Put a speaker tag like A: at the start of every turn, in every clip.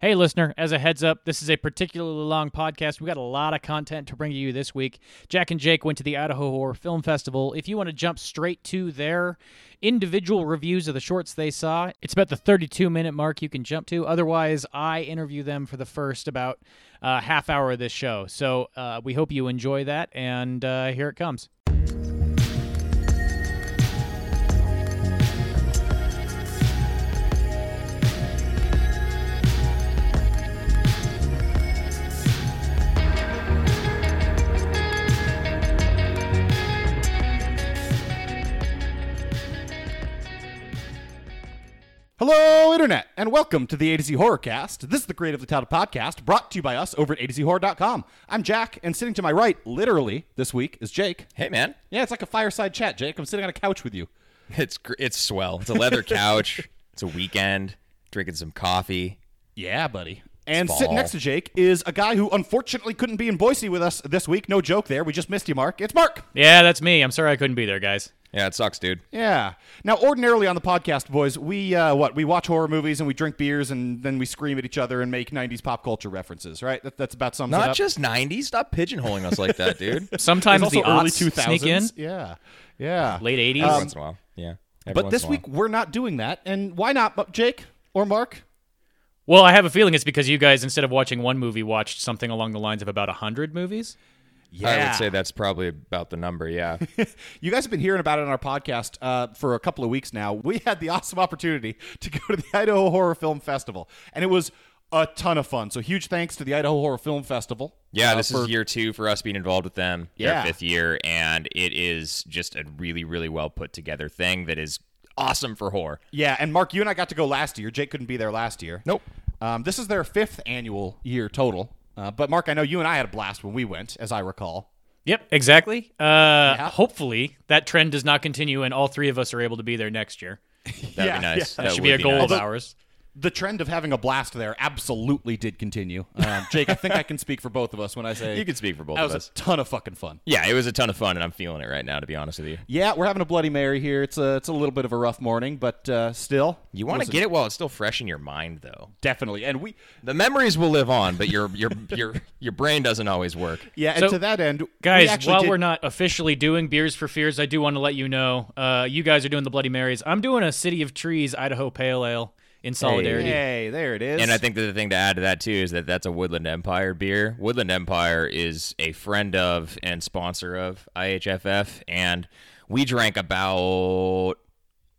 A: Hey, listener, as a heads up, this is a particularly long podcast. We got a lot of content to bring to you this week. Jack and Jake went to the Idaho Horror Film Festival. If you want to jump straight to their individual reviews of the shorts they saw, it's about the 32 minute mark you can jump to. Otherwise, I interview them for the first about uh, half hour of this show. So uh, we hope you enjoy that, and uh, here it comes.
B: Hello, Internet, and welcome to the A to Z Horrorcast. This is the creatively titled podcast brought to you by us over at A to Z Horror.com. I'm Jack, and sitting to my right, literally, this week is Jake.
C: Hey man,
B: Yeah, it's like a fireside chat, Jake. I'm sitting on a couch with you.
C: it's gr- it's swell. It's a leather couch. it's a weekend. Drinking some coffee.
B: Yeah, buddy. And
C: Fall.
B: sitting next to Jake is a guy who unfortunately couldn't be in Boise with us this week. No joke there. We just missed you, Mark. It's Mark.
A: Yeah, that's me. I'm sorry I couldn't be there, guys.
C: Yeah, it sucks, dude.
B: Yeah. Now, ordinarily on the podcast, boys, we uh, what we watch horror movies and we drink beers and then we scream at each other and make '90s pop culture references. Right? That, that's about sums it
C: Not
B: up.
C: just '90s. Stop pigeonholing us like that, dude. Every
A: Sometimes
B: There's
A: the
B: also
A: aughts sneak in,
B: Yeah, yeah.
A: late 80s.
C: once in a while, yeah. Every
B: Um, but
C: once
B: this
C: in a while.
B: week we're not doing that, and why not, but Jake or Mark?
A: Well, I have a feeling it's because you guys, instead of watching one movie, watched something along the lines of about 100 movies.
B: Yeah,
C: I would say that's probably about the number. Yeah,
B: you guys have been hearing about it on our podcast uh, for a couple of weeks now. We had the awesome opportunity to go to the Idaho Horror Film Festival, and it was a ton of fun. So huge thanks to the Idaho Horror Film Festival.
C: yeah.
B: uh,
C: This
B: for-
C: is year two for us being involved with them.
B: Yeah.
C: Their fifth year, and it is just a really, really well put together thing that is awesome for horror.
B: Yeah, and Mark, you and I got to go last year. Jake couldn't be there last year.
C: Nope.
B: Um, this is their fifth annual year total. Uh, but Mark, I know you and I had a blast when we went, as I recall.
A: Yep, exactly. Uh, Hopefully, that trend does not continue and all three of us are able to be there next year.
C: That'd
B: Yeah, yeah.
C: be nice.
A: That,
C: That
A: should
C: would
A: be a goal
C: nice.
A: of ours.
B: The trend of having a blast there absolutely did continue. Um, Jake, I think I can speak for both of us when I say
C: You can speak for both
B: that
C: of
B: was a
C: us.
B: ton of fucking fun.
C: Yeah, it was a ton of fun, and I'm feeling it right now. To be honest with you,
B: Yeah, we're having a Bloody Mary here. It's a it's a little bit of a rough morning, but uh, still,
C: you want to get it while it's still fresh in your mind, though.
B: definitely. And we
C: The memories will live on, but your your your your brain doesn't always work.
B: yeah, and
A: So,
B: to that end, we
A: Guys,
B: actually
A: while
B: did-
A: we're not officially doing Beers for Fears, I do want to let you know uh, you guys are doing the Bloody Marys. I'm doing a City of Trees Idaho Pale Ale in solidarity.
B: hey, there it is.
C: And I think that the thing to add to that too is that that's a Woodland Empire beer. Woodland Empire is a friend of and sponsor of IHFF, and we drank about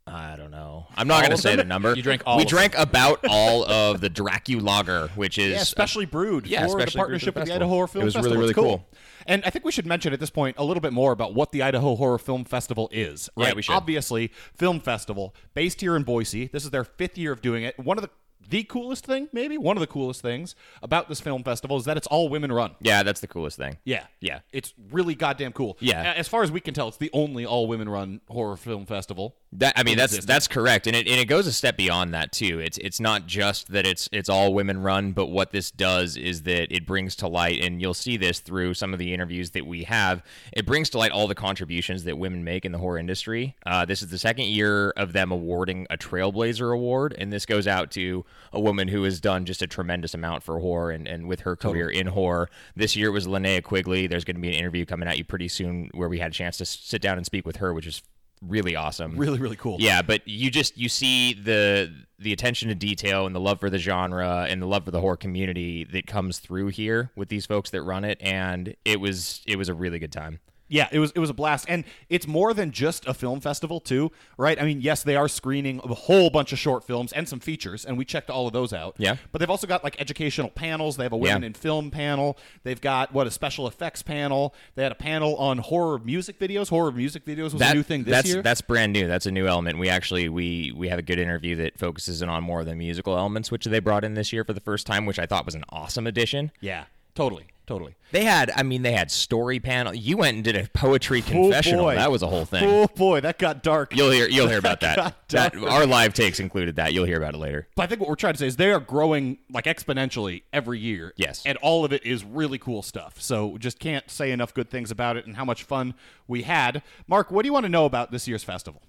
C: I don't know. I'm not going to
B: of
C: say
B: them?
C: the number.
A: You drank all
C: We
A: of them.
C: drank about all of the Dracu Lager, which is uh,
B: yeah, especially brewed
C: yeah,
B: for
C: especially
B: the
C: brewed
B: partnership
C: for the
B: with the
C: festival.
B: Idaho Horror Film
C: It was really,
B: Festival. It's
C: really
B: cool.
C: cool.
B: And I think we should mention at this point a little bit more about what the Idaho Horror Film Festival is.
C: Yeah,
B: Right,
C: we should.
B: obviously film festival based here in Boise. This is their fifth year of doing it. One of the the coolest thing, maybe one of the coolest things about this film festival is that it's all women run.
C: yeah, that's the coolest thing.
B: Yeah,
C: Yeah.
B: It's really goddamn cool.
C: Yeah.
B: A- As far as we can tell, it's the only all women run horror film festival.
C: That I mean, that's that's correct, and it and it goes a step beyond that too. It's it's not just that it's it's all women run, but what this does is that it brings to light, and you'll see this through some of the interviews that we have. It brings to light all the contributions that women make in the horror industry. Uh, this is the second year of them awarding a Trailblazer Award, and this goes out to a woman who has done just a tremendous amount for horror, and and with her career in horror. This year it was Linnea Quigley. There's going to be an interview coming at you pretty soon where we had a chance to s- sit down and speak with her, which is really awesome.
B: Really, really cool.
C: Yeah, but you just you see the the attention to detail and the love for the genre and the love for the horror community that comes through here with these folks that run it, and it was it was a really good time.
B: Yeah, it was it was a blast, and it's more than just a film festival too, right? I mean, yes, they are screening a whole bunch of short films and some features, and we checked all of those out.
C: Yeah.
B: but they've also got like educational panels. They have a women
C: Yeah.
B: in film panel. They've got what a special effects panel. They had a panel on horror music videos. Horror music videos was a new thing this
C: that's,
B: year.
C: That's brand new. That's a new element. We actually we we have a good interview that focuses in on more of the musical elements, which they brought in this year for the first time, which I thought was an awesome addition.
B: yeah, totally, totally.
C: They had, I mean, they had story panel. You went and did a poetry confessional.
B: Oh, boy.
C: that was a whole thing.
B: Oh boy, that got dark.
C: You'll hear you'll hear about that.
B: God
C: that. Our live takes included that. You'll hear about it later.
B: But I think what we're trying to say is they are growing like exponentially every year.
C: Yes.
B: And all of it is really cool stuff. So just can't say enough good things about it and how much fun we had. Mark, what do you want to know about this year's festival?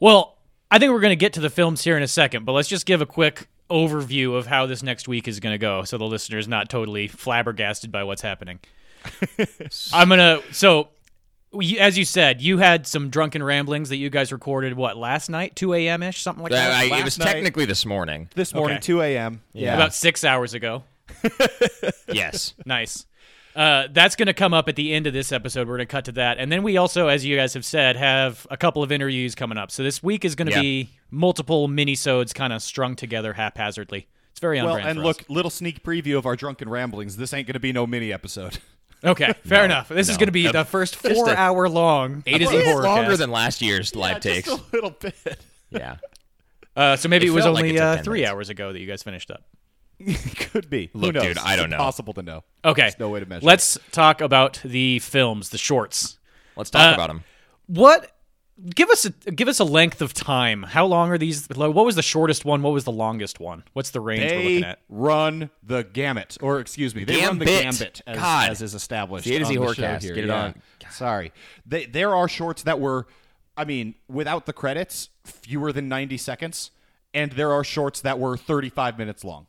A: Well, I think we're going to get to the films here in a second, but let's just give a quick overview of how this next week is going to go so the listener is not totally flabbergasted by what's happening. I'm going to so we- as you said, you had some drunken ramblings that you guys recorded what last night, 2 a.m. ish, something like that.
C: Uh, I, it
B: last
C: was
B: night-
C: technically this morning.
B: This morning,
A: Okay.
B: 2 a.m. Yeah.
A: About six hours ago.
C: Yes.
A: Nice. Uh, that's going to come up at the end of this episode. We're going to cut to that. And then we also, as you guys have said, have a couple of interviews coming up. So this week is going to
C: Yeah.
A: be multiple minisodes kind of strung together haphazardly. It's very on
B: well,
A: brand
B: and
A: for
B: look, little sneak preview of our drunken ramblings. This ain't going to be no mini episode.
A: us. Okay, fair enough. This is
C: no.
A: going to be
C: Uh,
A: the first
C: just a-
A: four hour long A to Z
C: It's
A: horror
C: longer
A: cast.
C: than last year's live takes.
B: Just a little bit.
C: Yeah.
A: uh, so maybe
C: it
A: it, was
C: felt like
A: only
C: it took
A: uh,
C: 10
A: three
C: minutes.
A: hours ago that you guys finished up.
B: Could be. Who
C: Look,
B: knows?
C: dude, I don't
B: it's
C: know.
B: Impossible to know.
A: Okay,
B: There's no way to measure.
A: Let's talk about the films, the shorts.
C: Let's talk
A: Uh,
C: about them.
A: What? Give us a give us a length of time. How long are these? What was the shortest one? What was the longest one? What's the range we're looking
B: They
A: at?
B: run the gamut, or excuse me, they run the
C: Gambit.
B: gambit as,
C: God.
B: as is established.
C: The A to Z
B: on the show
C: Horrorcast.
B: here.
C: Get it
B: yeah.
C: on.
B: Sorry, they, there are shorts that were, I mean, without the credits, fewer than ninety seconds, and there are shorts that were thirty-five minutes long.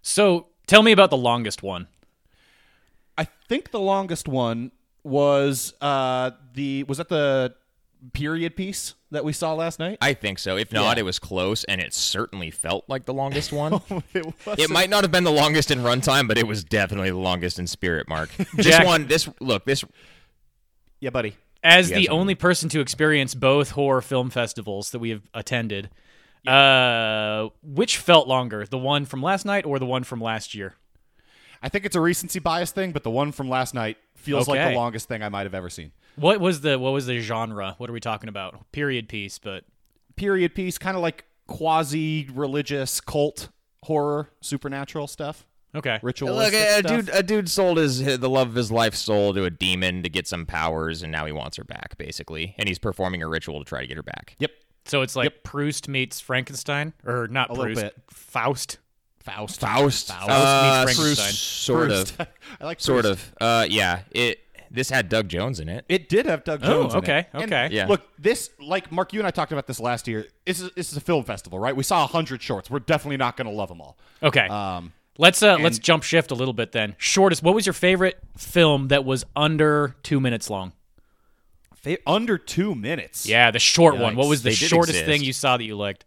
A: So tell me about the longest one.
B: I think the longest one was uh the was that the period piece that we saw last night.
C: I think so. If not, it was close, and it certainly felt like the longest one.
B: it was
C: It might not have been the longest in runtime, but it was definitely the longest in spirit. Mark, this
A: Jack-
C: one, this look, this
B: yeah, buddy.
A: As
C: Yes,
A: the
C: I'm-
A: only person to experience both horror film festivals that we have attended, uh, which felt longer, the one from last night or the one from last year?
B: I think it's a recency bias thing, but the one from last night feels like
A: Okay.
B: the longest thing I might have ever seen.
A: What was the what was the genre? What are we talking about? Period piece, but
B: period piece, kind of like quasi religious cult horror, supernatural stuff,
A: okay.
C: look,
B: ritualistic
C: a, a
B: stuff.
C: dude, a dude sold his the love of his life soul to a demon to get some powers, and now he wants her back, basically, and he's performing a ritual to try to get her back.
B: Yep,
A: So it's like Proust meets Frankenstein, or not
B: A little
A: Proust,
B: bit.
A: Faust.
B: Faust.
A: Faust
C: Faust,
A: meets
C: s-
A: Frankenstein.
C: Uh, sort
B: Proust.
C: of,
B: I like
C: sort
B: Proust.
C: of. Uh, yeah, it. This had Doug Jones in it.
B: It did have Doug
A: Oh,
B: Jones. in it.
A: okay,
B: And
A: okay.
C: Yeah.
B: Look, this like Mark, you and I talked about this last year. This is this is a film festival, right? We saw hundred shorts. We're definitely not going to love them all.
A: Okay,
B: Um,
A: let's uh, let's jump shift a little bit then. Shortest. What was your favorite film that was under two minutes long?
B: fa- under two minutes.
A: Yeah, the short one. What
C: Yikes.
A: was the
C: They did
A: shortest
C: exist.
A: thing you saw that you liked?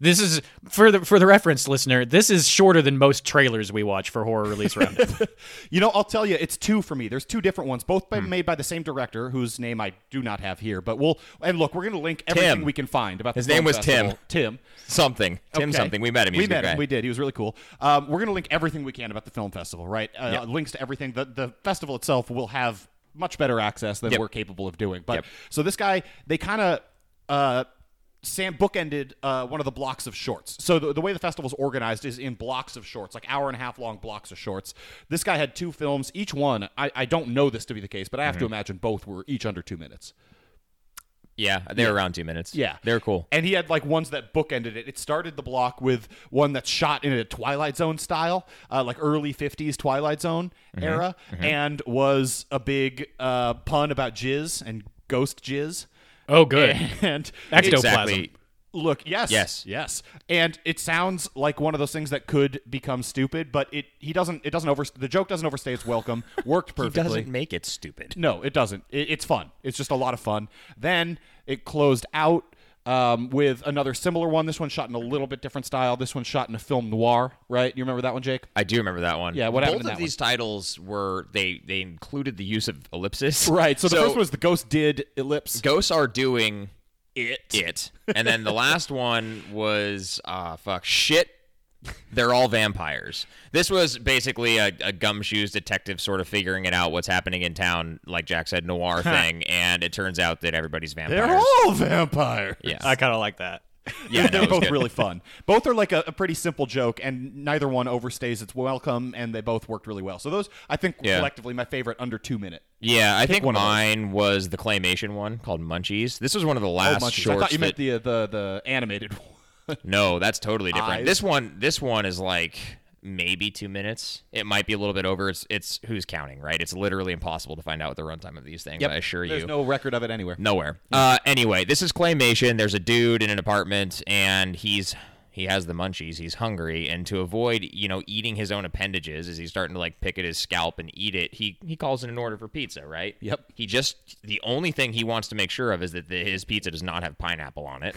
A: This is for the for the reference listener. This is shorter than most trailers we watch for horror release round.
B: You know, I'll tell you, it's two for me. There's two different ones, both
A: Hmm.
B: by, made by the same director, whose name I do not have here. But we'll and look, we're going to link everything
C: Tim.
B: we can find about
C: His
B: the film
C: name was Tim.
B: festival. Tim.
C: Something, Tim,
B: Okay.
C: something. We met him. He's
B: we
C: a good
B: met him.
C: guy.
B: We did. He was really cool. Um, we're going to link everything we can about the film festival, right? Uh, Links to everything. The, the festival itself will have much better access than
C: Yep.
B: we're capable of doing. But
C: Yep.
B: so this guy, they kind of. Uh, Sam bookended uh, one of the blocks of shorts. So the, the way the festival's organized is in blocks of shorts, like hour and a half long blocks of shorts. This guy had two films. Each one, I, I don't know this to be the case, but I have
C: Mm-hmm.
B: to imagine both were each under two minutes.
C: Yeah, they were around two minutes.
B: Yeah.
C: they were cool.
B: And he had like ones that bookended it. It started the block with one that's shot in a Twilight Zone style, uh, like early 50s Twilight Zone era, and was a big uh, pun about jizz and ghost jizz.
A: oh, good.
B: And
A: Ectoplasm.
B: it's- Look, yes,
C: Yes.
B: yes, and it sounds like one of those things that could become stupid, but it he doesn't it doesn't over the joke doesn't overstay its welcome. Worked perfectly.
C: Doesn't make it stupid.
B: No, it doesn't. It, it's fun. It's just a lot of fun. Then it closed out um, with another similar one. This one shot in a little bit different style. This one shot in a film noir, right? You remember that one, Jake?
C: I do remember that one.
B: Yeah, what
C: Both
B: happened in
C: of
B: that
C: these titles were they they included the use of ellipsis.
B: Right. So the first one was the ghost did ellipse.
C: ghosts are doing it it, and then the last one was ah fuck shit. They're all vampires. This was basically a, a gumshoes detective sort of figuring it out what's happening in town, like Jack said, noir thing, and it turns out that everybody's vampires.
B: They're all vampires.
C: yeah,
A: I kind of like that.
C: yeah, no,
B: They're
C: it was
B: both
C: good.
B: really fun. Both are like a, a pretty simple joke, and neither one overstays its welcome, and they both worked really well. So those, I think, were
C: Yeah.
B: collectively my favorite under two minute.
C: Yeah, I think
B: one of those.
C: mine was the claymation one called Munchies. This was one of the
B: Oh,
C: last
B: munchies.
C: shorts
B: I thought you
C: that-
B: meant the, uh, the the animated one.
C: No, that's totally different.
B: Eyes.
C: This one, this one is like maybe two minutes. It might be a little bit over. It's, it's who's counting, right? It's literally impossible to find out the runtime of these things. I assure you,
B: There's no record of it anywhere.
C: nowhere. Uh, anyway, this is claymation. There's a dude in an apartment, and he's He has the munchies. He's hungry, and to avoid you know eating his own appendages, as he's starting to like pick at his scalp and eat it, he he calls in an order for pizza. Right.
B: Yep.
C: He just the only thing he wants to make sure of is that the, his pizza does not have pineapple on it.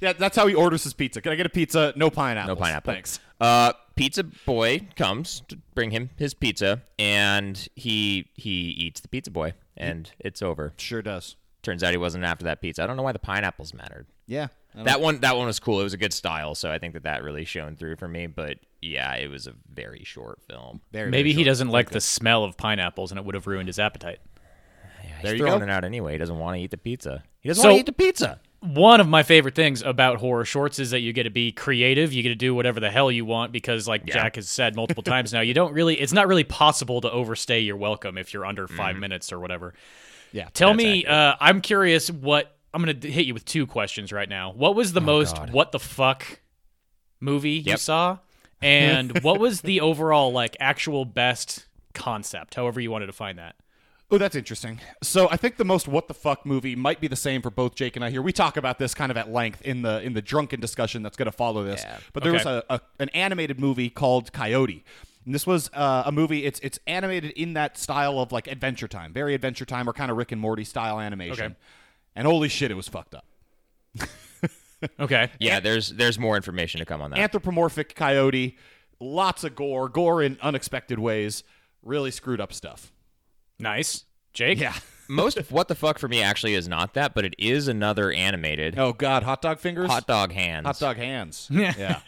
B: Yeah, that's how he orders his pizza. Can I get a pizza? No pineapple.
C: No pineapple.
B: Thanks.
C: Uh, pizza boy comes to bring him his pizza, and he he eats the pizza boy, and it's over.
B: Sure does.
C: Turns out he wasn't after that pizza. I don't know why the pineapples mattered.
B: Yeah.
C: That one that one was cool. It was a good style, so I think that that really shone through for me. But yeah, it was a very short film.
B: Very,
A: Maybe
B: very
A: he
B: short.
A: doesn't like the smell of pineapples, and it would have ruined his appetite.
C: Yeah, he's
B: There you
C: throwing
B: go.
C: it out anyway. He doesn't want to eat the pizza. He doesn't
A: So-
C: want to eat the pizza.
A: One of my favorite things about horror shorts is that you get to be creative. You get to do whatever the hell you want because, like Jack has said multiple times now, you don't really. It's not really possible to overstay your welcome if you're under
C: Mm-hmm.
A: 5 minutes or whatever.
B: Yeah,
A: Tell me, uh, I'm curious. What I'm going to hit you with two questions right now. What was the most what the fuck movie you
C: Oh, Yep.
A: saw, and what was the overall like actual best concept? However you wanted to find that.
B: Oh, that's interesting. So I think the most what the fuck movie might be the same for both Jake and I here. We talk about this kind of at length in the in the drunken discussion that's going to follow this. But there was
A: Okay.
B: a, a an animated movie called Coyote. And this was uh, a movie. It's it's animated in that style of like Adventure Time, very Adventure Time or kind of Rick and Morty style animation.
A: Okay.
B: And holy shit, it was fucked up.
A: Okay.
C: Yeah, there's there's more information to come on that.
B: Anthropomorphic coyote, lots of gore, gore in unexpected ways. Really screwed up stuff.
A: Nice, Jake.
B: Yeah.
C: Most of what the fuck for me actually is not that, but it is another animated
B: Oh God, hot dog fingers.
C: hot dog hands.
B: Hot dog hands. yeah.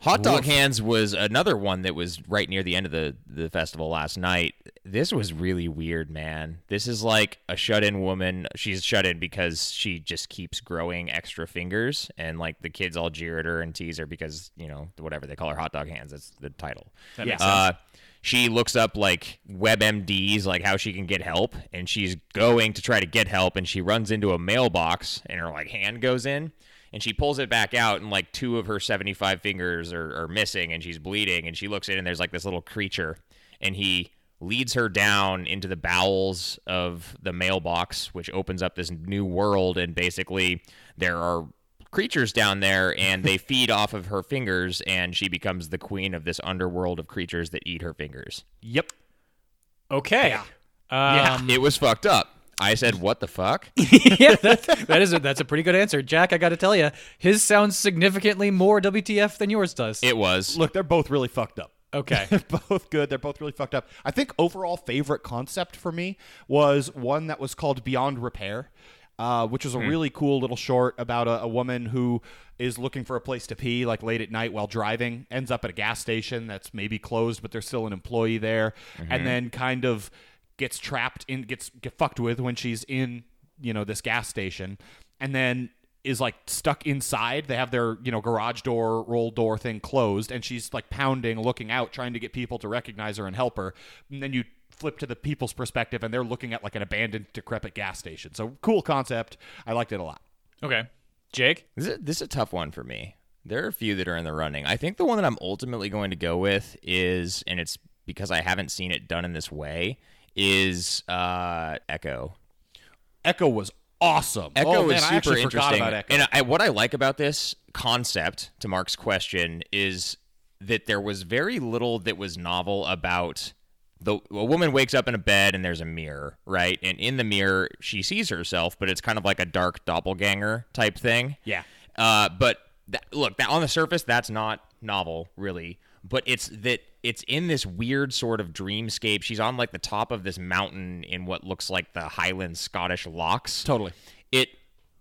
C: Hot Dog Hands was another one that was right near the end of the, the festival last night. This was really weird, man. This is like a shut in woman. She's shut in because she just keeps growing extra fingers, and like the kids all jeer at her and tease her because, you know, whatever they call her Hot Dog Hands. That's the title.
A: That makes
C: Uh, she looks up like WebMDs, like how she can get help, and she's going to try to get help, and she runs into a mailbox, and her like hand goes in, and she pulls it back out, and like two of her seventy-five fingers are, are missing, and she's bleeding, and she looks in, and there's like this little creature, and he leads her down into the bowels of the mailbox, which opens up this new world, and basically there are creatures down there and they feed off of her fingers and she becomes the queen of this underworld of creatures that eat her fingers.
B: Yep.
A: Okay.
C: Yeah,
A: Um,
C: it was fucked up. I said, "What the fuck?"
A: yeah, that, that is a, that's a pretty good answer, Jack. I got to tell you, his sounds significantly more WTF than yours does.
C: It was.
B: Look, they're both really fucked up.
A: okay,
B: They're both good. They're both really fucked up. I think overall favorite concept for me was one that was called Beyond Repair, uh, which was a really cool little short about a, a woman who is looking for a place to pee like late at night while driving, ends up at a gas station that's maybe closed, but there's still an employee there, and then kind of gets trapped in gets get fucked with when she's in you know this gas station, and then is like stuck inside. They have their, you know, garage door, roll door thing closed, and she's like pounding, looking out, trying to get people to recognize her and help her. And then you flip to the people's perspective and they're looking at like an abandoned, decrepit gas station. So cool concept. I liked it a lot.
A: okay, Jake.
C: This is, this is a tough one for me. There are a few that are in the running. I think the one that I'm ultimately going to go with is, and it's because I haven't seen it done in this way, is uh, Echo.
B: Echo was awesome.
C: Echo
B: oh, man,
C: is
B: I
C: super
B: actually forgot
C: interesting.
B: about Echo.
C: And I, what I like about this concept, to Mark's question, is that there was very little that was novel about the a woman wakes up in a bed and there's a mirror, right? And in the mirror, she sees herself, but it's kind of like a dark doppelganger type thing.
B: Yeah.
C: Uh, but that, look, that on the surface, that's not novel, really. But it's that it's in this weird sort of dreamscape. She's on like the top of this mountain in what looks like the Highland Scottish Locks
B: Totally.
C: it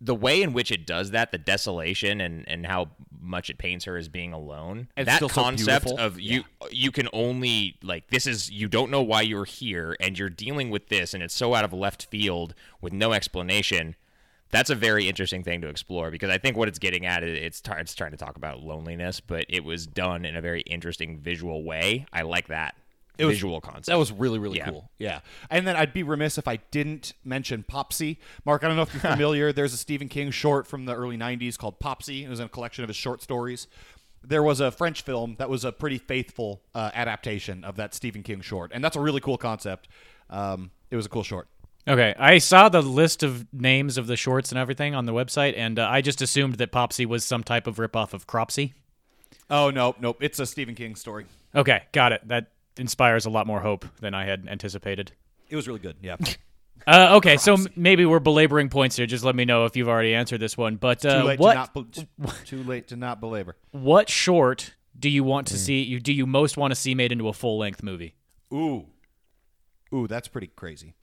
C: the way in which it does that the desolation and and how much it paints her as being alone
B: And
C: that
B: still so
C: concept
B: beautiful.
C: of you you can only like this is you don't know why you're here and you're dealing with this and it's so out of left field with no explanation that's a very interesting thing to explore because I think what it's getting at is it's, tar- it's trying to talk about loneliness, but it was done in a very interesting visual way. I like that
B: was-
C: visual concept.
B: That was really, really
C: Yeah.
B: cool. Yeah. And then I'd be remiss if I didn't mention Popsy. Mark, I don't know if you're familiar. There's a Stephen King short from the early 90s called Popsy. It was in a collection of his short stories. There was a French film that was a pretty faithful uh, adaptation of that Stephen King short. And that's a really cool concept. Um, it was a cool short.
A: Okay, I saw the list of names of the shorts and everything on the website, and uh, I just assumed that Popsy was some type of ripoff of Cropsy.
B: Oh no, nope. It's a Stephen King story.
A: Okay, got it. That inspires a lot more hope than I had anticipated.
B: It was really good. Yeah.
A: Uh, okay, so m- maybe we're belaboring points here. Just let me know if you've already answered this one. But
B: too
A: uh,
B: late
A: what
B: to not. Be- too late to not belabor.
A: what short do you want
B: Mm.
A: to see? You do you most want to see made into a full length movie?
B: Ooh. Ooh, that's pretty crazy.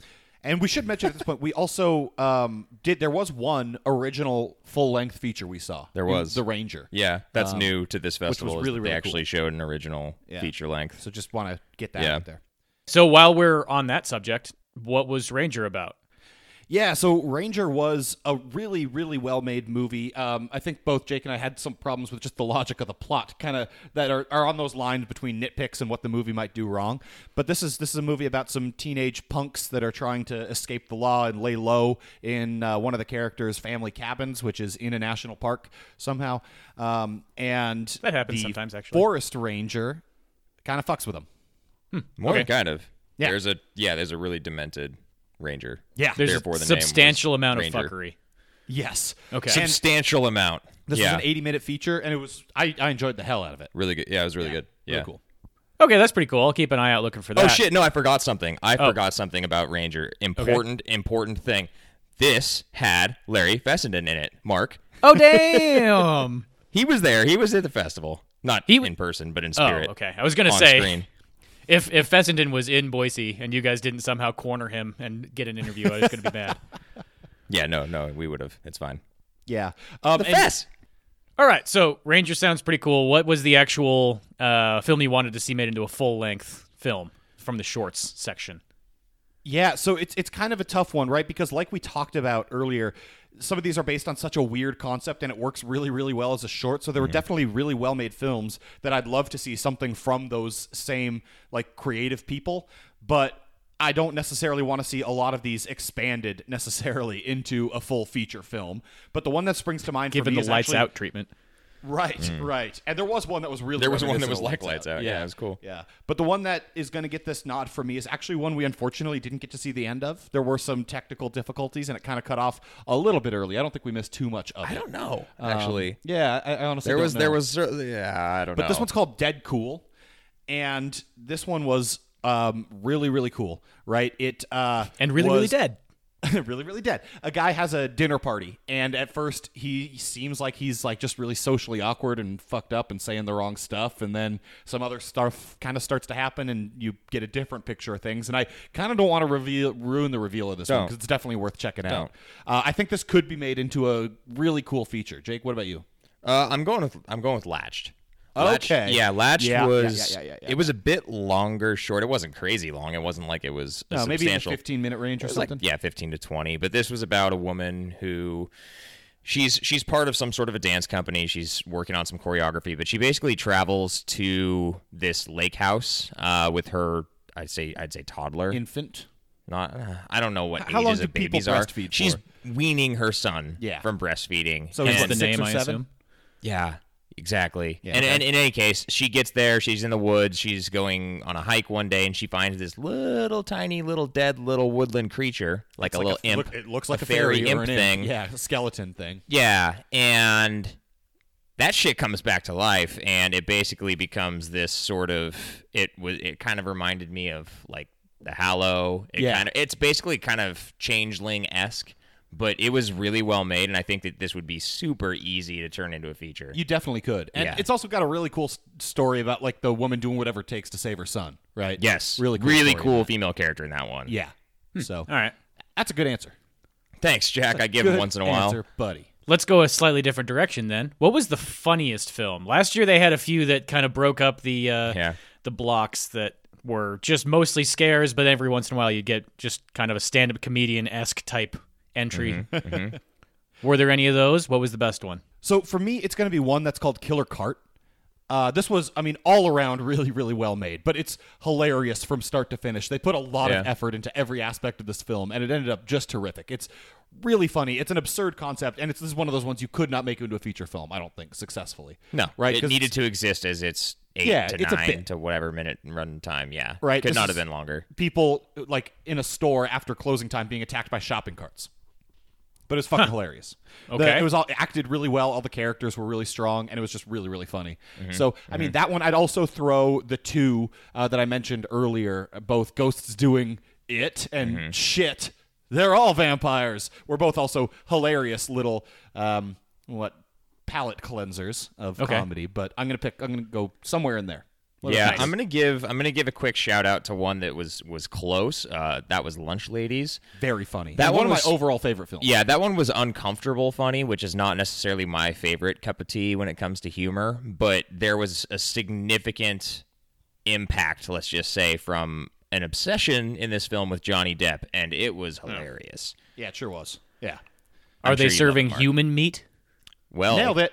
B: And we should mention at this point, we also um, did. There was one original full length feature we saw.
C: There was.
B: the Ranger.
C: Yeah, that's new to this festival. is
B: Um, really,
C: that
B: really
C: they
B: cool.
C: actually showed an original
B: Yeah.
C: feature length.
B: So just want to get that
C: Yeah.
B: out there.
A: So while we're on that subject, what was Ranger about?
B: Yeah, so Ranger was a really, really well made movie. Um, I think both Jake and I had some problems with just the logic of the plot, kind of that are, are on those lines between nitpicks and what the movie might do wrong. But this is this is a movie about some teenage punks that are trying to escape the law and lay low in uh, one of the characters' family cabins, which is in a national park somehow. Um, and
A: That happens
B: the
A: sometimes, actually.
B: Forest Ranger kind of fucks with them.
C: More than kind of.
B: Yeah.
C: There's a yeah. There's a really demented ranger.
B: Yeah.
A: There's
C: Therefore,
A: a
C: the name was
A: substantial amount
C: Ranger.
A: of fuckery.
B: Yes.
A: Okay.
B: And
C: Substantial amount.
B: this
C: yeah.
B: was an 80 minute feature, and it was I, I enjoyed the hell out of it.
C: really good. Yeah, it was really good. Yeah.
B: Really cool.
A: Okay, that's pretty cool. I'll keep an eye out looking for that.
C: Oh shit! No, I forgot something. I
B: Oh.
C: forgot something about Ranger. Important, important thing. This had Larry Fessenden in it. Mark,
A: Oh damn!
C: he was there. He was at the festival, not
A: He w-
C: in person, but in
A: oh,
C: spirit.
A: okay. I was gonna
C: On
A: say
C: screen.
A: if if Fessenden was in Boise and you guys didn't somehow corner him and get an interview, I was gonna be mad.
C: Yeah, no, no, we would have. It's fine.
B: Yeah. Um, and-
C: Fess.
A: All right, so Ranger sounds pretty cool. What was the actual uh, film you wanted to see made into a full length film from the shorts section?
B: Yeah, so it's it's kind of a tough one, right? Because like we talked about earlier, some of these are based on such a weird concept and it works really really well as a short. So there
A: Mm-hmm.
B: were definitely really well-made films that I'd love to see something from those same like creative people, but I don't necessarily want to see a lot of these expanded necessarily into a full feature film. But the one that springs to mind
A: Given
B: for me
A: the
B: is
A: lights
B: actually-
A: out treatment.
B: Right, right. And there was one that was really
C: Mm. There was one that was
B: reminiscent of
C: like lights out. Yeah, it was cool.
B: yeah. But the one that is going to get this nod for me is actually one we unfortunately didn't get to see the end of. There were some technical difficulties and it kind of cut off a little bit early. I don't think we missed too much of it.
C: I don't know.
B: Um,
C: Actually,
B: Yeah, I, I honestly
C: there
B: don't
C: was there
B: know.
C: was oh. certainly- yeah. I don't know.
B: But this one's called Dead Cool, and this one was um, really really cool, right? It uh,
A: And really, really
B: was-
A: dead.
B: really really dead a guy has a dinner party and at first he seems like he's like just really socially awkward and fucked up and saying the wrong stuff and then some other stuff kind of starts to happen and you get a different picture of things and i kind of don't want to reveal ruin the reveal of this one
C: Don't.
B: because it's definitely worth checking out uh, i think this could be made into a really cool feature jake what about you
C: Uh, I'm going with I'm going with Latched. Latched-
B: Okay.
C: yeah, Latched
B: Yeah, yeah,
C: was
B: yeah, yeah, yeah, yeah.
C: it was a bit longer, short. It wasn't crazy long. It wasn't like it was a
B: no, Uh, maybe in the
C: substantial
B: 15 minute range or
C: It was like,
B: something
C: yeah, 15 to 20. But this was about a woman who she's she's part of some sort of a dance company. She's working on some choreography, but she basically travels to this lake house uh, with her I'd say I'd say toddler.
B: infant
C: Not uh, I don't know what
B: How long
C: ages
B: do
C: of
B: people
C: babies are.
B: breastfeed
C: She's
B: for?
C: weaning her son
B: Yeah.
C: from breastfeeding.
B: So he's
A: That's
B: what,
A: the
B: six
A: name,
B: or
A: I
B: seven?
A: assume.
C: Yeah, exactly.
B: Yeah,
C: and,
B: okay.
C: and in any case, she gets there. She's in the woods. She's going on a hike one day, and she finds this little tiny, little dead, little woodland creature, like a
B: Like
C: little
B: a-
C: imp.
B: look- it looks like a,
C: fairy,
B: or
C: imp
B: an
C: thing.
B: yeah a skeleton thing
C: Yeah, and that shit comes back to life, and it basically becomes this sort of it was it kind of reminded me of like the Hallow. It
B: Yeah.
C: kind of it's basically kind of changeling esque. But it was really well made, and I think that this would be super easy to turn into a feature.
B: You definitely could, and
C: Yeah.
B: it's also got a really cool s- story about like the woman doing whatever it takes to save her son, right?
C: yes,
B: really, cool
C: really
B: story.
C: cool Hmm. female character in that one.
B: Yeah. So
A: All right.
B: that's a good answer.
C: Thanks, Jack. I give
B: Good
C: him once in a while.
B: answer, buddy.
A: Let's go a slightly different direction then. What was the funniest film? Last year they had a few that kind of broke up the uh,
C: Yeah.
A: the blocks that were just mostly scares, but every once in a while you'd get just kind of a stand up comedian esque type entry.
C: Mm-hmm,
A: were there any of those? What was the best one?
B: So for me, it's going to be one that's called Killer Cart. Uh, this was, I mean, all around really, really well made, but it's hilarious from start to finish. They put a lot of
C: Yeah.
B: effort into every aspect of this film, and it ended up just terrific. It's really funny. It's an absurd concept, and it's this is one of those ones you could not make into a feature film. I don't think successfully.
C: No,
B: right?
C: It
B: 'Cause
C: needed to exist as it's eight
B: Yeah,
C: to
B: it's a
C: nine
B: bit.
C: to whatever minute run time. Yeah,
B: Right,
C: Could
B: this
C: not
B: is-
C: have been longer.
B: people like in a store after closing time being attacked by shopping carts. but it's fucking hilarious. The-
A: Okay.
B: it was all acted really well. All the characters were really strong, and it was just really really funny.
C: Mm-hmm.
B: So I mean, that one I'd also throw the two uh, that I mentioned earlier, uh, both ghosts doing it and
C: Mm-hmm.
B: shit. They're all vampires. We're both also hilarious little um, what palate cleansers of
A: Okay.
B: comedy. But I'm gonna pick. I'm gonna go somewhere in there. What
C: yeah,
B: else?
C: I'm gonna give I'm gonna give a quick shout out to one that was was close. Uh, that was Lunch Ladies.
B: very funny.
C: That
B: And one
C: one
B: of
C: was-
B: my overall favorite films.
C: Yeah, that one was uncomfortable funny, which is not necessarily my favorite cup of tea when it comes to humor, but there was a significant impact, let's just say, from an obsession in this film with Johnny Depp, and it was hilarious.
B: yeah, it sure was. Yeah,
A: Are
C: I'm
A: they
C: sure you love it,
A: serving
C: Mark.
A: human meat?
C: Well,
B: nailed it.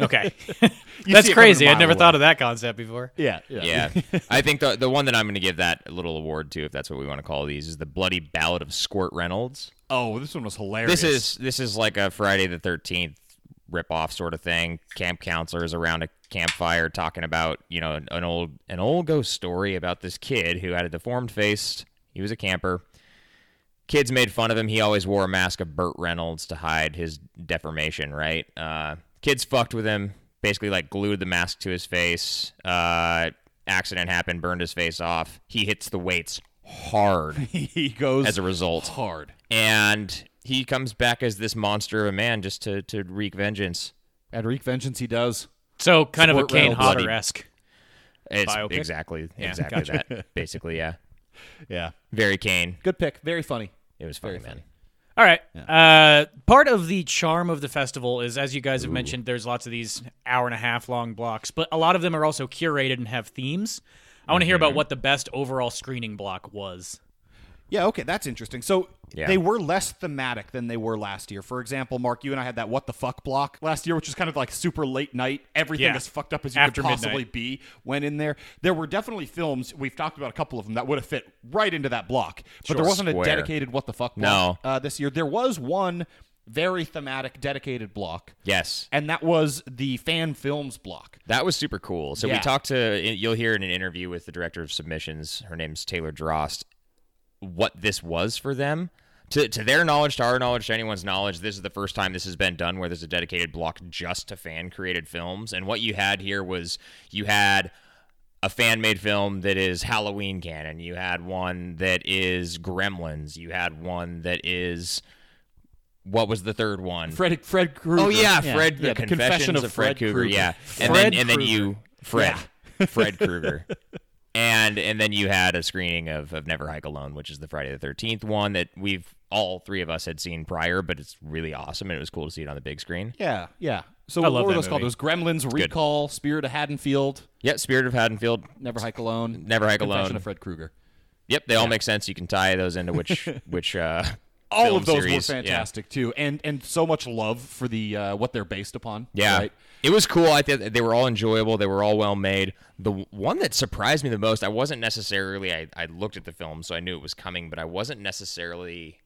A: Okay.
B: You
A: That's
B: see it coming a
A: crazy. I'd
B: mile
A: never
B: away.
A: thought of that concept before.
B: Yeah, yeah.
C: Yeah, I think the the one that I'm going to give that little award to, if that's what we want to call these, is the bloody ballad of Squirt Reynolds.
B: Oh, this one was hilarious.
C: This is this is like a Friday the Thirteenth ripoff sort of thing. Camp counselors around a campfire talking about you know an, an old an old ghost story about this kid who had a deformed face. He was a camper. Kids made fun of him. He always wore a mask of Burt Reynolds to hide his deformation. Right? Uh, kids fucked with him. Basically, like glued the mask to his face. Uh, accident happened. Burned his face off. He hits the weights hard
B: he goes
C: as a result
B: hard.
C: and he comes back as this monster of a man just to to wreak vengeance.
B: At Reek Vengeance, he does.
A: So kind of a
B: Squirt
A: Kane
B: Reynolds.
A: Hodder esque.
C: It's
A: Biopic?
C: exactly exactly that. Basically, yeah.
B: Yeah,
C: Very Kane.
B: good pick. Very funny.
C: It was funny, man.
A: All right. Uh, part of the charm of the festival is, as you guys have mentioned, there's lots of these hour and a half long blocks, but a lot of them are also curated and have themes. I want to hear about what the best overall screening block was.
B: Yeah, okay, that's interesting. So
C: Yeah.
B: they were less thematic than they were last year. For example, Mark, you and I had that "What the fuck" block last year, which was kind of like super late night. Everything
A: Yeah.
B: as fucked up as you
A: After
B: could
A: midnight.
B: possibly be went in there. There were definitely films we've talked about a couple of them that would have fit right into that block, but there wasn't
C: Square.
B: a dedicated "What the fuck"
C: No.
B: block uh, this year. There was one very thematic, dedicated block.
C: Yes.
B: and that was the fan films block.
C: That was super cool. So
B: Yeah.
C: we talked to you'll hear in an interview with the director of submissions, her name's Taylor Drost, what this was for them. To, to their knowledge, to our knowledge, to anyone's knowledge, this is the first time this has been done where there's a dedicated block just to fan created films. And what you had here was you had a fan made film that is Halloween canon, you had one that is Gremlins, you had one that is what was the third one?
B: Fred Fred Krueger.
C: Oh yeah, Fred. The
B: Yeah,
C: Confessions of, Fred Krueger. Yeah,
B: Fred
C: and then and then
B: Krueger.
C: you Fred Fred Krueger, and and then you had a screening of of Never Hike Alone, which is the Friday the Thirteenth one that we've all three of us had seen prior, but it's really awesome and it was cool to see it on the big screen.
B: Yeah, yeah. So
A: I
B: what
A: love
B: were
A: that
B: those called?
A: movie.
B: Those Gremlins, Recall, Spirit of Haddonfield,
C: Yep, Spirit of Haddonfield,
B: Never Hike Alone,
C: Never Hike
B: Confession
C: Alone.
B: of Fred Krueger.
C: Yep, they all make sense. You can tie those into which which uh,
B: All
C: film
B: of those
C: series.
B: were
C: Yeah.
B: fantastic too, and and so much love for the uh, what they're based upon.
C: Yeah.
B: right?
C: It was cool. I think they were all enjoyable. They were all well made. The w- one that surprised me the most, I wasn't necessarily, I, I looked at the film, so I knew it was coming, but I wasn't necessarily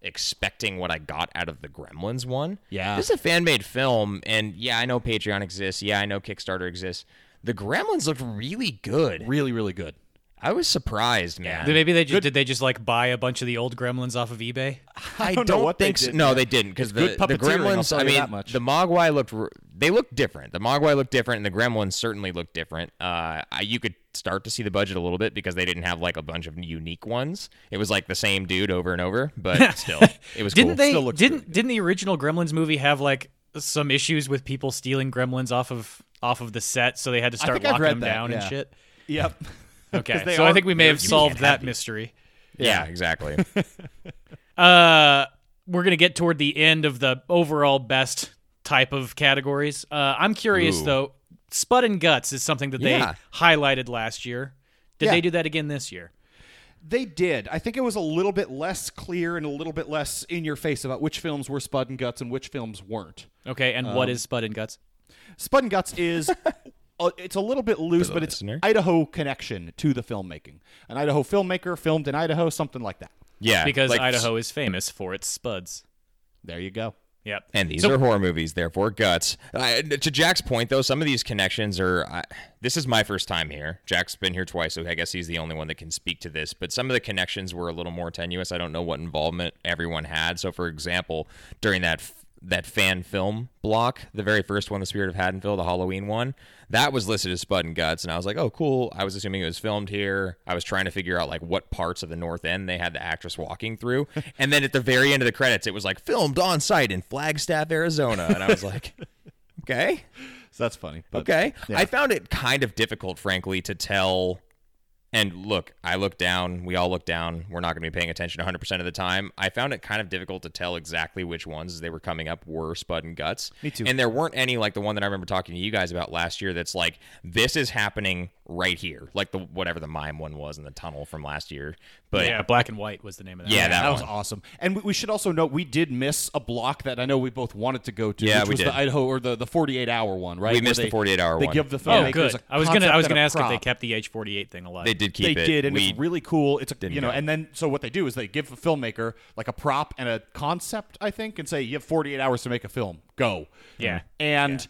C: expecting what I got out of the Gremlins one.
B: Yeah.
C: This is a fan made film, and yeah, I know Patreon exists. Yeah, I know Kickstarter exists. The Gremlins looked really good.
B: really, really good.
C: I was surprised, man.
A: Maybe they just, did they just like buy a bunch of the old gremlins off of eBay?
C: I
B: don't
C: don't,
B: know what they
C: think so.
B: did,
C: No, they didn't because the,
B: good
C: the
B: puppeteering, I'll
C: Gremlins.
B: tell
C: I
B: you
C: mean,
B: that much.
C: the Mogwai looked. r- They looked different. The Mogwai looked different, and the Gremlins certainly looked different. Uh, I, you could start to see the budget a little bit because they didn't have like a bunch of unique ones. It was like the same dude over and over, but still, it was. cool.
A: Didn't
B: Still
A: they?
B: looks
A: Didn't didn't the original Gremlins movie have like some issues with people stealing Gremlins off of off of the set, so they had to start
B: think I've
A: locking
B: read
A: them
B: that,
A: down and
B: yeah.
A: shit?
B: Yep.
A: Okay,
B: 'Cause they
A: so I
B: are
A: think we may have
B: weird.
A: solved that mystery.
C: Yeah, exactly.
A: Uh, we're gonna get toward the end of the overall best type of categories. Uh, I'm curious
C: Ooh.
A: though. Spud and guts is something that they
C: Yeah.
A: highlighted last year. Did
B: Yeah.
A: they do that again this year?
B: They did. I think it was a little bit less clear and a little bit less in your face about which films were Spud and Guts and which films weren't.
A: Okay, and
C: Um,
A: what is Spud and Guts?
B: Spud and Guts is uh, it's a little bit loose,
C: the
B: but it's
C: listener.
B: Idaho connection to the filmmaking. An Idaho filmmaker filmed in Idaho, something like that.
C: Yeah,
A: Because
C: like,
A: Idaho is famous for its spuds.
B: There you go.
A: Yep.
C: And these
A: So-
C: are horror movies, therefore guts. I, to Jack's point, though, some of these connections are. I, this is my first time here. Jack's been here twice, so I guess he's the only one that can speak to this. But some of the connections were a little more tenuous. I don't know what involvement everyone had. So, for example, during that f- that fan film block, the very first one, The Spirit of Haddonfield, the Halloween one, that was listed as Spud and Guts, and I was like, oh, cool. I was assuming it was filmed here. I was trying to figure out like what parts of the North End they had the actress walking through, and then at the very end of the credits, it was like filmed on site in Flagstaff, Arizona, and I was like, okay.
B: So that's funny. But
C: Okay. I found it kind of difficult, frankly, to tell. And look, I look down. We all look down. We're not going to be paying attention 100% of the time. I found it kind of difficult to tell exactly which ones they were coming up were Spud and Guts.
B: Me too.
C: And there weren't any like the one that I remember talking to you guys about last year that's like, this is happening right here. Like the whatever the mime one was in the tunnel from last year. But
A: yeah, black and white was the name of that.
C: Yeah,
A: one.
C: that
B: was
C: one.
B: awesome. And we, we should also note we did miss a block that I know we both wanted to go to,
C: Yeah,
B: which
C: we
B: was
C: did.
B: the Idaho or the, the 48 hour one, right?
C: We
B: Where
C: missed the
B: they-
C: 48-hour
B: They
C: one.
B: give the filmmakers
C: Yeah.
A: Oh, good.
B: a
A: I was gonna.
B: concept
A: I was
B: and
A: gonna
B: a
A: ask if they
B: prop.
A: kept the H forty eight thing alive.
C: they did keep
B: they
C: it.
B: did, and
C: We-
B: it's really cool. It's a you know,
C: get it.
B: and then so what they do is they give a filmmaker like a prop and a concept, I think, and say you have 48 hours to make a film. Go.
A: Yeah.
B: And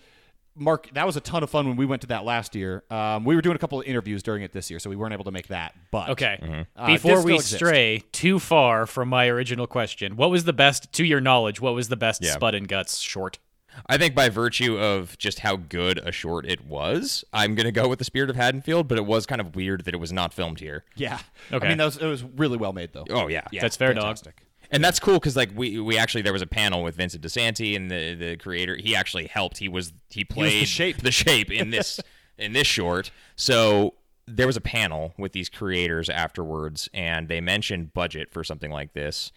B: Mark, that was a ton of fun when we went to that last year. Um, we were doing a couple of interviews during it this year, so we weren't able to make that. But
A: Okay. Mm-hmm.
C: Mm-hmm.
B: Uh, it
A: Before
B: still
A: we
B: exists.
A: stray too far from my original question, what was the best, to your knowledge, what was the best
C: Yeah.
A: Spud and Guts short?
C: I think by virtue of just how good a short it was, I'm going to go with The Spirit of Haddonfield, but it was kind of weird that it was not filmed here.
B: yeah,
A: Okay.
B: I mean, that was, it was really well made though.
C: Oh yeah, yeah.
A: That's fair,
B: fantastic.
A: dog.
C: and that's cool because like we we actually there was a panel with Vincent DeSanti and the the creator. He actually helped. He was he
B: was the
C: played
B: shape.
C: the shape in this in this short. So there was a panel with these creators afterwards, and they mentioned budget for something like this.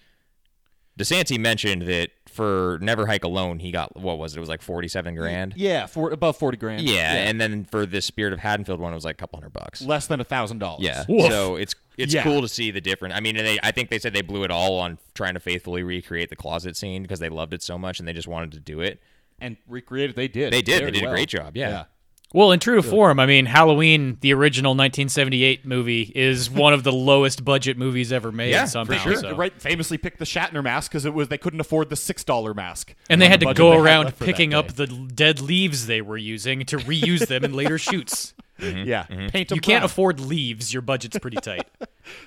C: DeSanti mentioned that for Never Hike Alone, he got what was it? It was like forty-seven grand.
B: Yeah, for above 40 grand.
C: Yeah, and then for the Spirit of Haddonfield one, it was like a couple hundred bucks.
B: less than a thousand dollars.
C: Yeah.
A: Woof.
C: So it's it's
B: Yeah.
C: cool to see the difference. I mean, and they I think they said they blew it all on trying to faithfully recreate the closet scene because they loved it so much and they just wanted to do it.
B: and recreate it. They did.
C: They did.
B: Very
C: they did
B: well.
C: a great job. Yeah.
A: Well, in true to form, I mean, Halloween, the original 1978 movie, is one of the lowest budget movies ever made
C: Yeah, for
A: somehow.
C: sure.
A: so-
B: Right, famously picked the Shatner mask because it was they couldn't afford the six dollar mask,
A: And they had to
B: budget
A: go
B: they had
A: around
B: left for that
A: picking up
B: day.
A: the dead leaves they were using to reuse them in later shoots.
B: yeah, paint 'em
A: You can't
B: brown.
A: afford leaves, your budget's pretty tight.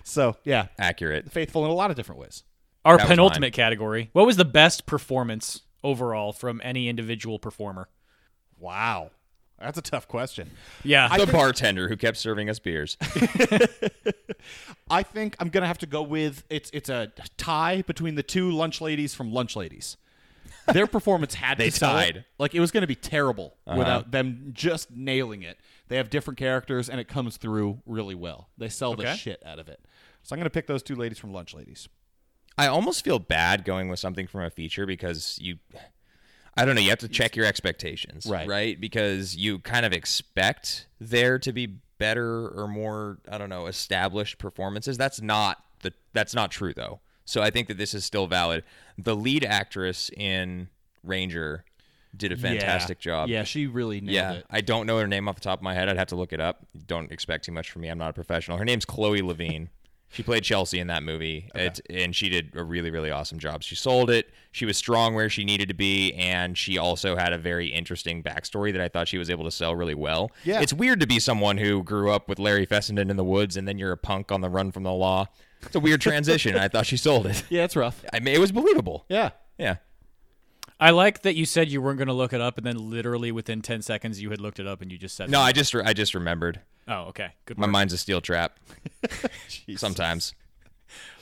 B: So yeah,
C: Accurate.
B: faithful in a lot of different ways.
A: Our
C: That was
A: penultimate category. What was the best performance overall from any individual performer?
B: Wow, that's a tough question.
A: Yeah.
C: the bartender who kept serving us beers.
B: I think I'm gonna have to go with it's it's a tie between the two lunch ladies from Lunch Ladies. Their performance had to
C: They
B: sell it.
C: tied.
B: Like it was gonna be terrible without them just nailing it. They have different characters and it comes through really well. They sell the
A: Okay.
B: shit out of it. So I'm gonna pick those two ladies from Lunch Ladies.
C: I almost feel bad going with something from a feature because you I don't know, you have to check your expectations,
B: Right.
C: Right? Because you kind of expect there to be better or more, I don't know, established performances. That's not the that's not true though. So I think that this is still valid. The lead actress in Ranger did a fantastic job.
B: Yeah, she really nailed
C: Yeah,
B: it.
C: I don't know her name off the top of my head. I'd have to look it up. Don't expect too much from me. I'm not a professional. Her name's Chloe Levine. she played Chelsea in that movie, It's and she did a really, really awesome job. She sold it. She was strong where she needed to be, and she also had a very interesting backstory that I thought she was able to sell really well.
B: Yeah.
C: it's weird to be someone who grew up with Larry Fessenden in the woods, and then you're a punk on the run from the law. It's a weird transition. and I thought she sold it.
B: Yeah, it's rough.
C: I mean, it was believable.
B: Yeah.
C: Yeah.
A: I like that you said you weren't going to look it up, and then literally within 10 seconds, you had looked it up and you just said,
C: No, I just re- I just remembered.
A: Oh, okay. Good
C: My
A: work.
C: mind's a steel trap. Sometimes.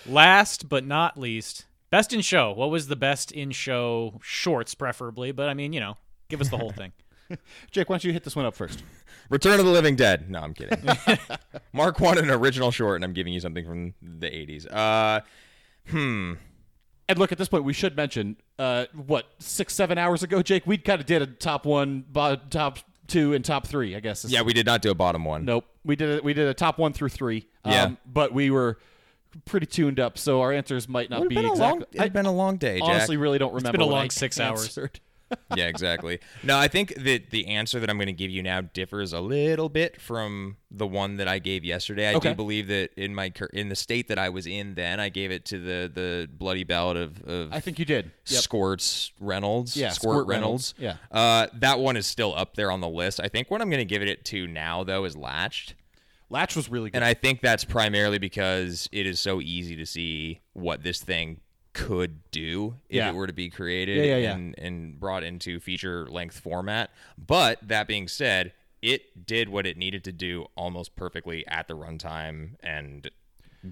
A: Last but not least, best in show. What was the best in show shorts, preferably? But I mean, you know, give us the whole thing.
B: Jake, why don't you hit this one up first?
C: Return of the Living Dead. No, I'm kidding. Mark wanted an original short, and I'm giving you something from the 80s. Uh,
B: And look, at this point, we should mention uh, what six, seven hours ago, Jake, we kind of did a top one, bo- top two, and top three. I guess. is-
C: yeah, we did not do a bottom one.
B: Nope. We did a, we did a top one through three. Um,
C: Yeah.
B: But we were pretty tuned up, so our answers might not be exactly.
C: it's been a long day,
B: I honestly
C: Jack.
B: really don't remember.
A: been a
B: what
A: long
B: I
A: six hours.
B: answered.
C: yeah, exactly. No, I think that the answer that I'm going to give you now differs a little bit from the one that I gave yesterday. I
B: Okay.
C: do believe that in my cur- in the state that I was in then, I gave it to the the bloody ballad of, of
B: I think you did. Yep.
C: Squirts Reynolds.
B: Yeah,
C: Squirt,
B: Squirt
C: Reynolds.
B: Reynolds,
C: Yeah. Uh, that one is still up there on the list. I think what I'm going to give it to now though is Latched.
B: Latch was really good.
C: And I think that's primarily because it is so easy to see what this thing could do if
B: Yeah.
C: it were to be created
B: Yeah, yeah, yeah.
C: And, and brought into feature length format. But that being said, it did what it needed to do almost perfectly at the runtime and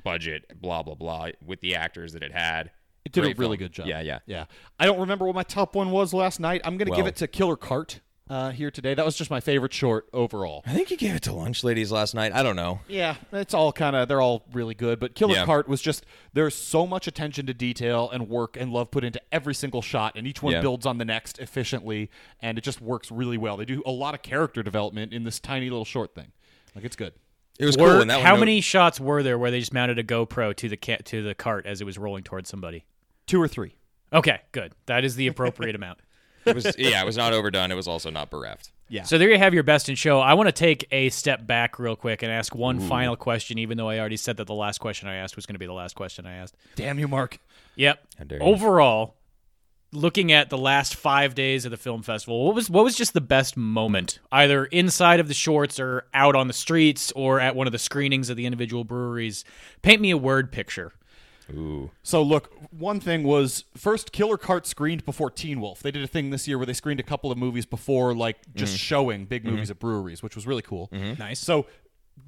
C: budget, blah, blah, blah, with the actors that it had.
B: it did
C: Great
B: a really
C: film.
B: good job.
C: Yeah, yeah.
B: yeah. I don't remember what my top one was last night. I'm going to give
C: Well-
B: it to Killer Cart uh, here today. That was just my favorite short overall.
C: I think you gave it to Lunch Ladies last night. I don't know.
B: Yeah, it's all kind of they're all really good, but Killer
C: Yeah.
B: Cart was just there's so much attention to detail and work and love put into every single shot, and each one
C: Yeah.
B: builds on the next efficiently, and it just works really well. They do a lot of character development in this tiny little short thing, like it's good.
C: It was
A: Were-
C: cool. And that
A: how
C: one,
A: many shots were there where they just mounted a GoPro to the ca- to the cart as it was rolling towards somebody?
B: Two or three.
A: Okay, good. That is the appropriate amount.
C: It was, yeah, it was not overdone. It was also not bereft.
B: Yeah.
A: So there you have your best in show. I want to take a step back real quick and ask one final question, even though I already said that the last question I asked was going to be the last question I asked.
B: Damn you, Mark.
A: Yep.
C: dare you.
A: Overall, looking at the last five days of the film festival, what was what was just the best moment, either inside of the shorts or out on the streets or at one of the screenings of the individual breweries? Paint me a word picture.
C: Ooh.
B: So look, one thing was first Killer Cart screened before Teen Wolf. They did a thing this year where they screened a couple of movies before, like
C: Mm-hmm.
B: just showing big movies at breweries, which was really cool.
A: Nice.
B: So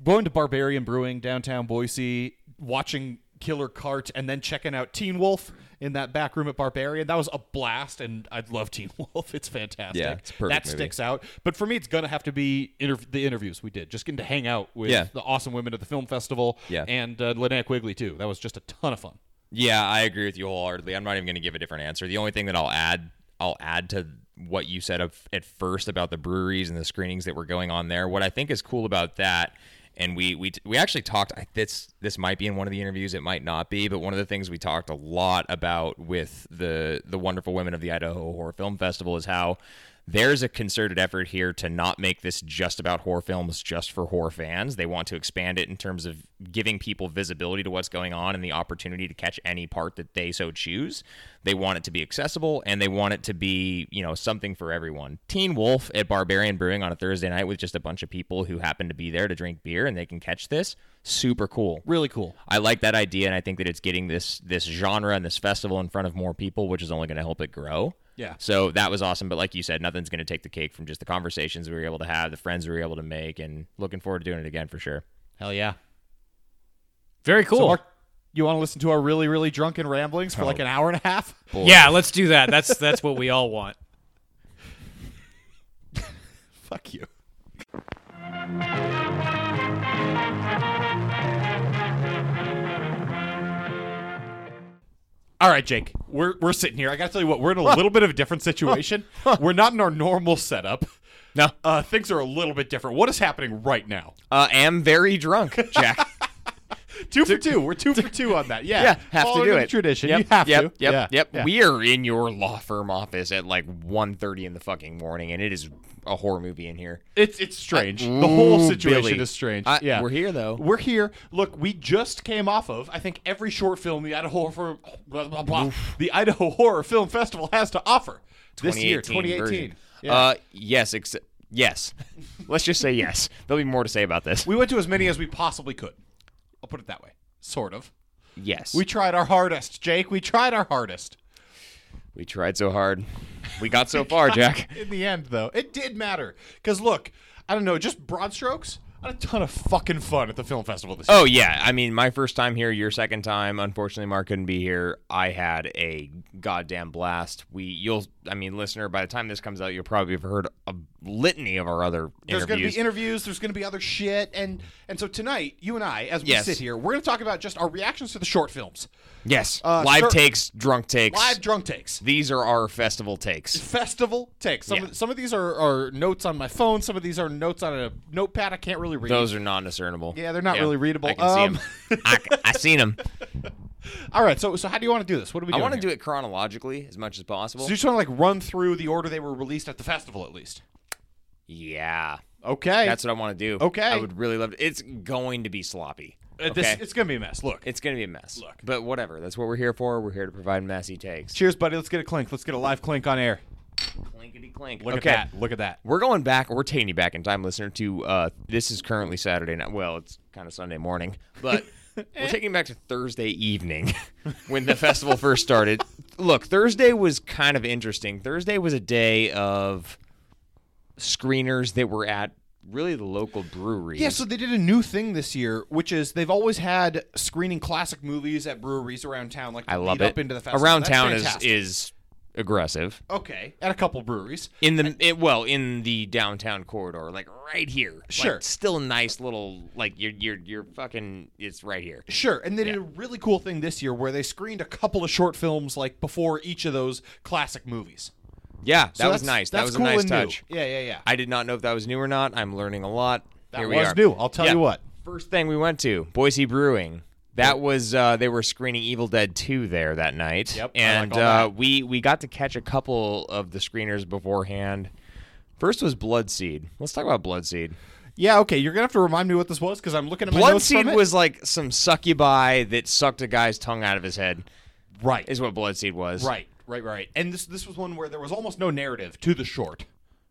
B: going to Barbarian Brewing downtown Boise, watching Killer Cart, and then checking out Teen Wolf in that back room at Barbarian. That was a blast, and I love Teen Wolf. It's fantastic.
C: Yeah, it's a perfect
B: that
C: movie.
B: sticks out. But for me, it's gonna have to be interv- the interviews we did, just getting to hang out with
C: Yeah.
B: the awesome women at the film festival,
C: Yeah.
B: and uh, Linnea Quigley too. That was just a ton of fun.
C: Yeah, I agree with you wholeheartedly. I'm not even going to give a different answer. The only thing that I'll add, I'll add to what you said of, at first about the breweries and the screenings that were going on there. What I think is cool about that, and we we we actually talked. I- This this might be in one of the interviews. It might not be, but one of the things we talked a lot about with the the wonderful women of the Idaho Horror Film Festival is how there's a concerted effort here to not make this just about horror films just for horror fans. They want to expand it in terms of giving people visibility to what's going on and the opportunity to catch any part that they so choose. They want it to be accessible and they want it to be, you know, something for everyone. Teen Wolf at Barbarian Brewing on a Thursday night with just a bunch of people who happen to be there to drink beer and they can catch this. Super cool.
B: Really cool.
C: I like that idea and I think that it's getting this this genre and this festival in front of more people, which is only going to help it grow.
B: Yeah.
C: So that was awesome, but like you said, nothing's going to take the cake from just the conversations we were able to have, the friends we were able to make, and looking forward to doing it again for sure.
B: Hell yeah.
A: Very cool.
B: So Mark, you want to listen to our really, really drunken ramblings for
C: Oh.
B: like an hour and a half?
A: yeah, let's do that. That's that's what we all want.
B: Fuck you. All right, Jake. We're we're sitting here. I gotta tell you what, we're in a little bit of a different situation. we're not in our normal setup.
C: No.
B: Uh, things are a little bit different. What is happening right now?
C: Uh, am very drunk, Jack.
B: Two for two. We're two for two on that. Yeah.
C: Yeah, have to
B: Following
C: do
B: the
C: it.
B: Tradition. You have
C: yep,
B: to.
C: Yep,
B: Yeah.
C: yep.
B: Yeah.
C: We are in your law firm office at like 1.30 in the fucking morning, and it is a horror movie in here.
B: It's it's strange. the whole
C: Ooh,
B: situation
C: Billy.
B: is strange.
C: I-
B: yeah,
C: we're here, though.
B: We're here. Look, we just came off of. I think every short film the Idaho Horror, blah, blah, blah, the Idaho Horror Film Festival has to offer this year, 2018.
C: version.
B: Yeah.
C: Uh, yes, ex- yes. Let's just say yes. There'll be more to say about this.
B: we went to as many as we possibly could. I'll put it that way. Sort of.
C: Yes,
B: We
C: we,
B: tried our hardest, Jake. We tried our hardest.
C: we tried so hard. We got so far, Jack.
B: In the end, though, it did matter. Because look, I don't know, just broad strokes. I had a ton of fucking fun at the film festival this year.
C: Oh yeah, I mean, my first time here, your second time. Unfortunately, Mark couldn't be here. I had a goddamn blast. We, you'll, I mean, listener, by the time this comes out, you'll probably have heard a litany of our other
B: There's going to
C: interviews.
B: be interviews. There's going to be other shit, and and so tonight, you and I, as we
C: Yes.
B: sit here, we're going to talk about just our reactions to the short films,
C: yes,
B: Uh,
C: live
B: sir-
C: takes, drunk takes.
B: live drunk takes,
C: These are our festival takes.
B: festival takes. Some
C: Yeah.
B: of, some of these are, are notes on my phone. Some of these are notes on a notepad. I can't really read.
C: Those are non-discernible.
B: Um, Yeah, they're not really readable.
C: I can see them. I, I seen them.
B: All right, so so how do you want to do this? What do we?
C: I
B: doing
C: want to
B: here?
C: do it chronologically as much as possible.
B: So you just want to like run through the order they were released at the festival, at least.
C: Yeah.
B: Okay,
C: That's what I want to do.
B: Okay.
C: I would really love to. It's going to be sloppy.
B: Uh,
C: Okay.
B: this- it's gonna be a mess. Look,
C: it's going to be a mess.
B: Look.
C: But whatever. That's what we're here for. We're here to provide messy takes.
B: cheers, buddy. Let's get a clink. Let's get a live clink on air.
C: Clinkety clink.
B: Look
C: okay.
B: at that. Look at that.
C: We're going back. We're taking you back in time, listener. To uh, this is currently Saturday night. Well, it's kind of Sunday morning, but we're taking you back to Thursday evening when the festival first started. Look, Thursday was kind of interesting. Thursday was a day of screeners that were at really the local breweries.
B: Yeah, so they did a new thing this year, which is they've always had screening classic movies at breweries around town. Like
C: I
B: lead
C: love it.
B: up into the festival.
C: Around
B: That's
C: town
B: fantastic.
C: is is aggressive.
B: okay at a couple breweries.
C: In the it, well, in the downtown corridor, like right here.
B: Sure.
C: Like, still nice little like you're you're you're fucking it's right here.
B: Sure, and they did a really cool thing this year where they screened a couple of short films like before each of those classic movies.
C: Yeah, that
B: So
C: was
B: that's-
C: nice. That
B: that's
C: was
B: cool
C: a nice
B: and new.
C: touch.
B: Yeah, yeah, yeah.
C: I did not know if that was new or not. I'm learning a lot.
B: That
C: Here we
B: was
C: are.
B: new. I'll tell
C: Yeah.
B: you what.
C: First thing we went to Boise Brewing. That was uh, they were screening Evil Dead 2 there that night.
B: Yep, I like
C: and
B: all
C: uh,
B: that.
C: we we got to catch a couple of the screeners beforehand. First was Bloodseed. Let's talk about Bloodseed.
B: Yeah, okay. You're gonna have to remind me what this was because I'm looking at my notes from
C: Bloodseed
B: it.
C: was like some succubi that sucked a guy's tongue out of his head.
B: right,
C: Is what Bloodseed was.
B: right, right, right. And this this was one where there was almost no narrative to the short.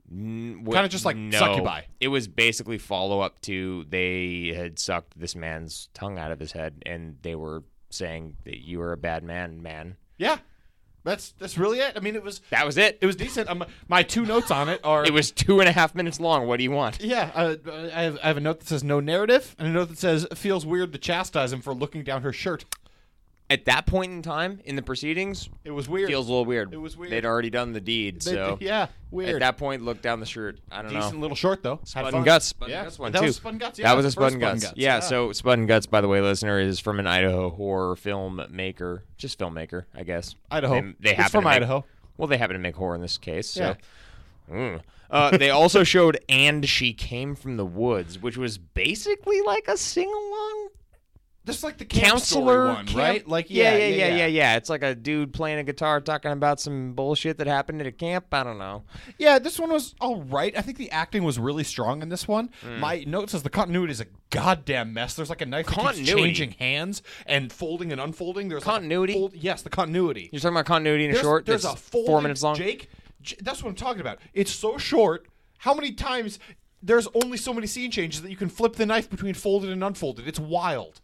B: Kinda just like
C: no,
B: succubi.
C: It was basically follow up to they had sucked this man's tongue out of his head, and they were saying that you were a bad man, man.
B: Yeah, that's that's really it. I mean, it was
C: That was it.
B: it was decent. Um, my two notes on it are
C: It was two and a half minutes long. What do you want?
B: Yeah, uh, I, have, I have a note that says no narrative, and a note that says feels weird to chastise him for looking down her shirt.
C: At that point in time in the proceedings,
B: It was weird.
C: feels a little weird.
B: It was weird.
C: They'd already done the deed,
B: They-
C: so
B: yeah,
C: At
B: weird.
C: that point, look down the shirt. I don't
B: Decent
C: know.
B: little short though. Had
C: Spud
B: fun.
C: and Guts. Spud
B: Yeah,
C: and Guts one
B: that
C: too.
B: was Spud and Guts. Yeah,
C: that was
B: the
C: a Spud
B: first
C: and
B: Spud and
C: Guts.
B: Guts,
C: Yeah,
B: yeah.
C: So Spud and Guts, by the way, listener, is from an Idaho horror filmmaker, just filmmaker, I guess.
B: Idaho.
C: They, they
B: It's
C: happen
B: from
C: to make-
B: Idaho.
C: Well, they happen to make horror in this case. So. Mm. Uh, they also showed "And She Came from the Woods," which was basically like a sing along
B: Just like the camp
C: counselor,
B: story one,
C: camp-
B: right? Like
C: yeah, yeah, yeah, yeah, yeah, It's like a dude playing a guitar talking about some bullshit that happened at a camp. I don't know.
B: Yeah, this one was all right. I think the acting was really strong in this one.
C: Mm.
B: My note says the continuity is a goddamn mess. There's like a knife that keeps
C: Continuity?
B: changing hands and folding and unfolding. There's like a
C: Continuity?
B: fold- yes, the continuity.
C: You're talking about continuity in a short.
B: There's
C: that's
B: a folding,
C: four minutes long.
B: Jake, J- that's what I'm talking about. It's so short. How many times? There's only so many scene changes that you can flip the knife between folded and unfolded. It's wild.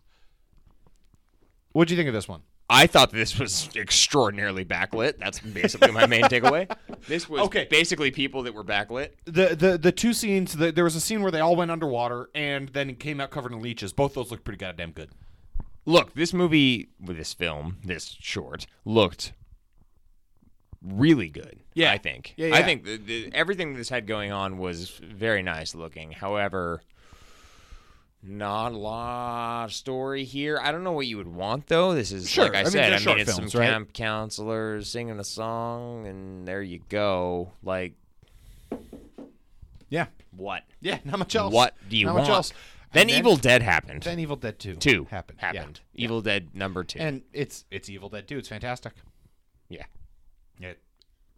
B: What'd you think of this one?
C: I thought this was extraordinarily backlit. That's basically my main takeaway. This was
B: Okay.
C: basically people that were backlit.
B: The the the two scenes. The, there was a scene where they all went underwater and then came out covered in leeches. Both those looked pretty goddamn good.
C: Look, this movie, well, this film, this short looked really good.
B: Yeah.
C: I think.
B: Yeah, yeah.
C: I think the, the, everything this had going on was very nice looking. However, not a lot of story here. I don't know what you would want though. This is
B: Sure.
C: like I,
B: I mean,
C: said.
B: they're
C: I mean,
B: short
C: it's
B: films,
C: some
B: right?
C: camp counselors singing a song, and there you go. Like
B: Yeah,
C: what?
B: yeah. Not much else.
C: What do you
B: not
C: want?
B: Much else.
C: Then,
B: And
C: Evil Dead happened.
B: Then Evil Dead Two.
C: two
B: happened. Yeah.
C: Happened. Evil Dead number two.
B: And it's it's Evil Dead Two. It's fantastic.
C: yeah.
B: It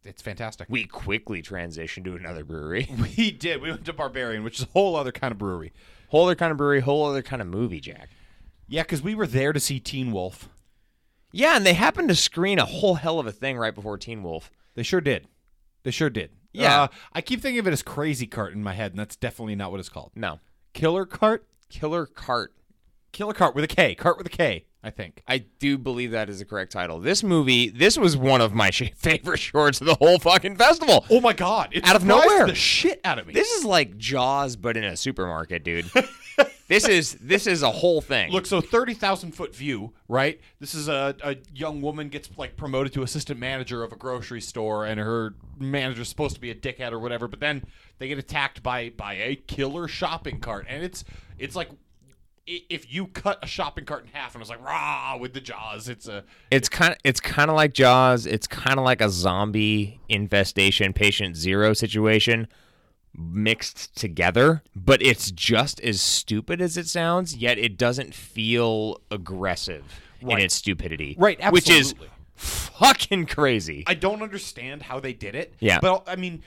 B: it's fantastic.
C: We quickly transitioned to another brewery.
B: We did. We went to Barbarian, which is a whole other kind of brewery.
C: whole other kind of brewery, whole other kind of movie, Jack.
B: Yeah, because we were there to see Teen Wolf.
C: Yeah, and they happened to screen a whole hell of a thing right before Teen Wolf.
B: They sure did. They sure did.
C: Yeah.
B: Uh, I keep thinking of it as Crazy Cart in my head, and that's definitely not what it's called.
C: No.
B: Killer Cart?
C: Killer Cart.
B: Killer Cart with a K. Cart with a K, I think.
C: I do believe that is the correct title. This movie, this was one of my sh- favorite shorts of the whole fucking festival.
B: Oh my God. It
C: Out of
B: surprised
C: nowhere.
B: the shit out of me.
C: This is like Jaws, but in a supermarket, dude. this is this is a whole thing.
B: Look, so 30,000 foot view, right? This is a, a young woman gets like promoted to assistant manager of a grocery store, and her manager's supposed to be a dickhead or whatever, but then they get attacked by by a killer shopping cart. And it's it's like i- if you cut a shopping cart in half and it was like, rah, with the jaws, it's a.
C: It's kind of it's kind of like Jaws. It's kind of like a zombie infestation patient zero situation mixed together, but it's just as stupid as it sounds, yet it doesn't feel aggressive.
B: Right.
C: in its stupidity.
B: Right,
C: Which is
B: absolutely.
C: fucking crazy.
B: I don't understand how they did it.
C: Yeah.
B: But I mean,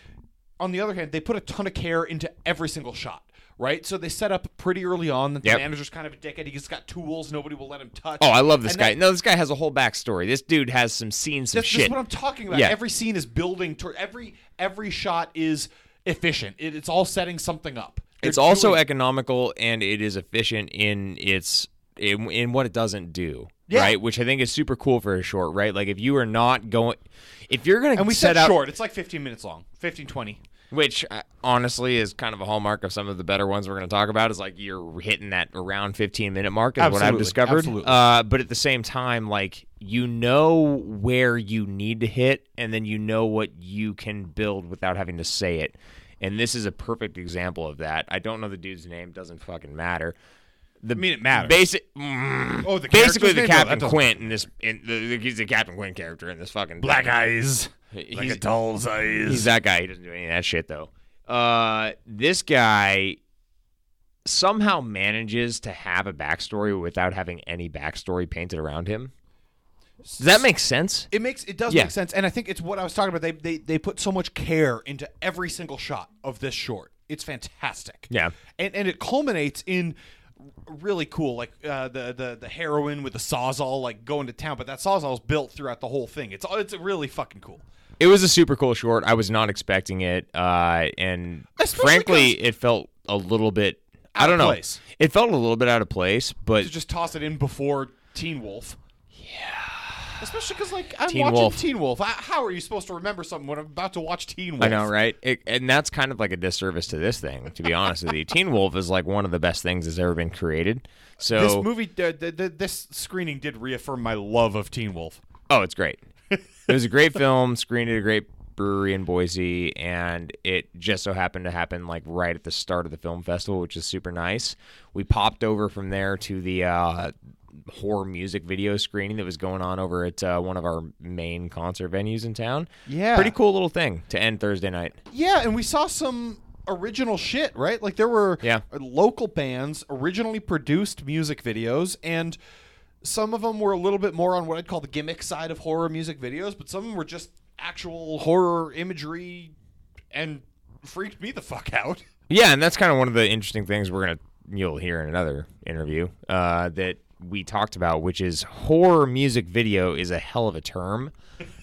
B: on the other hand, they put a ton of care into every single shot. Right, so they set up pretty early on that the
C: Yep.
B: manager's kind of a dickhead. He's got tools; nobody will let him touch.
C: oh, I love this
B: And
C: guy.
B: that-
C: no, this guy has a whole backstory. This dude has some scenes, some
B: that's
C: shit.
B: just what I'm talking about.
C: Yeah.
B: Every scene is building toward every every shot is efficient. It, it's all setting something up. They're
C: it's also
B: doing-
C: economical and it is efficient in its in, in what it doesn't do
B: Yeah.
C: right which i think is super cool for a short right like if you are not going if you're gonna
B: and we said
C: set up
B: short. It's like 15 minutes long, 15 20.
C: which uh, honestly is kind of a hallmark of some of the better ones we're going to talk about is like you're hitting that around 15 minute mark is what i've
B: Absolutely,
C: discovered
B: absolutely.
C: Uh, but at the same time like you know where you need to hit and then you know what you can build without having to say it and this is a perfect example of that i don't know the dude's name doesn't fucking matter the
B: I mean, it matters.
C: basic mm,
B: Oh, the character's
C: basically the
B: name? No, that
C: captain
B: doesn't-
C: quint in this in the, he's the captain quint character in this fucking
B: Black eyes, like
C: He's-
B: a doll's eyes.
C: He's that guy. He doesn't do any of that shit though. Uh, this guy somehow manages to have a backstory without having any backstory painted around him. Does that make sense?
B: It makes it does
C: Yeah.
B: make sense, and I think it's what I was talking about. They, they they put so much care into every single shot of this short. It's fantastic.
C: Yeah.
B: and and it culminates in really cool, like uh, the the the heroine with the sawzall like going to town. But that sawzall's built throughout the whole thing. It's it's really fucking cool.
C: It was a super cool short. I was not expecting it, uh, and
B: Especially
C: frankly, it felt a little bit. I
B: Out
C: don't
B: of
C: know.
B: place.
C: It felt a little bit out of place, but
B: To just toss it in before Teen Wolf. Yeah, especially because like I'm
C: Teen
B: watching
C: Wolf.
B: Teen Wolf. I, how are you supposed to remember something when I'm about to watch Teen Wolf?
C: I know, right? It, and that's kind of like a disservice to this thing, to be honest with you. Teen Wolf is like one of the best things that's ever been created. So
B: This movie, uh, th- th- this screening did reaffirm my love of Teen Wolf.
C: Oh, it's great. it was a great film, screened at a great brewery in Boise, and it just so happened to happen like right at the start of the film festival, which is super nice. We popped over from there to the uh, horror music video screening that was going on over at uh, one of our main concert venues in town.
B: Yeah.
C: pretty cool little thing to end Thursday night.
B: Yeah, and we saw some original shit, right? Like there were
C: Yeah.
B: local bands originally produced music videos and some of them were a little bit more on what I'd call the gimmick side of horror music videos, but some of them were just actual horror imagery and freaked me the fuck out.
C: Yeah, and that's kind of one of the interesting things we're gonna you'll hear in another interview uh, that we talked about, which is horror music video is a hell of a term.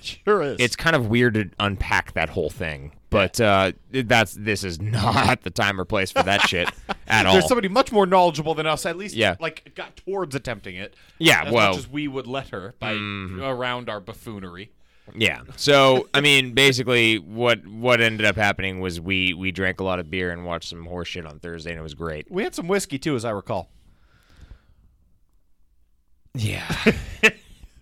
B: Sure is.
C: It's kind of weird to unpack that whole thing, but uh, that's this is not the time or place for that shit at all.
B: There's somebody much more knowledgeable than us, at least
C: Yeah.
B: like got towards attempting it.
C: Yeah,
B: as
C: well- Mm.
B: much as we would let her by around our buffoonery.
C: Yeah. So I mean, basically, what what ended up happening was we we drank a lot of beer and watched some horse shit on Thursday, and it was great.
B: We had some whiskey too, as I recall.
C: Yeah.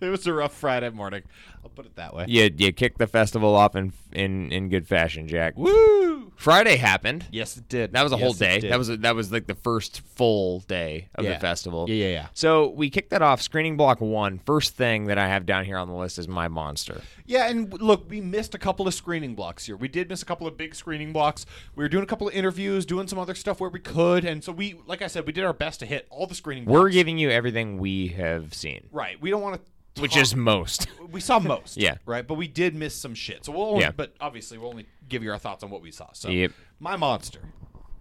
B: It was a rough Friday morning. I'll put it that way.
C: you you kicked the festival off in in in good fashion, Jack.
B: Woo!
C: Friday happened.
B: Yes, it did.
C: That was a
B: Yes,
C: whole
B: it
C: day.
B: did.
C: That was a, that was like the first full day of
B: Yeah.
C: the festival.
B: Yeah, yeah, yeah.
C: So we kicked that off. Screening block one. First thing that I have down here on the list is my monster.
B: yeah. And w- look, we missed a couple of screening blocks here. We did miss a couple of big screening blocks. We were doing a couple of interviews, doing some other stuff where we could, and so we, like I said, we did our best to hit all the screening. blocks.
C: We're giving you everything we have seen,
B: right. We don't want to.
C: which is most.
B: we saw most.
C: Yeah.
B: Right, but we did miss some shit. So we'll. Only,
C: Yeah.
B: But obviously, we'll only give you our thoughts on what we saw. So.
C: Yep.
B: My monster.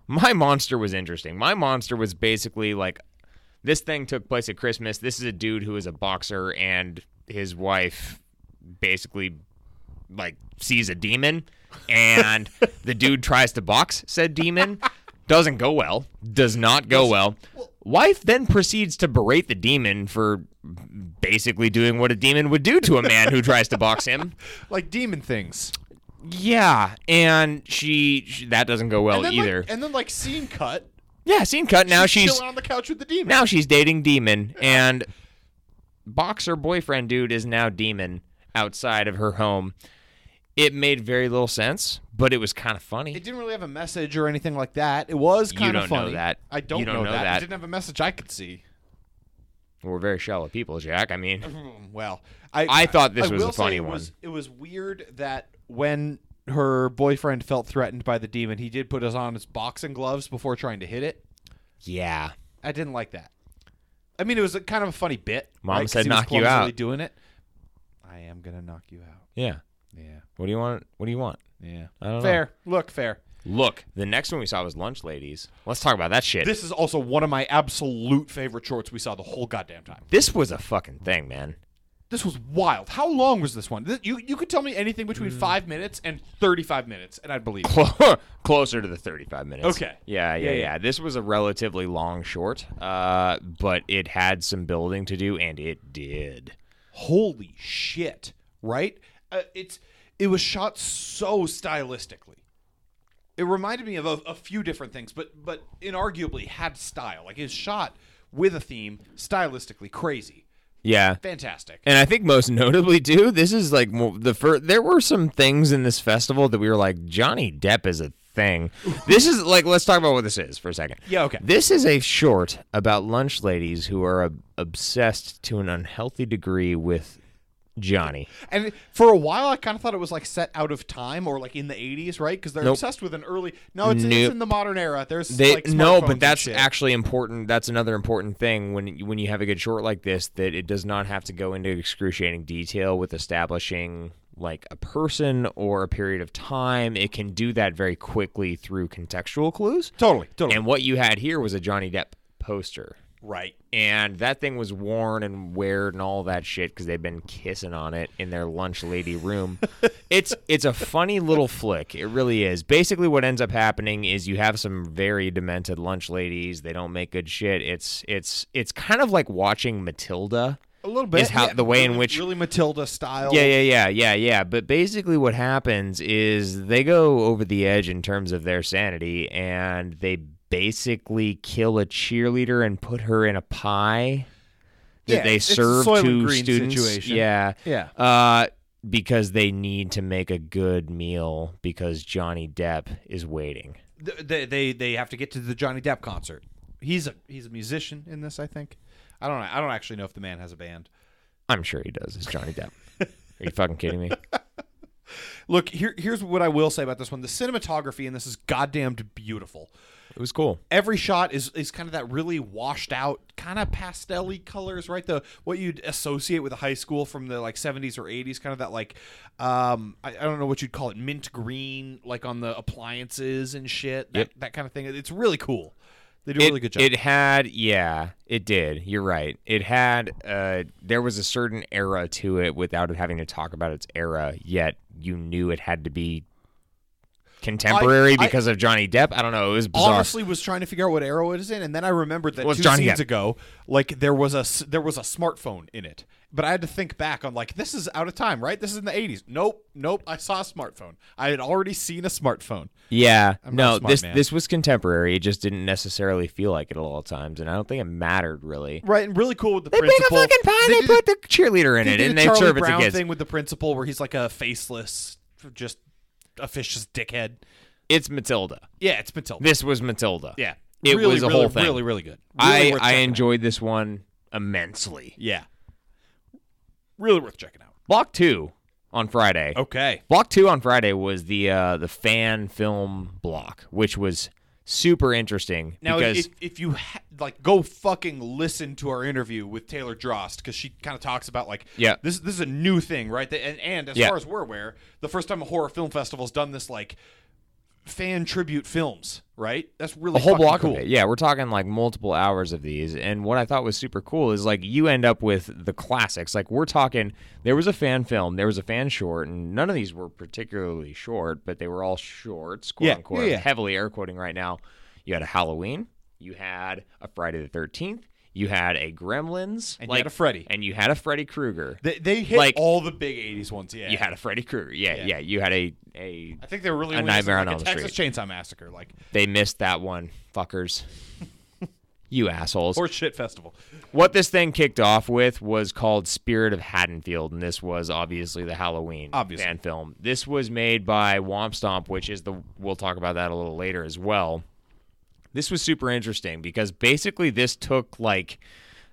C: My monster was interesting. My monster was basically like this thing took place at Christmas. This is a dude who is a boxer and his wife basically like sees a demon and the dude tries to box said demon. Doesn't go well. Does not go well. Wife then proceeds to berate the demon for basically doing what a demon would do to a man who tries to box him.
B: Like demon things.
C: Yeah, and she, she that doesn't go
B: And
C: well
B: then, like-
C: Oh, either.
B: and then like scene cut.
C: yeah, scene cut. Now she's
B: chilling on the couch with the demon.
C: now she's dating Demon, and boxer boyfriend dude is now Demon outside of her home. It made very little sense, but it was kind of funny.
B: It didn't really have a message or anything like that. It was kind of
C: don't know
B: funny.
C: that.
B: I don't,
C: You don't
B: know,
C: know
B: that.
C: that.
B: It didn't have a message I could see.
C: We're very shallow people, Jack. I mean,
B: Mm, Well, I
C: I thought this
B: I
C: was
B: will
C: a funny
B: say it
C: one.
B: Was, it was weird that when her boyfriend felt threatened by the demon, he did put us on his boxing gloves before trying to hit it.
C: yeah.
B: I didn't like that. I mean, it was a, kind of a funny bit.
C: Mom
B: right? 'Cause
C: said
B: he was
C: knock you
B: clumsily
C: out.
B: Doing it. I am gonna knock you out.
C: Yeah.
B: Yeah.
C: What do you want? What do you want?
B: Yeah.
C: I don't know.
B: fair. Look, fair.
C: Look, the next one we saw was Lunch Ladies. Let's talk about that shit. This,
B: This is also one of my absolute favorite shorts we saw the whole goddamn time.
C: was a fucking thing, man.
B: This was wild. How long was this one? Th- You you could tell me anything between five minutes and thirty-five minutes, and I'd believe. it.
C: Closer to the 35 minutes.
B: Okay.
C: Yeah, yeah, yeah, This was a relatively long short, uh, but it had some building to do, and it did.
B: Holy shit! Right? Uh, it's it was shot so stylistically. It reminded me of a, a few different things, but but inarguably had style. Like it's shot with a theme, stylistically crazy,
C: Yeah.
B: fantastic.
C: And I think most notably, too, this is like mo- the first. There were some things in this festival that we were like, Johnny Depp is a thing. this is like, let's talk about what this is for a second.
B: Yeah, okay.
C: This is a short about lunch ladies who are ob- obsessed to an unhealthy degree with Johnny.
B: And for a while, I kind of thought it was like set out of time or like in the '80s, right? Because they're
C: Nope.
B: obsessed with an early. No, it's, it's
C: Nope.
B: in the modern era. There's
C: They,
B: like
C: no,
B: smartphones
C: but
B: and
C: that's
B: shit.
C: actually important. That's another important thing when you- when you have a good short like this that it does not have to go into excruciating detail with establishing like a person or a period of time. It can do that very quickly through contextual clues.
B: totally, totally
C: And what you had here was a Johnny Depp poster.
B: right.
C: And that thing was worn and weird and all that shit because they've been kissing on it in their lunch lady room. it's it's a funny little flick. It really is. Basically, what ends up happening is you have some very demented lunch ladies. They don't make good shit. It's it's it's kind of like watching Matilda.
B: A little bit
C: Is how
B: yeah,
C: the way in
B: really-
C: which
B: really Matilda style.
C: yeah, yeah, yeah, yeah, yeah. But basically, what happens is they go over the edge in terms of their sanity, and they basically kill a cheerleader and put her in a pie that
B: Yeah,
C: they
B: it's a
C: serve
B: Soylent
C: to
B: Green
C: students.
B: situation.
C: Yeah,
B: Yeah.
C: Uh, because they need to make a good meal because Johnny Depp is waiting.
B: Th- They, they they have to get to the Johnny Depp concert. He's a he's a musician in this, I think. I don't know. I don't actually know if the man has a band.
C: I'm sure he does. It's Johnny Depp. Are you fucking kidding me?
B: Look, here here's what I will say about this one. The cinematography in this is goddamned beautiful.
C: It was cool.
B: every shot is is kind of that really washed out kind of pastel-y colors right the what you'd associate with a high school from the like 70s or 80s kind of that like um i, I don't know what you'd call it mint green like on the appliances and shit that,
C: Yep.
B: that kind of thing it's really cool they do a
C: it,
B: really good job
C: It had, yeah, it did. You're right. It had, uh, there was a certain era to it without it having to talk about its era, yet you knew it had to be contemporary
B: I-
C: because of Johnny Depp. I don't know. It was bizarre.
B: honestly was trying to figure out what arrow it is in and then i remembered that
C: Well, it's
B: two
C: Johnny
B: scenes
C: Depp.
B: ago like there was a s- there was a smartphone in it but i had to think back on like this is out of time right this is in the 80s nope nope i saw a smartphone i had already seen a smartphone
C: yeah.
B: not a
C: no,
B: smart
C: this
B: man.
C: this was contemporary. It just didn't necessarily feel like it at all times, and I don't think it mattered really.
B: Right, and really cool with the
C: They make a
B: principal.
C: fucking pie. They,
B: did-
C: put the cheerleader in
B: they
C: it,
B: did
C: and
B: the
C: they
B: Charlie
C: serve it to
B: Brown
C: kids.
B: thing with the principal, where he's like a faceless, just officious dickhead.
C: It's Matilda.
B: Yeah, it's Matilda.
C: This was Matilda.
B: yeah,
C: It
B: really,
C: was a
B: really,
C: whole thing.
B: Really, really good. Really
C: I
B: worth
C: I
B: checking out.
C: enjoyed this one immensely.
B: Yeah, really worth checking out.
C: Block two on Friday.
B: Okay,
C: Block two on Friday was the uh, the fan film block, which was super interesting
B: now
C: because
B: if, if you ha- like, go fucking listen to our interview with Taylor Drost because she kind of talks about like,
C: Yeah.
B: this this is a new thing, right? That- And and as
C: Yeah.
B: far as we're aware, the first time a horror film festival's done this like fan tribute films, right? That's really
C: a whole
B: fucking
C: block
B: cool.
C: of it. Yeah, we're talking like multiple hours of these. And what I thought was super cool is like you end up with the classics. Like we're talking, there was a fan film, there was a fan short, and none of these were particularly short, but they were all shorts, quote
B: Yeah,
C: unquote.
B: yeah, yeah.
C: Heavily air quoting right now. You had a Halloween, you had a Friday the Thirteenth, you had a Gremlins,
B: And you
C: like
B: had a Freddy.
C: and you had a Freddy Krueger.
B: They, they hit
C: Like-
B: all the big '80s ones. Yeah,
C: You had a Freddy Krueger. Yeah, yeah, You had a a.
B: I think they were really
C: A
B: only using,
C: Nightmare on
B: like,
C: Elm
B: a Texas Chainsaw Massacre, like
C: They missed that one, fuckers. you assholes.
B: or shit festival.
C: what this thing kicked off with was called Spirit of Haddonfield, and this was obviously the Halloween
B: Obviously.
C: fan film. This was made by Womp Stomp, which is the. We'll talk about that a little later as well. This was super interesting because basically this took like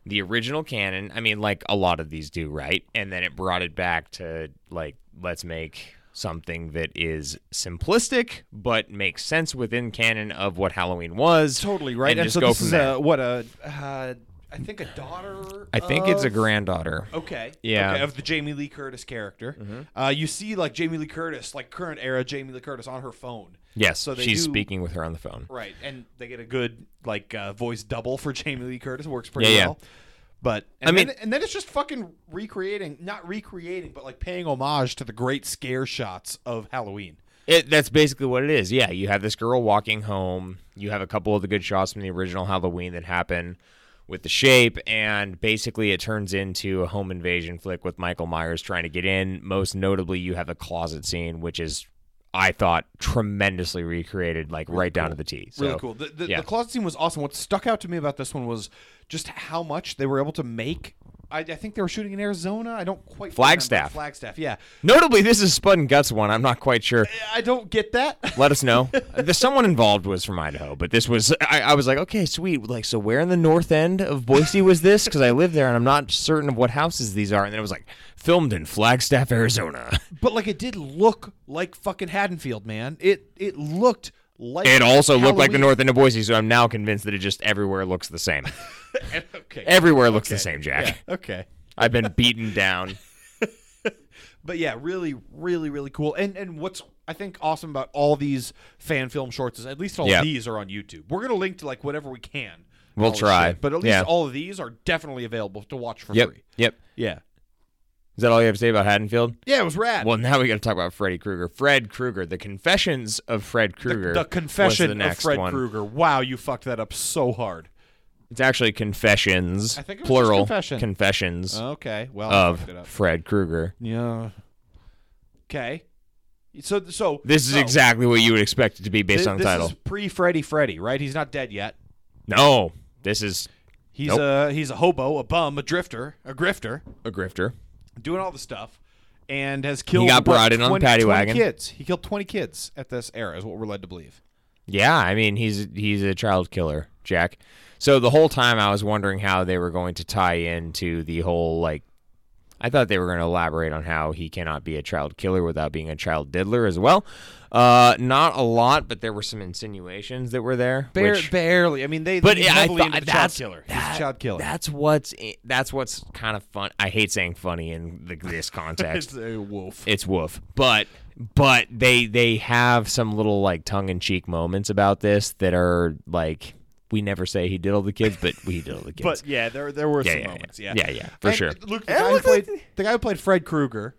C: the original canon. I mean, like a lot of these do, right? And then it brought it back to like, let's make something that is simplistic but makes sense within canon of what Halloween was.
B: Totally right.
C: And,
B: And,
C: just
B: so
C: go
B: this
C: from
B: is
C: there.
B: a what a uh, I think a daughter.
C: I think it's a
B: of-
C: granddaughter.
B: Okay.
C: Yeah. Mm-hmm.
B: Okay, of the Jamie Lee Curtis character, uh, you see like Jamie Lee Curtis, like current era Jamie Lee Curtis, on her phone.
C: Yes,
B: So they
C: she's
B: do-
C: speaking with her on the phone.
B: Right, and they get a good like uh, voice double for Jamie Lee Curtis. Works pretty
C: Yeah, yeah.
B: well. But and
C: I mean-
B: then, and then it's just fucking recreating, not recreating, but like paying homage to the great scare shots of Halloween.
C: It, that's basically what it is. Yeah, you have this girl walking home. You have a couple of the good shots from the original Halloween that happen with the shape, and basically it turns into a home invasion flick with Michael Myers trying to get in. Most notably, you have a closet scene, which is, I thought, tremendously recreated, like right down to the T. So,
B: really cool. The, the,
C: yeah.
B: the closet scene was awesome. What stuck out to me about this one was just how much they were able to make. I, I think they were shooting in Arizona. I don't quite remember.
C: Flagstaff.
B: Flagstaff, yeah.
C: Notably, this is Spud and Guts one. I'm not quite sure.
B: I don't get that.
C: Let us know. the someone involved was from Idaho, but this was I, I was like, okay, sweet. Like, so where in the north end of Boise was this? Because I live there, and I'm not certain of what houses these are. And then it was like filmed in Flagstaff, Arizona.
B: but like, it did look like fucking Haddonfield, man. It it looked like
C: It also looked like the
B: Halloween.
C: north end of Boise, so I'm now convinced that it just everywhere looks the same.
B: okay.
C: Everywhere looks the same, Jack.
B: okay.
C: I've been beaten down.
B: But yeah, really, really, really cool. And and what's I think awesome about all these fan film shorts is at least all
C: Yeah.
B: these are on YouTube. We're gonna link to like whatever we can.
C: We'll
B: All this
C: try.
B: shit. but at least
C: Yeah.
B: all of these are definitely available to watch for
C: Yep.
B: free.
C: Yep.
B: Yeah.
C: Is that all you have to say about Haddonfield?
B: Yeah, it was rad.
C: Well, now we got to talk about Freddy Krueger. Fred Krueger, the confessions of Fred Krueger.
B: the
C: was the
B: confession of
C: next
B: Fred
C: one.
B: Krueger. Wow, you fucked that up so hard.
C: It's actually confessions,
B: I think it was just
C: plural
B: confession.
C: confessions
B: Okay, well, I fucked it
C: of
B: up.
C: Fred Krueger.
B: yeah. Okay. So so
C: This is
B: so,
C: exactly what you would expect it to be
B: Oh. thi-
C: based on
B: this
C: title.
B: is pre Freddy Freddy, right? He's not dead yet.
C: No, this is
B: He's
C: Nope.
B: a he's a hobo, a bum, a drifter, a grifter,
C: a grifter.
B: doing all the stuff, and has killed.
C: got
B: what,
C: brought in on
B: 20
C: paddy
B: 20
C: wagon.
B: Kids. He killed twenty kids at this era, is what we're led to believe.
C: Yeah, I mean he's he's a child killer, Jack. So the whole time I was wondering how they were going to tie into the whole like I thought they were going to elaborate on how he cannot be a child killer without being a child diddler as well. Uh, not a lot, but there were some insinuations that were there.
B: Bare,
C: which-
B: barely. I mean, they.
C: But
B: lean
C: yeah, I
B: heavily
C: thought-
B: into the
C: that's-
B: child killer. he's
C: that-
B: a child killer.
C: That's what's that's what's kind of fun. I hate saying funny in the, this context.
B: it's a wolf.
C: it's woof, but but they they have some little like tongue in cheek moments about this that are like we never say he diddled the kids, but we diddled the kids.
B: But yeah, there there were
C: yeah,
B: some
C: yeah,
B: moments.
C: yeah,
B: Yeah,
C: yeah, yeah, for
B: And,
C: sure.
B: Look, the guy, who played, the guy who played Fred Krueger,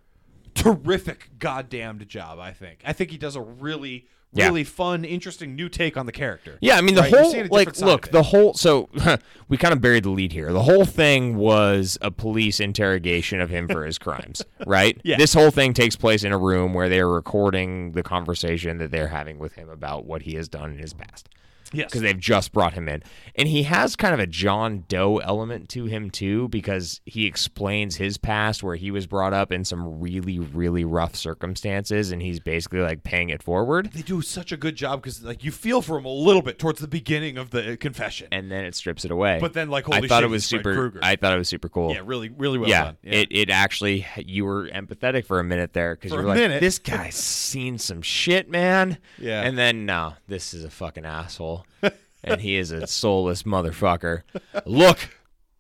B: terrific, goddamned job. I think. I think he does a really,
C: Yeah.
B: really fun, interesting new take on the character.
C: Yeah, I mean the
B: Right, you're seeing
C: whole
B: a different
C: like
B: side
C: look,
B: of it.
C: the whole so we kind of buried the lead here. The whole thing was a police interrogation of him for his crimes, right?
B: Yeah.
C: This whole thing takes place in a room where they're recording the conversation that they're having with him about what he has done in his past.
B: Yes.
C: Because they've just brought him in. And he has kind of a John Doe element to him, too, because he explains his past where he was brought up in some really, really rough circumstances. And he's basically like paying it forward.
B: they do such a good job because like you feel for him a little bit towards the beginning of the uh, confession.
C: and then it strips it away.
B: But then, like,
C: I
B: holy
C: thought
B: shit,
C: it was
B: it's Fred
C: super.
B: Krueger.
C: I thought it was super cool.
B: yeah, really, really well
C: yeah,
B: done.
C: It it actually you were empathetic for a minute there because you
B: For a
C: were like,
B: minute.
C: this guy's seen some shit, man.
B: Yeah.
C: and then no, this is a fucking asshole, and he is a soulless motherfucker. Look,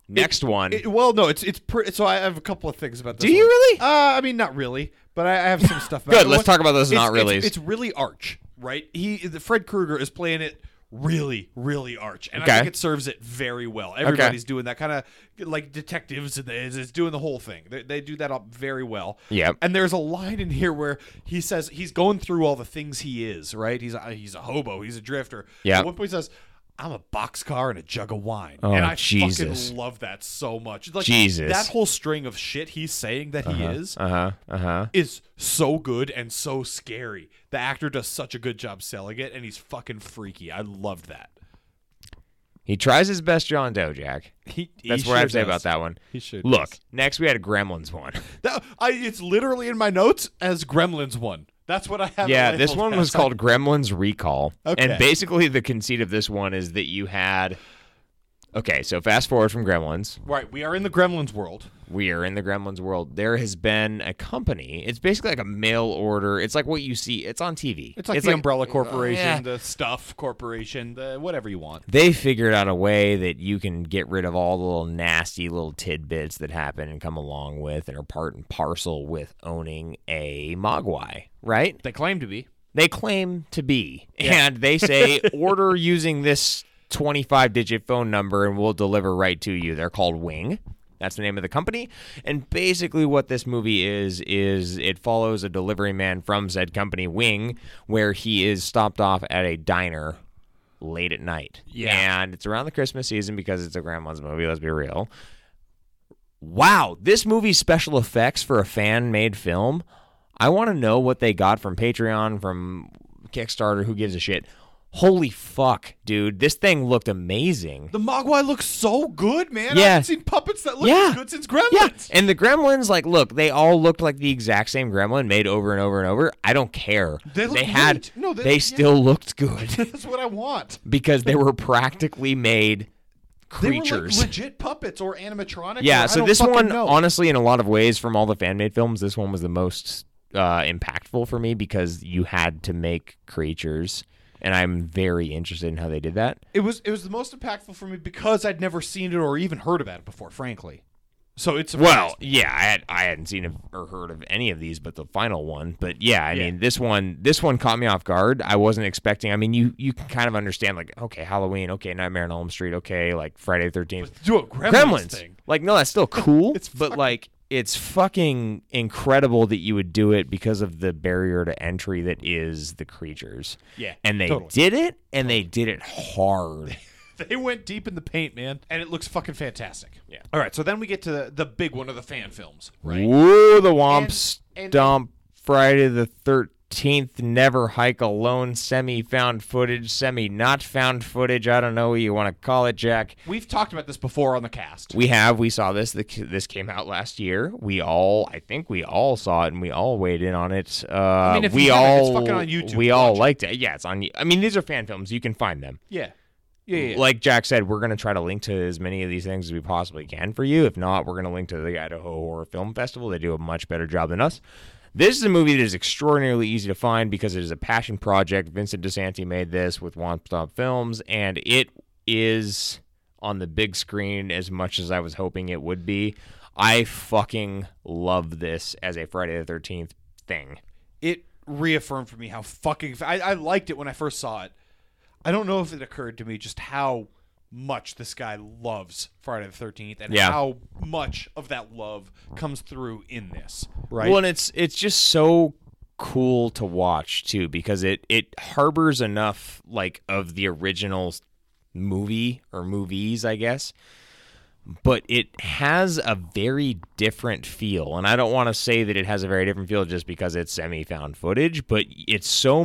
C: next one.
B: It- well, no, it's it's pre- so I have a couple of things about this.
C: Do you
B: one.
C: really?
B: Uh, I mean, not really, but I, I have some stuff. About
C: Good,
B: it.
C: let's
B: One-
C: talk about those
B: it's-
C: not
B: it's-
C: reallys.
B: It's, really arch, right? He the Fred Krueger is playing it really, really arch, and
C: Okay.
B: I think it serves it very well. Everybody's doing that kind of like detectives, and it's, it's doing the whole thing. They, they do that up very well.
C: Yep.
B: And there's a line in here where he says he's going through all the things he is. Right? He's a, he's a hobo. He's a drifter.
C: Yep.
B: At one point he says. I'm a boxcar and a jug of wine.
C: Oh,
B: and I
C: Jesus.
B: fucking love that so much. It's Like,
C: Jesus.
B: That whole string of shit he's saying that he is
C: uh huh. Uh huh.
B: is so good and so scary. The actor does such a good job selling it, and he's fucking freaky. I loved that.
C: He tries his best, John Doe, Jack.
B: He, he
C: That's what
B: sure
C: I have to say
B: does.
C: about that one.
B: He sure
C: Look,
B: does.
C: next we had a Gremlins one.
B: That- I, it's literally in my notes as Gremlins one. That's what I have.
C: Yeah,
B: labeled
C: this one was
B: as.
C: called Gremlins Recall.
B: Okay.
C: And basically, the conceit of this one is that you had. Okay, so fast forward from Gremlins.
B: Right, we are in the Gremlins world.
C: we are in the Gremlins world, there has been a company. It's basically like a mail order. It's like what you see. It's on TV.
B: It's like the Umbrella Corporation,
C: yeah.
B: the Stuff Corporation, the whatever you want.
C: They figured out a way that you can get rid of all the little nasty little tidbits that happen and come along with and are part and parcel with owning a Mogwai, right?
B: They claim to be.
C: they claim to be. And they say, order using this 25 digit phone number and we'll deliver right to you. They're called Wing. That's the name of the company. And basically, what this movie is, is it follows a delivery man from said company, Wing, where he is stopped off at a diner late at night. Yeah. And it's around the Christmas season because it's a Gremlins movie, let's be real. Wow, this movie's special effects for a fan made film. I want to know what they got from Patreon, from Kickstarter, who gives a shit. Holy fuck, dude. This thing looked amazing.
B: The Mogwai looks so good, man. I
C: Yeah.
B: haven't seen puppets that look
C: Yeah.
B: as good since Gremlins.
C: Yeah. And the gremlins, like, look, they all looked like the exact same gremlin made over and over and over. I don't care.
B: They look
C: had
B: great. No, they-
C: they
B: yeah.
C: still looked good
B: That's what I want.
C: because they were practically made
B: They were like
C: creatures.
B: legit puppets or animatronics. or
C: Yeah,
B: I
C: so
B: don't
C: this
B: fucking
C: one,
B: know.
C: honestly, in a lot of ways, from all the fan made films, this one was the most uh, impactful for me because you had to make creatures, and I'm very interested in how they did that.
B: it was it was the most impactful for me because I'd never seen it or even heard about it before, frankly. So it's
C: Well, yeah, I had I hadn't seen or heard of any of these, but the final one. But yeah, I mean, this one this one caught me off guard. I wasn't expecting. I mean, you you can kind of understand like okay, Halloween, okay, Nightmare on Elm Street, okay, like Friday the Thirteenth.
B: do a Gremlins,
C: Gremlins.
B: thing.
C: Like, no, that's still cool.
B: It's
C: but like, it's fucking incredible that you would do it because of the barrier to entry that is the creatures.
B: Yeah,
C: and they
B: totally.
C: did it, and they did it hard.
B: They went deep in the paint, man, and it looks fucking fantastic.
C: Yeah.
B: All right, so then we get to the, the big one of the fan films, right?
C: Woo, the Womps
B: And- and-
C: Dump Friday the Thirteenth. Never hike alone. Semi found footage. Semi not found footage. I don't know what you want to call it, Jack.
B: We've talked about this before on the cast.
C: We have. We saw this. The, this came out last year. We all, I think, we all saw it and we all weighed in on it. Uh, I
B: mean, if
C: we
B: you haven't,
C: all,
B: it's fucking on YouTube.
C: We all
B: Watch it.
C: liked it. Yeah, it's on. I mean, these are fan films. You can find them.
B: Yeah. Yeah, yeah. yeah.
C: Like Jack said, we're gonna try to link to as many of these things as we possibly can for you. If not, we're gonna link to the Idaho Horror Film Festival. They do a much better job than us. This is a movie that is extraordinarily easy to find because it is a passion project. Vincent DeSanti made this with One Stop Films, and it is on the big screen as much as I was hoping it would be. I fucking love this as a Friday the Thirteenth thing.
B: it reaffirmed for me how fucking fa- I, I liked it when I first saw it. I don't know if it occurred to me just how much this guy loves Friday the Thirteenth and
C: Yeah.
B: how much of that love comes through in this, right?
C: Well, and it's it's just so cool to watch too because it it harbors enough like of the original movie or movies, I guess. But it has a very different feel, and I don't want to say that it has a very different feel just because it's semi-found footage. But it's so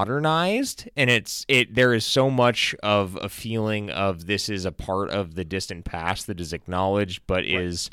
C: modernized, and it's it. There is so much of a feeling of this is a part of the distant past that is acknowledged, but is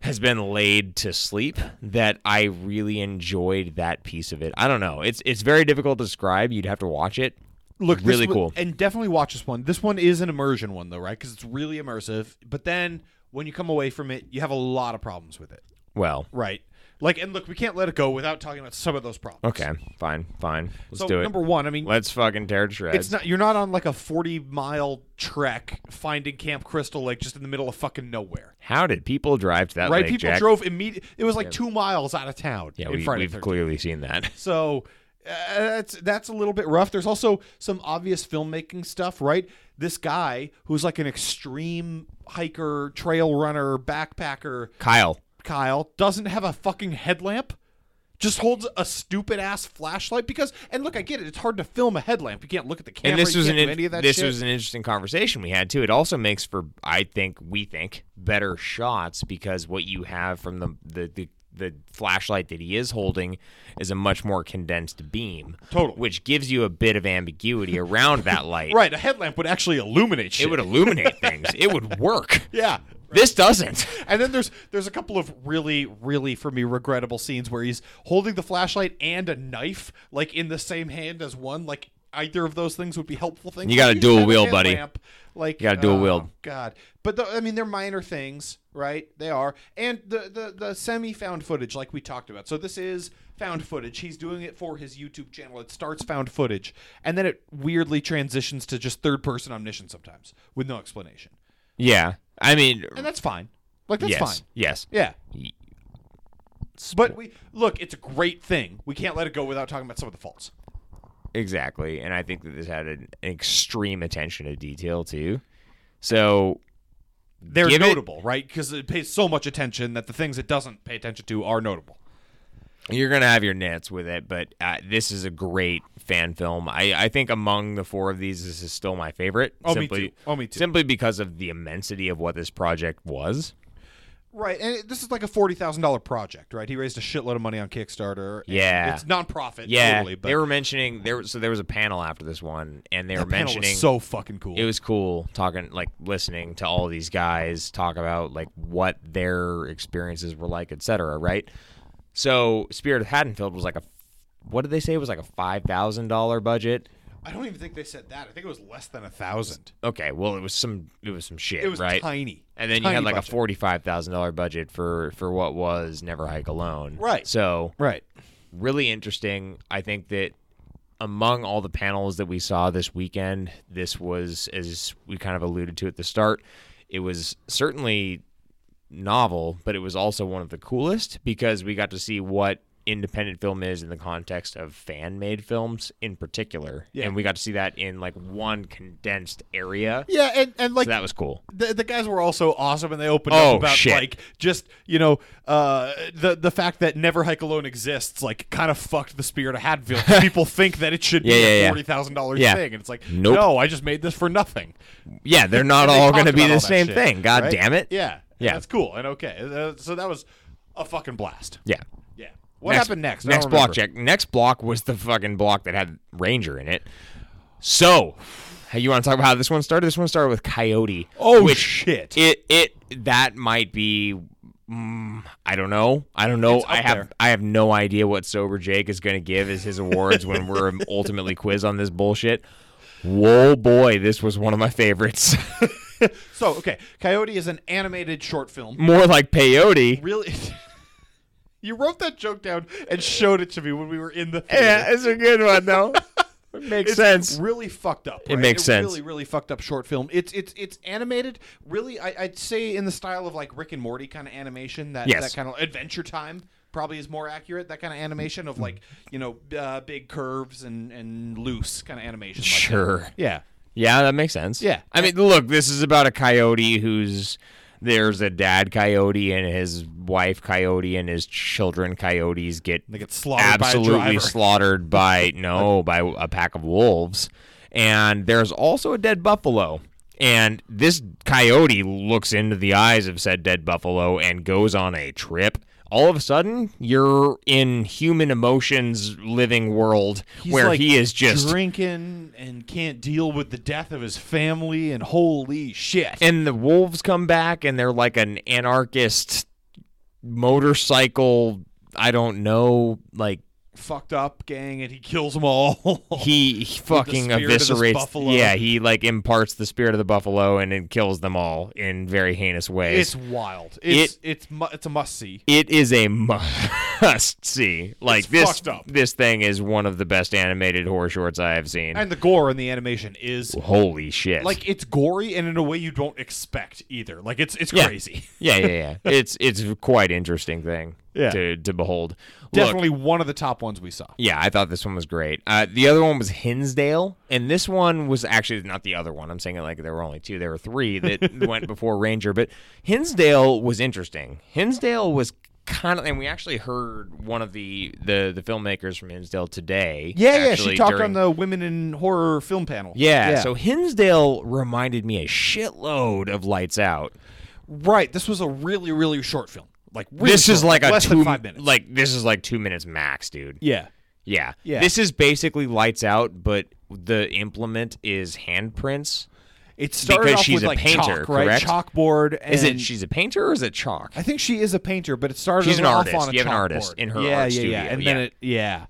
C: has been laid to sleep that I really enjoyed that piece of it. I don't know. It's it's very difficult to describe. You'd have to watch it.
B: Look, this
C: really
B: one-
C: cool.
B: and definitely watch this one. This one is an immersion one though, right? Because it's really immersive. But then when you come away from it, you have a lot of problems with it,
C: Well,
B: right? Like, and look, we can't let it go without talking about some of those problems.
C: okay, fine, fine. Let's
B: so
C: do it.
B: number one, I mean,
C: Let's fucking tear to shreds.
B: It's not you're not on like a 40 mile trek finding Camp Crystal Lake just in the middle of fucking nowhere.
C: How did people drive to that
B: Right?
C: lake,
B: People
C: Jack?
B: drove immediate. It was like 2 miles out of town
C: yeah,
B: in
C: we,
B: Friday
C: we've
B: 13th.
C: clearly seen that.
B: So uh, that's that's a little bit rough. There's also some obvious filmmaking stuff, right? This guy who's like an extreme hiker, trail runner, backpacker,
C: Kyle,
B: Kyle doesn't have a fucking headlamp. Just holds a stupid ass flashlight because, and look, I get it. It's hard to film a headlamp. You can't look at the camera.
C: and this
B: you
C: was an
B: can't do
C: in-
B: any of that
C: this
B: shit.
C: was an interesting conversation we had too. It also makes for I think we think better shots because what you have from the the the, the flashlight that he is holding is a much more condensed beam,
B: Totally.
C: which gives you a bit of ambiguity around that light.
B: Right, a headlamp would actually illuminate shit.
C: It would illuminate things. It would work.
B: yeah.
C: This doesn't.
B: And then there's there's a couple of really really for me regrettable scenes where he's holding the flashlight and a knife like in the same hand as one like either of those things would be helpful things.
C: You got a
B: Like,
C: dual
B: have
C: wheel,
B: headlamp,
C: buddy.
B: Like
C: You got a dual
B: oh,
C: wheel.
B: God, but tho- I mean they're minor things, right? They are, and the the the semi found footage, like we talked about. So this is found footage. He's doing it for his YouTube channel. It starts found footage, and then it weirdly transitions to just third person omniscient sometimes with no explanation,
C: Yeah. I mean,
B: and that's fine. Like that's
C: yes.
B: fine.
C: Yes.
B: Yeah.
C: Y-
B: But we look, it's a great thing. We can't let it go without talking about some of the faults.
C: Exactly. And I think that this had an, an extreme attention to detail, too. So
B: They're
C: Give it-
B: notable, right? Because it pays so much attention that the things it doesn't pay attention to are notable.
C: you're gonna have your nits with it, but uh, this is a great fan film. I, I think among the four of these, this is still my favorite.
B: Oh, me too. Oh, me too.
C: Simply because of the immensity of what this project was.
B: Right, and it- this is like a forty thousand dollar project, right? He raised a shitload of money on Kickstarter. and
C: Yeah.
B: it's nonprofit.
C: Yeah,
B: totally, but
C: they were mentioning there. was- So there was a panel after this one, and they were
B: that panel
C: mentioning
B: was so fucking cool.
C: it was cool talking like listening to all these guys talk about like what their experiences were like etc right so spirit of haddonfield was like a what did they say it was like a $5000 budget
B: I don't even think they said that. I think it was less than a thousand.
C: okay well it was some it was some shit
B: It was
C: right
B: tiny.
C: and then
B: Tiny
C: you had like
B: budget.
C: a $45000 budget for for what was never hike alone
B: Right.
C: so
B: Right.
C: really interesting. I think that among all the panels that we saw this weekend, this was, as we kind of alluded to at the start, it was certainly novel, but it was also one of the coolest because we got to see what independent film is in the context of fan made films in particular.
B: Yeah.
C: And we got to see that in like one condensed area.
B: Yeah, and and like
C: So that was cool.
B: the, the guys were also awesome and they opened
C: Oh,
B: up about
C: shit.
B: like just you know uh, the the fact that never hike alone exists like kind of fucked the spirit of Hatfield. People think that it should
C: Yeah,
B: be
C: yeah,
B: a
C: yeah.
B: forty thousand dollars
C: Yeah.
B: thing, and it's like
C: Nope.
B: no, I just made this for nothing.
C: Yeah, they're not
B: And they
C: all
B: talked
C: going to be
B: about
C: the
B: all that
C: same
B: shit,
C: thing. God
B: right?
C: damn it.
B: Yeah,
C: Yeah.
B: that's cool and okay. Uh, so that was a fucking blast.
C: Yeah.
B: Yeah, what happened next? I don't
C: Next block
B: remember.
C: check. Next block was the fucking block that had Ranger in it. So, hey, you want to talk about how this one started? This one started with Coyote.
B: Oh
C: which
B: shit!
C: It it that might be. mm, I don't know. I don't know.
B: up
C: I have
B: there.
C: I have no idea what sober Jake is going to give as his awards when we're ultimately quiz on this bullshit. Whoa, boy, this was one of my favorites.
B: so okay, Coyote is an animated short film.
C: More like peyote.
B: Really. You wrote that joke down and showed it to me when we were in the theater.
C: Yeah, it's a good one though. it makes
B: it's
C: sense.
B: Really fucked up. right?
C: makes
B: a
C: sense.
B: Really, really fucked up short film. It's it's it's animated. Really, I, I'd say in the style of like Rick and Morty kind of animation. That
C: Yes.
B: that kind of Adventure Time probably is more accurate. That kind of animation of like you know uh, big curves and and loose kind of animation. Like that.
C: Sure.
B: Yeah.
C: Yeah, that makes sense.
B: Yeah.
C: I mean, look, this is about a coyote who's there's a dad coyote and his wife coyote and his children coyotes get
B: They get slaughtered by a
C: absolutely
B: driver.
C: slaughtered by no, by a pack of wolves. And there's also a dead buffalo. And this coyote looks into the eyes of said dead buffalo and goes on a trip. All of a sudden, you're in human emotions living world where
B: like,
C: he is just
B: drinking and can't deal with the death of his family and holy shit.
C: and the wolves come back and they're like an anarchist motorcycle i don't know like
B: fucked up gang and he kills them all.
C: he, he fucking
B: spirit of this
C: eviscerates
B: buffalo.
C: yeah he like imparts the spirit of the buffalo and it kills them all in very heinous ways
B: it's wild. It's it's mu- it's a must see.
C: it is a must see like
B: It's
C: this
B: fucked up.
C: this thing is one of the best animated horror shorts i have seen
B: And the gore in the animation is
C: holy shit
B: like it's gory and in a way you don't expect either. Like it's it's
C: Yeah.
B: crazy.
C: yeah yeah yeah it's it's a quite interesting thing
B: Yeah.
C: to to behold Look,
B: Definitely one of the top ones we saw.
C: Yeah, I thought this one was great. Uh, the other one was Hinsdale, and this one was actually not the other one. I'm saying it like there were only two. There were three that went before Ranger, but Hinsdale was interesting. Hinsdale was kind of, and we actually heard one of the the, the filmmakers from Hinsdale today. actually, during-
B: the women in horror film panel.
C: Yeah, so Hinsdale reminded me a shitload of Lights Out.
B: right. This was a really really short film. Like really
C: this is
B: short,
C: like a
B: less
C: two
B: than five minutes.
C: like this is like two minutes max, dude.
B: yeah.
C: Yeah.
B: Yeah.
C: This is basically lights out, but the implement is handprints.
B: It started
C: Because
B: off
C: she's
B: with
C: a
B: like
C: painter,
B: chalk, right?
C: correct?
B: Chalkboard. And
C: Is it she's a painter or is it chalk?
B: I think she is a painter, but it started
C: She's an
B: off
C: artist.
B: on a
C: You have an artist
B: chalkboard.
C: in her
B: yeah,
C: art
B: yeah,
C: studio,
B: Yeah, and
C: yeah.
B: then it yeah.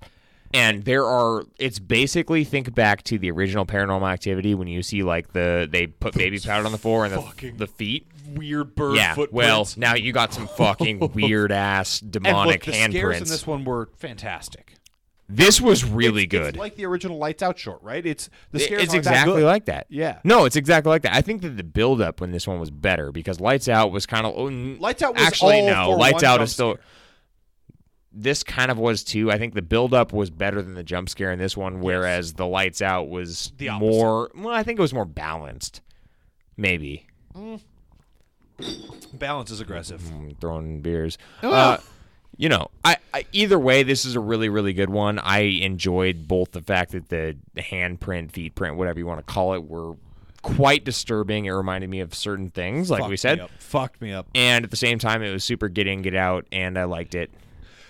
C: and there are it's basically think back to the original paranormal activity when you see like the they put baby powder on the floor and the, the feet
B: Weird bird
C: yeah well
B: footprints.
C: now you got some fucking weird ass demonic
B: and look, the scares in
C: handprints
B: this one were fantastic.
C: this was really
B: It's-
C: good
B: It's like the original Lights Out short, right? It's the
C: It-
B: scares
C: it's
B: aren't that
C: exactly
B: good.
C: like that.
B: Yeah.
C: No, it's exactly like that. I think that the build up when this one was better because Lights Out was kind of
B: Lights Out was
C: actually
B: all
C: no.
B: for
C: Lights
B: one
C: Out
B: jump
C: is still this kind of was too. I think the build up was better than the jump scare in this one, whereas the Lights Out was
B: The opposite.
C: more. Well, I think it was more balanced. Maybe
B: Balance is aggressive.
C: I'm throwing beers. Uh, you know, I, I either way, this is a really really good one. I enjoyed both the fact that the handprint, feet print, whatever you want to call it, were quite disturbing. It reminded me of certain things, like
B: Fucked
C: we said,
B: me up. fucked me up.
C: and at the same time, it was super get in, get out, and I liked it.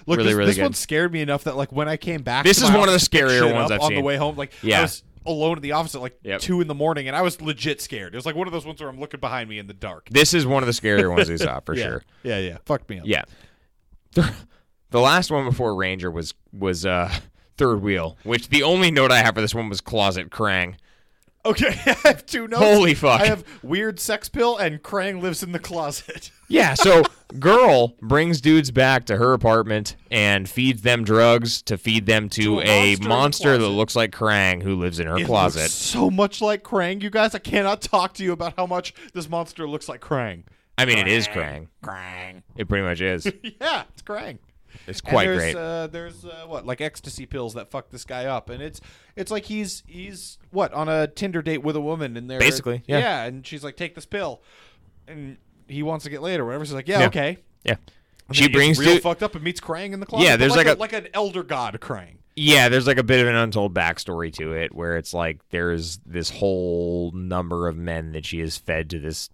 B: Look,
C: really
B: this,
C: really
B: this
C: good.
B: one scared me enough that like when I came back,
C: This
B: to
C: is
B: my
C: one of
B: office
C: the
B: to pick
C: scarier
B: shit
C: ones
B: up
C: I've
B: on the
C: seen.
B: way home. Like I
C: Yeah.
B: was alone at the office at like
C: Yep.
B: two in the morning, and I was legit scared. It was like one of those ones where I'm looking behind me in the dark.
C: This is one of the scarier ones we saw for
B: yeah.
C: sure.
B: Yeah, yeah. Fucked me up.
C: Yeah. The last one before Ranger was was uh third wheel, which the only note I have for this one was closet Krang.
B: Okay, I have two notes.
C: Holy fuck.
B: I have weird sex pill and Krang lives in the closet.
C: Yeah, so girl brings dudes back to her apartment and feeds them drugs to feed them to,
B: a monster
C: a
B: in the
C: monster that
B: closet.
C: looks like Krang who lives in her
B: It
C: closet.
B: looks so much like Krang, you guys. I cannot talk to you about how much this monster looks like Krang.
C: I mean, it is Krang.
B: Krang.
C: It pretty much is.
B: Yeah, it's Krang.
C: It's
B: And
C: quite
B: there's,
C: great.
B: Uh, there's uh, what like ecstasy pills that fuck this guy up, and it's it's like he's he's what on a Tinder date with a woman, and they're
C: Basically, yeah.
B: yeah, and she's like, take this pill, and he wants to get laid or whatever. She's like, yeah,
C: Yeah.
B: okay.
C: yeah.
B: And then
C: She
B: he gets
C: brings
B: real
C: dude,
B: fucked up and meets Krang in the closet.
C: Yeah,
B: but
C: there's
B: like,
C: like a-
B: like an elder god Krang.
C: Yeah, there's like a bit of an untold backstory to it where it's like there's this whole number of men that she is fed to this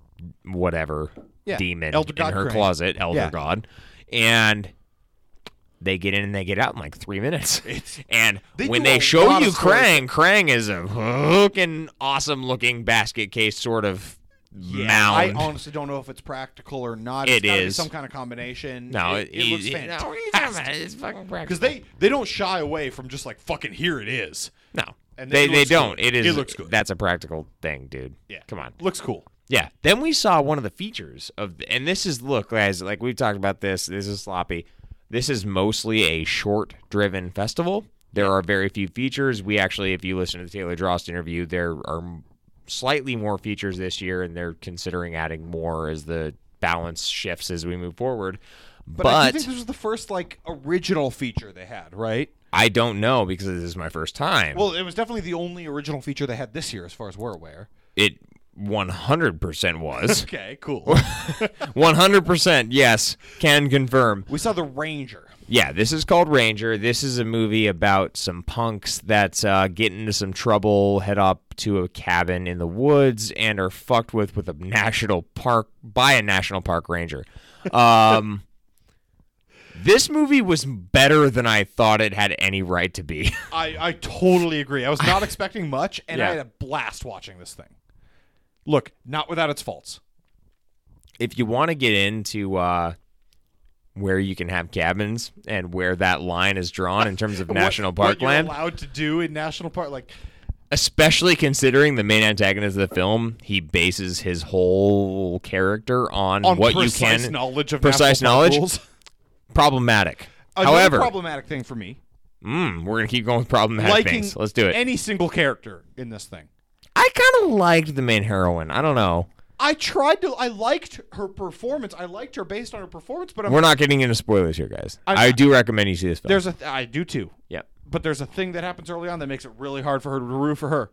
C: whatever
B: Yeah,
C: demon
B: Elder
C: in
B: God
C: her
B: Crane.
C: closet, Elder
B: Yeah.
C: God. And they get in and they get out in like three minutes. and
B: They
C: when
B: do
C: they
B: a
C: show
B: lot
C: you
B: of stories.
C: Krang, Krang is a fucking awesome looking basket case sort of mound.
B: I honestly don't know if it's practical or not.
C: It
B: It's gotta be
C: is.
B: some kind of combination.
C: no,
B: it, it looks
C: he- no, what are you talking
B: fantastic.
C: about? It's fucking
B: Because
C: practical.
B: they they don't shy away from just like fucking here it is.
C: no,
B: and
C: they,
B: it
C: they
B: looks
C: don't.
B: good.
C: It is
B: It looks good.
C: That's a practical thing, dude.
B: Yeah,
C: come on.
B: looks cool.
C: Yeah. Then we saw one of the features of, the, and this is look, guys. Like we've talked about this. This is sloppy. This is mostly a short-driven festival. There are very few features. We actually, if you listen to the Taylor Drost interview, there are slightly more features this year, and they're considering adding more as the balance shifts as we move forward. But,
B: But, I do think this was the first like original feature they had, right?
C: I don't know because this is my first time.
B: Well, it was definitely the only original feature they had this year, as far as we're aware.
C: it 100% was.
B: Okay, cool.
C: 100% yes, can confirm.
B: we saw the Ranger.
C: Yeah, this is called Ranger. This is a movie about some punks that uh, get into some trouble, head up to a cabin in the woods, and are fucked with with a national park by a national park ranger. Um, this movie was better than I thought it had any right to be.
B: I I totally agree. I was not expecting much, and
C: Yeah.
B: I had a blast watching this thing. Look, not without its faults.
C: if you want to get into uh, where you can have cabins and where that line is drawn in terms of national
B: what,
C: park land,
B: What you're allowed to do in national park, like
C: especially considering the main antagonist of the film, he bases his whole character on,
B: on
C: what you
B: precise
C: can
B: knowledge of
C: precise
B: national park
C: knowledge.
B: rules.
C: Problematic.
B: Another
C: However,
B: problematic thing for me,
C: mm, we're gonna keep going with problematic
B: liking
C: things. Let's do it.
B: any single character in this thing.
C: I kind of liked the main heroine. I don't know.
B: I tried to. I liked her performance. I liked her based on her performance, but I'm,
C: We're not getting into spoilers here, guys. i do recommend you see this film.
B: there's a. Th- I do too.
C: yep.
B: But there's a thing that happens early on that makes it really hard for her to root for her.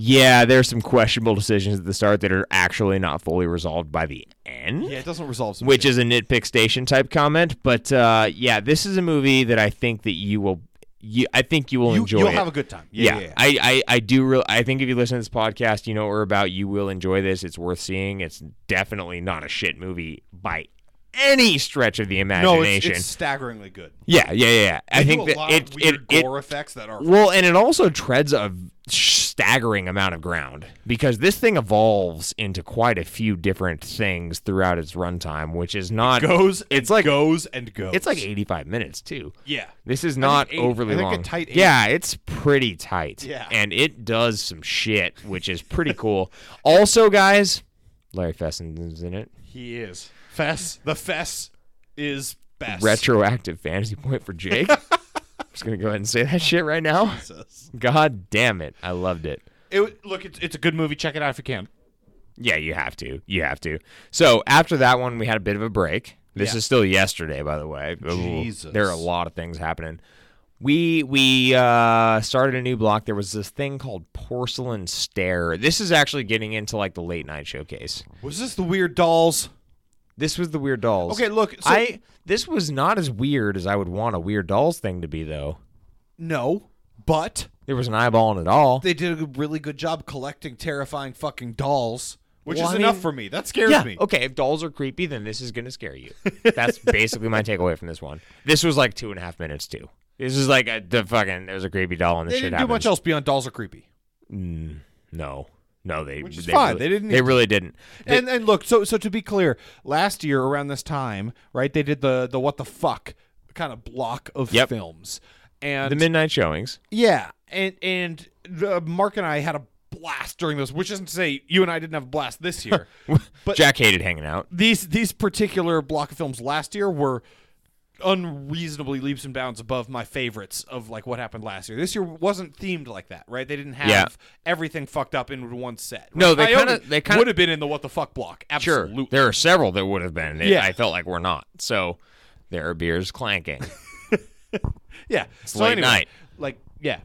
C: Yeah, there's some questionable decisions at the start that are actually not fully resolved by the end.
B: Yeah, it doesn't resolve. Some
C: which
B: shit.
C: is a nitpick station type comment. But uh, yeah, this is a movie that I think that you will, you, I think you will
B: you,
C: enjoy.
B: you'll
C: it.
B: have a good time. Yeah,
C: yeah,
B: yeah, yeah.
C: I, I, I do. Real, I think if you listen to this podcast, you know what we're about. You will enjoy this. It's worth seeing. It's definitely not a shit movie by any stretch of the
B: no, it's,
C: imagination.
B: it's staggeringly good.
C: yeah, yeah, yeah.
B: They
C: I
B: do
C: think
B: a
C: that
B: lot
C: it,
B: of weird
C: it, it,
B: gore effects that are
C: well, and it also treads a sh- staggering amount of ground because this thing evolves into quite a few different things throughout its runtime, which is not
D: goes.
C: It's like
D: goes and goes.
C: it's like 85 minutes too.
D: yeah.
C: This is not
D: 80.
C: overly
D: I think a
C: long.
D: tight 80.
C: yeah, it's pretty tight.
D: Yeah.
C: And it does some shit, which is pretty cool. also, guys, Larry Fessenden's in it.
D: He is.
B: Fess.
D: The fess is best.
C: Retroactive fantasy point for Jake. I'm just going to go ahead and say that shit right now. God damn it. I loved it.
B: It, w- look, it's, it's a good movie. Check it out if you can.
C: Yeah, you have to. You have to. So after that one, we had a bit of a break. This is still yesterday, by the way. Ooh,
D: Jesus.
C: there are a lot of things happening. We we uh, started a new block. There was this thing called Porcelain Stair. This is actually getting into like the late night showcase.
D: Was this the weird dolls?
C: This was the Weird Dolls.
D: Okay, look. So,
C: I this was not as weird as I would want a Weird Dolls thing to be though.
D: no, but
C: There was an eyeball in it all.
D: they did a really good job collecting terrifying fucking dolls.
B: Which
C: Well,
B: is
C: I
B: enough
C: mean-
B: for me. That scares
C: yeah.
B: me.
C: Okay, if dolls are creepy, then this is gonna scare you. That's basically my takeaway from this one. This was like two and a half minutes too. This is like a, the fucking. There's a creepy doll and the
B: They
C: shit
B: didn't
C: happens.
B: do much else beyond dolls are creepy.
C: No, no, they.
B: Which is
C: they
B: fine.
C: really-
B: They didn't
C: They
B: need
C: really didn't. They-
B: and and look, so so to be clear, last year around this time, right, they did the the what the fuck kind of block of
C: Yep.
B: films. And
C: the midnight showings.
B: yeah, and and the, Mark and I had a blast during those, which isn't to say you and I didn't have a blast this year. but
C: Jack hated hanging out.
B: these these particular block of films last year were unreasonably leaps and bounds above my favorites of like what happened last year. This year wasn't themed like that, right? They didn't have
C: Yeah.
B: everything fucked up in one set.
C: No,
B: Right?
C: they
B: Coyote
C: kinda- they kinda-
B: would have been in the what the fuck block. Absolutely.
C: Sure, there are several that would have been. It-
B: Yeah.
C: I felt like we're not. So there are beers clanking.
B: Yeah. so
C: late
B: anyway,
C: night.
B: Like, yeah.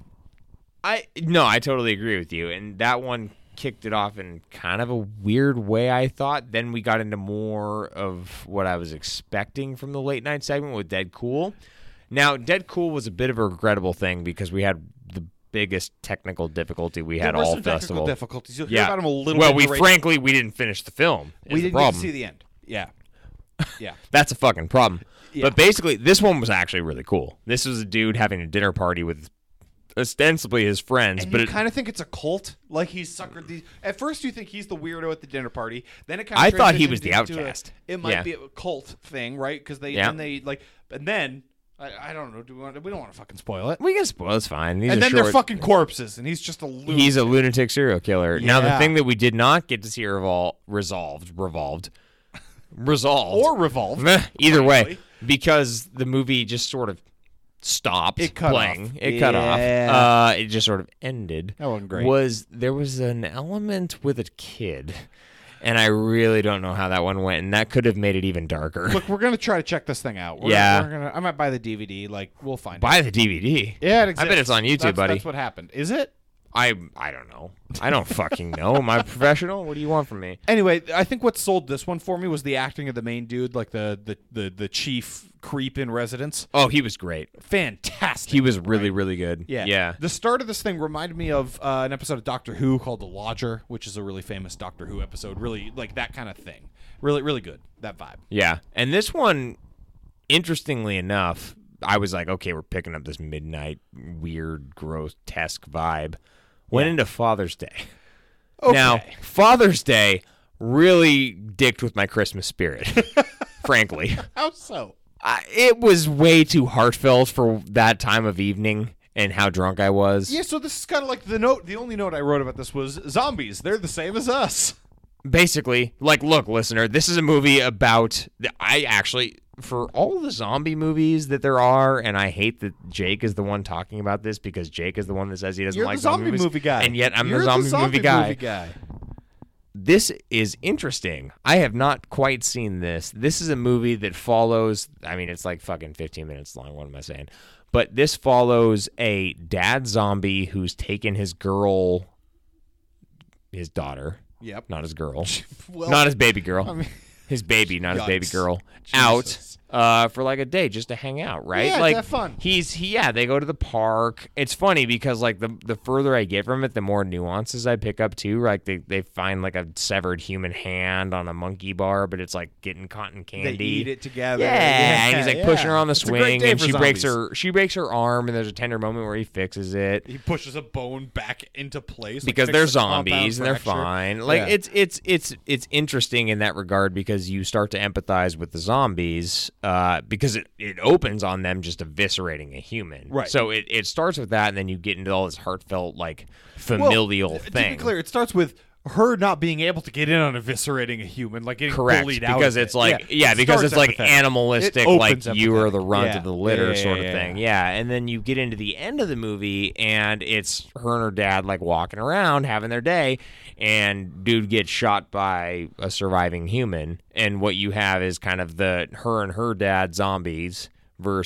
C: I no, I totally agree with you. And that one kicked it off in kind of a weird way. I thought. Then we got into more of what I was expecting from the late night segment with Dead Cool. Now, Dead Cool was a bit of a regrettable thing because we had the biggest technical difficulty we had
D: There were
C: all
D: some
C: festival.
D: technical difficulties. You'll hear
C: yeah,
D: about them a little
C: well,
D: bit
C: we
D: in the ra-
C: frankly we didn't finish the film. is
D: we
C: the
D: didn't get
C: problem.
D: to see the end. Yeah. Yeah.
C: That's a fucking problem. But basically, this one was actually really cool. This was a dude having a dinner party with ostensibly his friends,
D: And
C: but
D: you
C: it-
D: kind of think it's a cult, like he's suckered these. At first, you think he's the weirdo at the dinner party. Then it kind of
C: I thought he was the outcast.
D: it might
C: Yeah.
D: be a cult thing, right? Because they
C: Yeah.
D: then they like, and then I, I don't know. Do we want? We don't want to fucking spoil it.
C: we can spoil. It's fine. These
D: and
C: are
D: then
C: short.
D: they're fucking corpses, and he's just a loser.
C: He's a lunatic serial killer. Now, the
D: Yeah.
C: thing that we did not get to see revol- resolved, revolved, resolved,
D: or revolved.
C: Meh, either way, because the movie just sort of stopped
D: It cut
C: playing.
D: off.
C: It cut
D: Yeah.
C: off. Uh, it just sort of ended.
D: That wasn't great.
C: Was there was an element with a kid, and I really don't know how that one went, and that could have made it even darker.
D: Look, we're gonna try to check this thing out. We're,
C: Yeah.
D: we're gonna, I might buy the DVD. Like, we'll find.
C: Buy the DVD.
D: it. Yeah, it
C: I bet
D: exists.
C: it's on YouTube,
D: That's-
C: buddy.
D: That's what happened. Is it?
C: I I don't know. I don't fucking know. Am I a professional? What do you want from me?
B: Anyway, I think what sold this one for me was the acting of the main dude, like the the the, the chief creep in residence.
C: Oh, he was great.
B: Fantastic.
C: He was really really good.
B: yeah.
C: Yeah.
B: The start of this thing reminded me of uh, an episode of Doctor Who called The Lodger, which is a really famous Doctor Who episode. Really like that kind of thing. Really, really good. That vibe.
C: Yeah. And this one, interestingly enough, I was like, okay, we're picking up this midnight weird, grotesque vibe. Went into Father's Day. Now, Father's Day really dicked with my Christmas spirit, frankly.
D: How so?
C: I, it was way too heartfelt for that time of evening and how drunk I was.
D: Yeah. So this is kind of like the note. The only note I wrote about this was zombies. They're the same as us.
C: basically, like, look, listener, this is a movie about. I actually, for all the zombie movies that there are, and I hate that Jake is the one talking about this because Jake is the one that says he doesn't
D: You're
C: like
D: the zombie
C: movies,
D: movie guy,
C: and yet I'm
D: You're
C: the zombie, movie guy.
D: Movie guy.
C: This is interesting. I have not quite seen this. This is a movie that follows. I mean, it's like fucking 15 minutes long. What am I saying? But this follows a dad zombie who's taken his girl, his daughter,
D: Yep.
C: not his girl,
D: Well,
C: not his baby girl. his baby, not his baby
D: yikes.
C: girl. Out uh, for like a day just to hang out, right?
D: Yeah, to
C: like
D: have fun.
C: He's he yeah, they go to the park. It's funny because like the the further I get from it, the more nuances I pick up too. Like they, they find like a severed human hand on a monkey bar, but it's like getting cotton candy.
D: eat it together.
C: Yeah, and he's like
D: Yeah,
C: pushing her on the
D: a great
C: swing,
D: day
C: and
D: for
C: she breaks
D: zombies.
C: her she breaks her arm, and there's a tender moment where he fixes it
B: He pushes a bone back into place like
C: because
B: fixes
C: they're
B: a compound
C: zombies and they're
B: fracture.
C: fine. Like
B: Yeah.
C: it's it's it's it's interesting in that regard because you start to empathize with the zombies uh, because it, it opens on them just eviscerating a human.
D: Right.
C: So it, it starts with that, and then you get into all this heartfelt like familial
B: well, To
C: thing.
B: be clear, it starts with her not being able to get in on eviscerating a human, like getting
C: Correct,
B: bullied out.
C: because
B: of
C: it's
B: it.
C: like yeah,
B: It
C: because
B: starts
C: it's like
B: empathetic.
C: animalistic,
B: It
C: like
B: opens
C: you are
B: empathetic.
C: the runt
B: Yeah.
C: of the litter
B: Yeah,
C: sort
B: yeah,
C: of
B: yeah,
C: thing. Yeah, and then you get into the end of the movie, and it's her and her dad like walking around having their day, and dude gets shot by a surviving human, and what you have is kind of the her and her dad zombies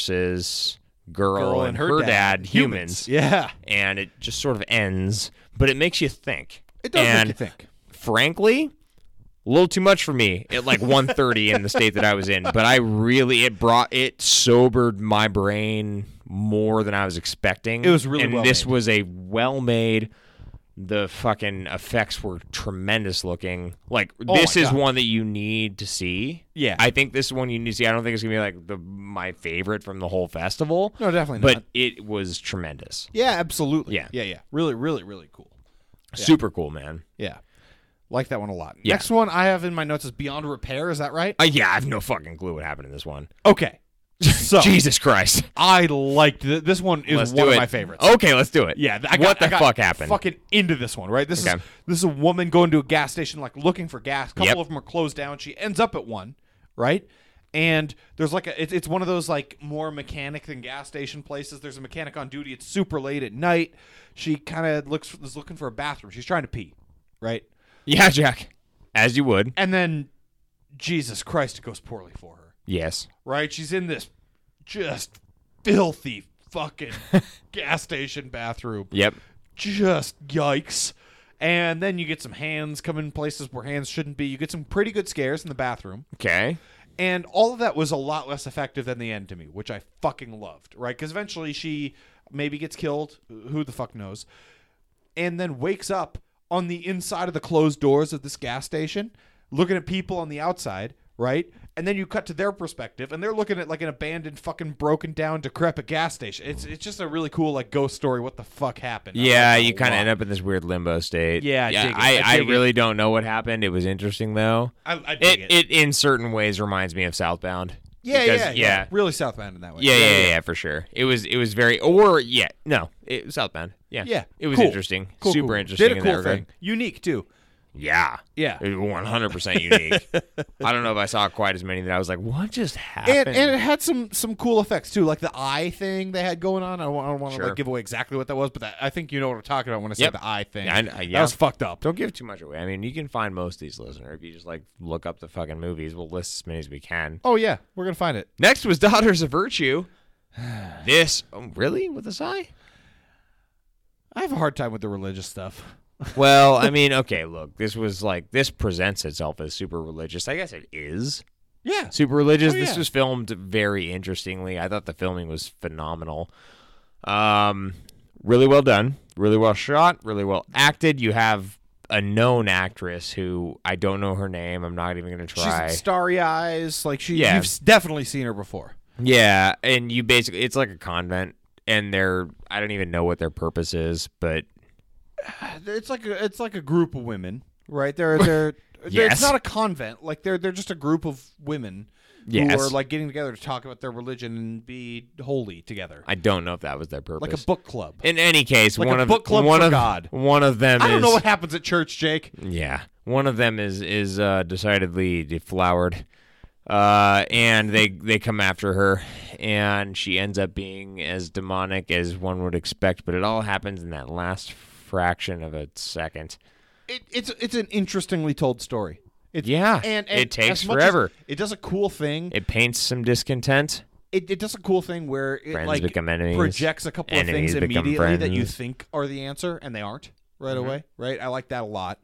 C: versus girl,
B: Girl
C: and, her, dad, humans,
B: Yeah,
C: and it just sort of ends, but it makes you think.
D: It does
C: and
D: make you think.
C: frankly a little too much for me at like 1.30 in the state that i was in but i really it brought it sobered my brain more than i was expecting
B: It was really
C: and
B: well
C: this
B: made.
C: was a well made the fucking effects were tremendous looking like this
B: Oh my
C: is
B: God.
C: one that you need to see
B: Yeah.
C: i think this is one you need to see i don't think it's gonna be like the my favorite from the whole festival
B: No, definitely
C: but
B: not.
C: it was tremendous
B: yeah, absolutely.
C: Yeah.
B: yeah, yeah. Really, really, really cool.
C: super cool man
B: Yeah, like that one a lot.
C: Yeah.
B: Next one I have in my notes is Beyond Repair. Is that right?
C: uh, yeah i have no fucking clue what happened in this one.
B: Okay. So
C: jesus christ
B: I liked th- this one. Is
C: Let's
B: one
C: do
B: of
C: it.
B: my favorites.
C: Okay, let's do it.
B: Yeah, th- I got,
C: what the
B: I got
C: fuck happened?
B: Fucking into this one, right? This
C: Okay.
B: is this is a woman going to a gas station, like looking for gas. A couple
C: Yep.
B: of them are closed down. She ends up at one, right? And there's like a, it, it's one of those like more mechanic than gas station places. There's a mechanic on duty. It's super late at night. She kind of looks is looking for a bathroom. She's trying to pee, right?
C: yeah, Jack. As you would.
B: And then, Jesus Christ, it goes poorly for her
C: Yes.
B: right? She's in this just filthy fucking gas station bathroom.
C: Yep.
B: Just yikes. And then you get some hands come in places where hands shouldn't be. You get some pretty good scares in the bathroom.
C: Okay.
B: And all of that was a lot less effective than the end to me, which I fucking loved, right? Because eventually she maybe gets killed. Who the fuck knows? And then wakes up on the inside of the closed doors of this gas station, looking at people on the outside, right? And then you cut to their perspective, and they're looking at like an abandoned, fucking broken down, decrepit gas station. It's it's just a really cool like ghost story. What the fuck happened? I
C: Yeah,
B: like that
C: you
B: a
C: kind of
B: lot.
C: end up in this weird limbo state.
B: Oh, Yeah, I dig it.
C: I,
B: I
C: I,
B: dig it.
C: really don't know what happened. It was interesting though.
B: I, I
C: It,
B: dig it.
C: it in certain ways reminds me of Southbound.
B: yeah,
C: Because-
B: yeah,
C: yeah.
B: Really Southbound in that way.
C: Yeah, yeah, yeah, yeah, for sure. It was, it was very, or yeah, no, it, Southbound. Yeah,
B: Yeah,
C: It was
B: cool.
C: interesting,
B: Cool,
C: super
B: cool.
C: interesting.
B: Did a
C: in
B: cool
C: that regard.
B: thing, unique too.
C: Yeah,
B: Yeah.
C: one hundred percent unique. I don't know if I saw quite as many that I was like, what just
B: and,
C: happened?
B: and it had some some cool effects too, like the eye thing they had going on. I don't, want to
C: Sure.
B: like give away exactly what that was, but that, I think you know what I'm talking about when I say
C: Yep.
B: the eye thing.
C: Yeah, I kn- uh, yeah.
B: That was fucked up.
C: Don't give too much away. I mean, you can find most of these listener if you just like look up the fucking movies. We'll list as many as we can.
B: Oh yeah, we're gonna find it.
C: Next was Daughters of Virtue. This oh, really with this eye?
B: I have a hard time with the religious stuff.
C: Well, I mean, okay, look, this was like this presents itself as super religious. I guess it is
B: Yeah,
C: super religious.
B: Oh,
C: This
B: yeah.
C: was filmed very interestingly. I thought the filming was phenomenal. Um, really well done, really well shot, really well acted. You have a known actress who I don't know her name. I'm not even going to try.
B: she's starry eyes. Like she,
C: Yeah.
B: you've s- definitely seen her before.
C: Yeah, and you basically it's like a convent and they're I don't even know what their purpose is, but
B: It's like a, it's like a group of women, right? They're they're. they're-
C: Yes.
B: It's not a convent. Like they're they're just a group of women
C: Yes.
B: who are like getting together to talk about their religion and be holy together,
C: I don't know if that was their purpose.
B: like a book club.
C: In any case,
B: Like a
C: one of
B: book club
C: one
B: for
C: of
B: God.
C: one of them
B: I don't
C: is
B: know what happens at church, Jake.
C: yeah, one of them is is uh, decidedly deflowered. Uh, and they they come after her, and she ends up being as demonic as one would expect. But it all happens in that last fraction of a second.
B: it, it's it's an interestingly told story. It's,
C: Yeah,
B: and, and
C: it takes
B: as much
C: forever.
B: as- it does a cool thing. It,
C: It paints some discontent.
B: it, does a cool thing where it
C: Friends
B: like
C: become enemies.
B: projects a couple of
C: Enemies
B: things
C: become
B: immediately that you
C: friends. Mm-hmm.
B: think are the answer and they aren't right away. Right, I like that a lot.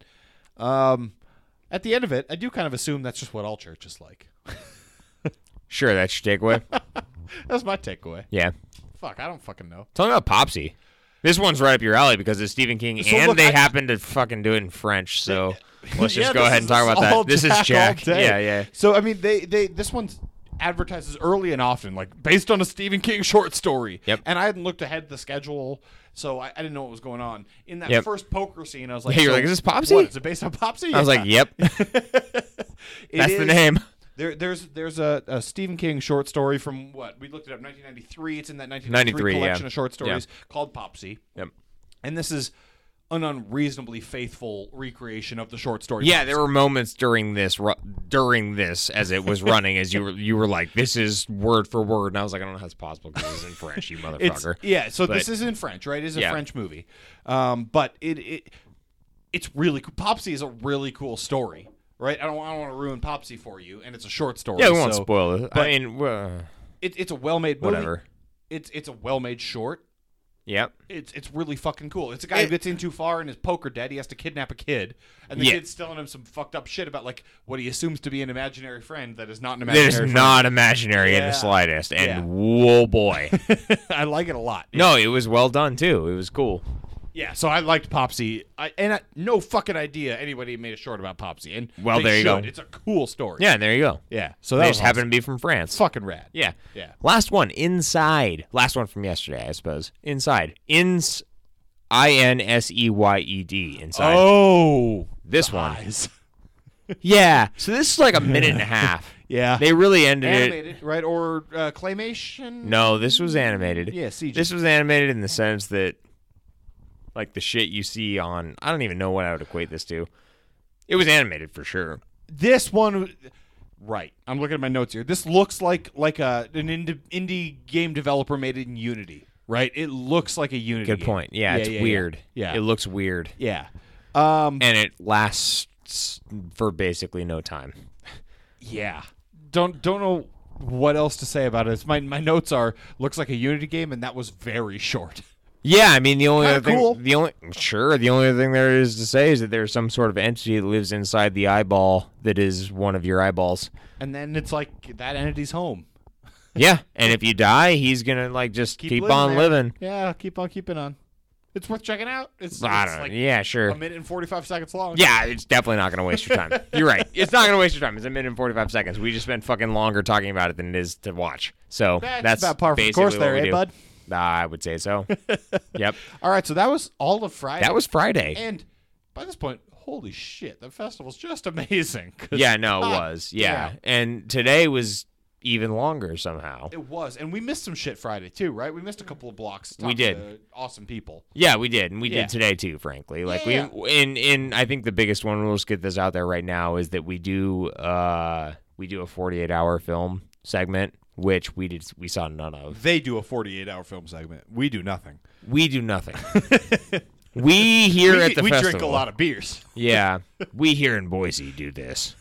B: Um, at the end of it, I do kind of assume that's just what all church is like.
C: Sure, that's your takeaway.
D: That's my takeaway.
C: yeah.
D: Fuck, I don't fucking know.
C: Tell me about Popsy. This one's right up your alley because it's Stephen King,
D: So
C: and
D: look,
C: they
D: I-
C: happen to fucking do it in French. So let's just
D: Yeah,
C: go
D: this
C: ahead
D: is
C: and talk about
D: all
C: that. This
D: day-
C: is
D: all
C: Jack.
D: day.
C: Yeah, yeah.
D: So I mean, they
B: they they this one advertises early and often, like based on a Stephen King short story.
C: Yep.
B: And I hadn't looked ahead the schedule, so I, I didn't know what was going on. In that
C: Yep.
B: first poker scene, I was like,
C: Yeah, you're
B: so
C: like, is this Popsy?
B: What, is it based on Popsy?
C: I was like, yep, that's the name.
B: There, there's there's a, a Stephen King short story from what we looked it up 1993. It's in that 1993
C: 93, yeah.
B: collection of short
C: Yeah.
B: stories called Popsy,
C: Yep.
B: and this is an unreasonably faithful recreation of the short story.
C: Yeah, there were moments during this ru- during this as it was running as you were you were like, this is word for word, and I was like, I don't know how it's possible because it's in French, you
B: It's,
C: motherfucker.
B: yeah, so
C: But-
B: this is in French, right? It is a
C: Yeah.
B: French movie, um, but it, it it's really cool. Popsy is a really cool story, right? I don't, I don't want to ruin Popsy for you, and it's a short story.
C: yeah, we won't
B: so
C: spoil it. I mean, uh,
B: it, it's a well-made movie.
C: whatever.
B: It's it's a well-made short.
C: Yep.
B: It's it's really fucking cool. It's a guy who gets in too far and his poker dead. He has to kidnap a kid, and the
C: Yeah.
B: kid's telling him some fucked up shit about like what he assumes to be an imaginary friend that is not an imaginary.
C: It is
B: friend.
C: not imaginary in
B: Yeah.
C: the slightest, and
B: Yeah.
C: whoa, boy.
B: I like it a lot.
C: no, it was well done too. It was cool.
B: Yeah, so I liked Popsy, I, and I, no fucking idea anybody made a short about Popsy. And
C: Well,
B: they
C: there you
B: should.
C: go.
B: It's a cool story.
C: Yeah, there you go.
B: yeah. So that
C: they
B: was
C: just
B: awesome.
C: happened to be from France.
B: fucking rad.
C: Yeah.
B: Yeah.
C: Last one, inside. Last one from yesterday, I suppose. Inside. Ins I N S E Y E D inside.
B: Oh,
C: this one. Yeah. So this is like a minute and a half.
B: Yeah.
C: They really ended it.
B: animated, right? Or uh, claymation?
C: No, this was animated.
B: Yeah, CG.
C: This was animated in the sense that like the shit you see on I don't even know what I would equate this to. It was animated for sure.
B: This one, right? I'm looking at my notes here. This looks like like a an indie, indie game developer made it in Unity, right? It looks like a Unity.
C: Good
B: game.
C: point. Yeah,
B: Yeah,
C: it's
B: yeah, yeah.
C: weird.
B: Yeah.
C: It looks weird.
B: Yeah. Um.
C: And it lasts for basically no time.
B: Yeah. Don't don't know what else to say about it. It's my my notes are looks like a Unity game, and that was very short.
C: Yeah, I mean the only
B: Kinda
C: other thing,
B: cool.
C: the only sure, the only other thing there is to say is that there's some sort of entity that lives inside the eyeball that is one of your eyeballs.
B: And then it's like that entity's home.
C: Yeah, and if you die, he's gonna like just keep, on
B: there.
C: living.
B: Yeah, keep on keeping on. It's worth checking out. It's,
C: I
B: it's
C: don't.
B: like
C: know. yeah, sure.
B: a minute and forty five seconds long.
C: yeah, it's definitely not gonna waste your time. You're right. It's not gonna waste your time. It's a minute and forty-five seconds. We just spent fucking longer talking about it than it is to watch. So
B: That's
C: that's,
B: about par for the
C: basically
B: course
C: what
B: there,
C: we
B: eh,
C: do.
B: bud?
C: Uh, I would say so. yep,
B: All right, so that was all of Friday.
C: that was Friday.
B: and by this point, holy shit, the festival's just amazing. 'Cause
C: yeah, no, it
B: God
C: was. Yeah,
B: damn,
C: and today was even longer somehow.
B: It was, and we missed some shit Friday too, right? We missed a couple of blocks.
C: We
B: talking
C: did.
B: to awesome people.
C: Yeah, we did, and we
B: Yeah.
C: did today too. Frankly, like
B: Yeah,
C: we in in I think the biggest one we'll just get this out there right now is that we do uh we do a forty eight hour film segment, which we did we saw none of.
B: They do a forty eight hour film segment. We do nothing.
C: We do nothing. we here at the
B: we
C: festival.
B: drink a lot of beers.
C: yeah, we here in Boise do this.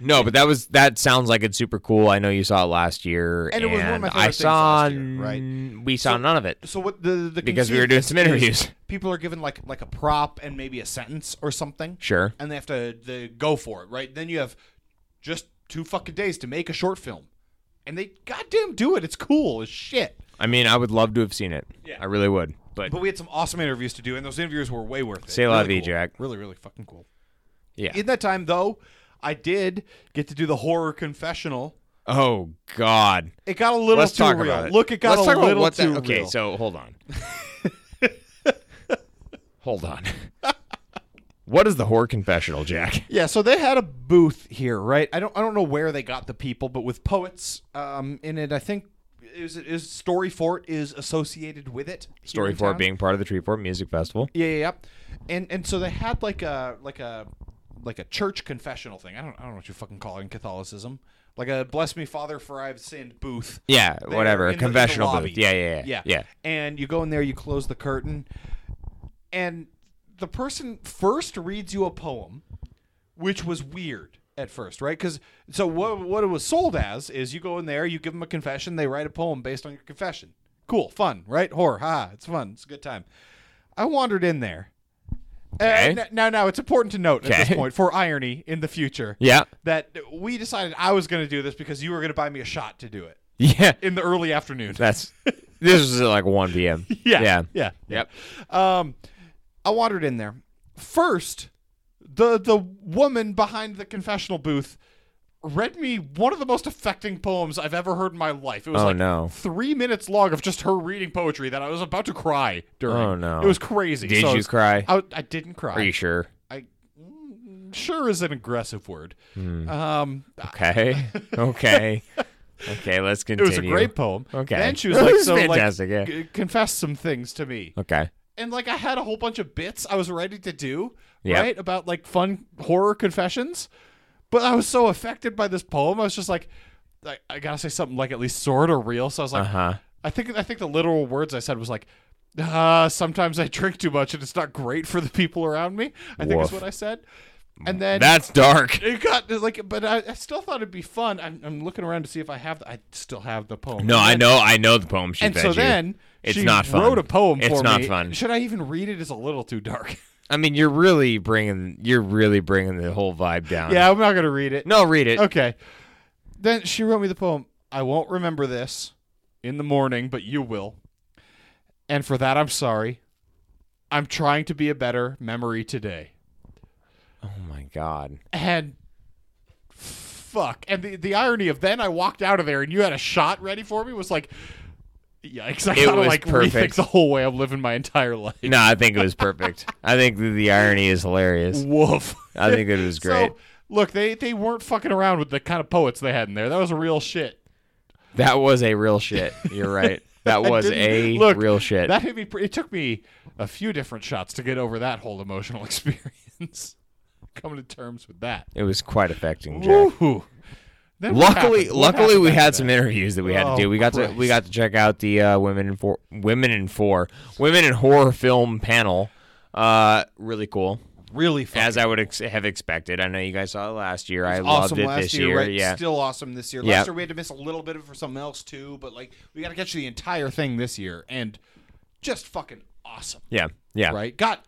C: No, but that was that sounds like it's super cool. I know you saw it last year,
B: And it was one of my favorite
C: I
B: things
C: saw
B: last year, right?
C: n- We saw none of it
B: So what the the
C: because we
B: conceit
C: were doing some
B: is
C: interviews.
B: People are given like like a prop and maybe a sentence or something,
C: Sure.
B: and they have to they go for it, right? Then you have just two fucking days to make a short film, and they goddamn do it. It's cool as shit.
C: I mean, I would love to have seen it. I really would. But,
B: But we had some awesome interviews to do, and those interviews were way worth it.
C: Say la
B: really
C: vie,
B: cool.
C: Jack.
B: Really, really fucking cool.
C: yeah.
B: In that time though, I did get to do the horror confessional.
C: oh God.
B: It got a little
C: Let's
B: too
C: talk
B: real.
C: about it.
B: Look, it got
C: Let's
B: a
C: talk about
B: little
C: what
B: too
C: that, okay,
B: real.
C: so hold on. hold on. what is the horror confessional, Jack?
B: Yeah, so they had a booth here, right? I don't I don't know where they got the people, but with poets um, in it, I think is is Story Fort is associated with it. here
C: Story
B: in
C: for
B: town.
C: it being part of the Treeport Music Festival.
B: yeah, yeah, yeah, and and so they had like a like a like a church confessional thing. I don't I don't know what you fucking call it in Catholicism, like a bless me Father for I've sinned booth.
C: Yeah,
B: there
C: whatever.
B: in the- in the
C: Confessional
B: lobby.
C: booth. Yeah, yeah, yeah.
B: yeah. And you go in there, you close the curtain, and the person first reads you a poem, which was weird at first, right? Because so what what it was sold as is you go in there, you give them a confession, they write a poem based on your confession. Cool, fun, right? Horror, ha, it's fun, it's a good time. I wandered in there,
C: Okay.
B: Uh, n- now, now it's important to note at
C: Okay.
B: this point for irony in the future.
C: Yeah.
B: That we decided I was going to do this because you were going to buy me a shot to do it
C: Yeah.
B: in the early afternoon.
C: That's this was at like 1 p.m.
B: yeah,
C: Yeah.
B: yeah,
C: Yep.
B: Um, I wandered in there first. The the woman behind the confessional booth read me one of the most affecting poems I've ever heard in my life. It was
C: Oh,
B: like
C: no.
B: three minutes long of just her reading poetry that I was about to cry during.
C: Oh, no.
B: It was crazy.
C: Did
B: So I
C: you
B: was-
C: cry?
B: I, I didn't cry.
C: Are you sure?
B: I mm, sure is an aggressive word.
C: Hmm.
B: Um,
C: Okay. Okay. okay, let's
B: it
C: continue.
B: was a great poem.
C: Okay.
B: Then she was
C: That
B: like,
C: was
B: "So
C: fantastic, yeah.
B: like, g- confess some things to me."
C: Okay.
B: And like, I had a whole bunch of bits I was ready to do,
C: Yep.
B: right, about like fun horror confessions. But I was so affected by this poem, I was just like, I, I gotta say something like at least sort of real. So I was like,
C: Uh-huh.
B: I think I think the literal words I said was like, uh, sometimes I drink too much and it's not great for the people around me. I think is
C: Woof.
B: what I said. And then
C: That's dark.
B: it got like, but I, I still thought it'd be fun. I'm, I'm looking around to see if I have. The, I still have the poem.
C: No,
B: And
C: I
B: then-
C: know I know the poem she
B: And
C: fed
B: so
C: you.
B: then
C: It's
B: she
C: not fun.
B: wrote a poem
C: It's
B: for
C: not
B: me.
C: fun.
B: Should I even read it? It's a little too dark.
C: I mean, you're really bringing you're really bringing the whole vibe down.
B: yeah, I'm not gonna read it.
C: No, read it.
B: Okay. Then she wrote me the poem. I won't remember this in the morning, but you will. And for that, I'm sorry. I'm trying to be a better memory today.
C: Oh my god.
B: and fuck and the, the irony of then i walked out of there and you had a shot ready for me was like yikes i
C: It
B: gotta
C: was
B: like
C: perfect.
B: rethink the whole way i'm living my entire life
C: No, I think it was perfect. I think the, the irony is hilarious.
B: woof
C: I think it was great.
B: so look they they weren't fucking around with the kind of poets they had in there that was real shit
C: that was a real shit. You're right. That
B: I
C: was a
B: didn't- look,
C: real shit.
B: that hit me pre- it took me a few different shots to get over that whole emotional experience coming to terms with that
C: it was quite affecting, Jack.
B: Woo. Then what
C: Luckily,
B: happened? What
C: luckily we
B: happened
C: had
B: after
C: some
B: that?
C: interviews that we had
B: Oh,
C: to do. We got to we got to check out the uh, women in four women in four women in horror film panel. Uh, really cool,
B: really fun.
C: as I would ex- have expected. I know you guys saw it last year. I
B: awesome
C: loved it
B: last
C: this
B: year,
C: year.
B: right?
C: Yeah,
B: Still awesome this year.
C: Yeah.
B: Last year we had to miss a little bit of it for something else too, but like we got to catch the entire thing this year, and just fucking awesome,
C: yeah, yeah.
B: right? Got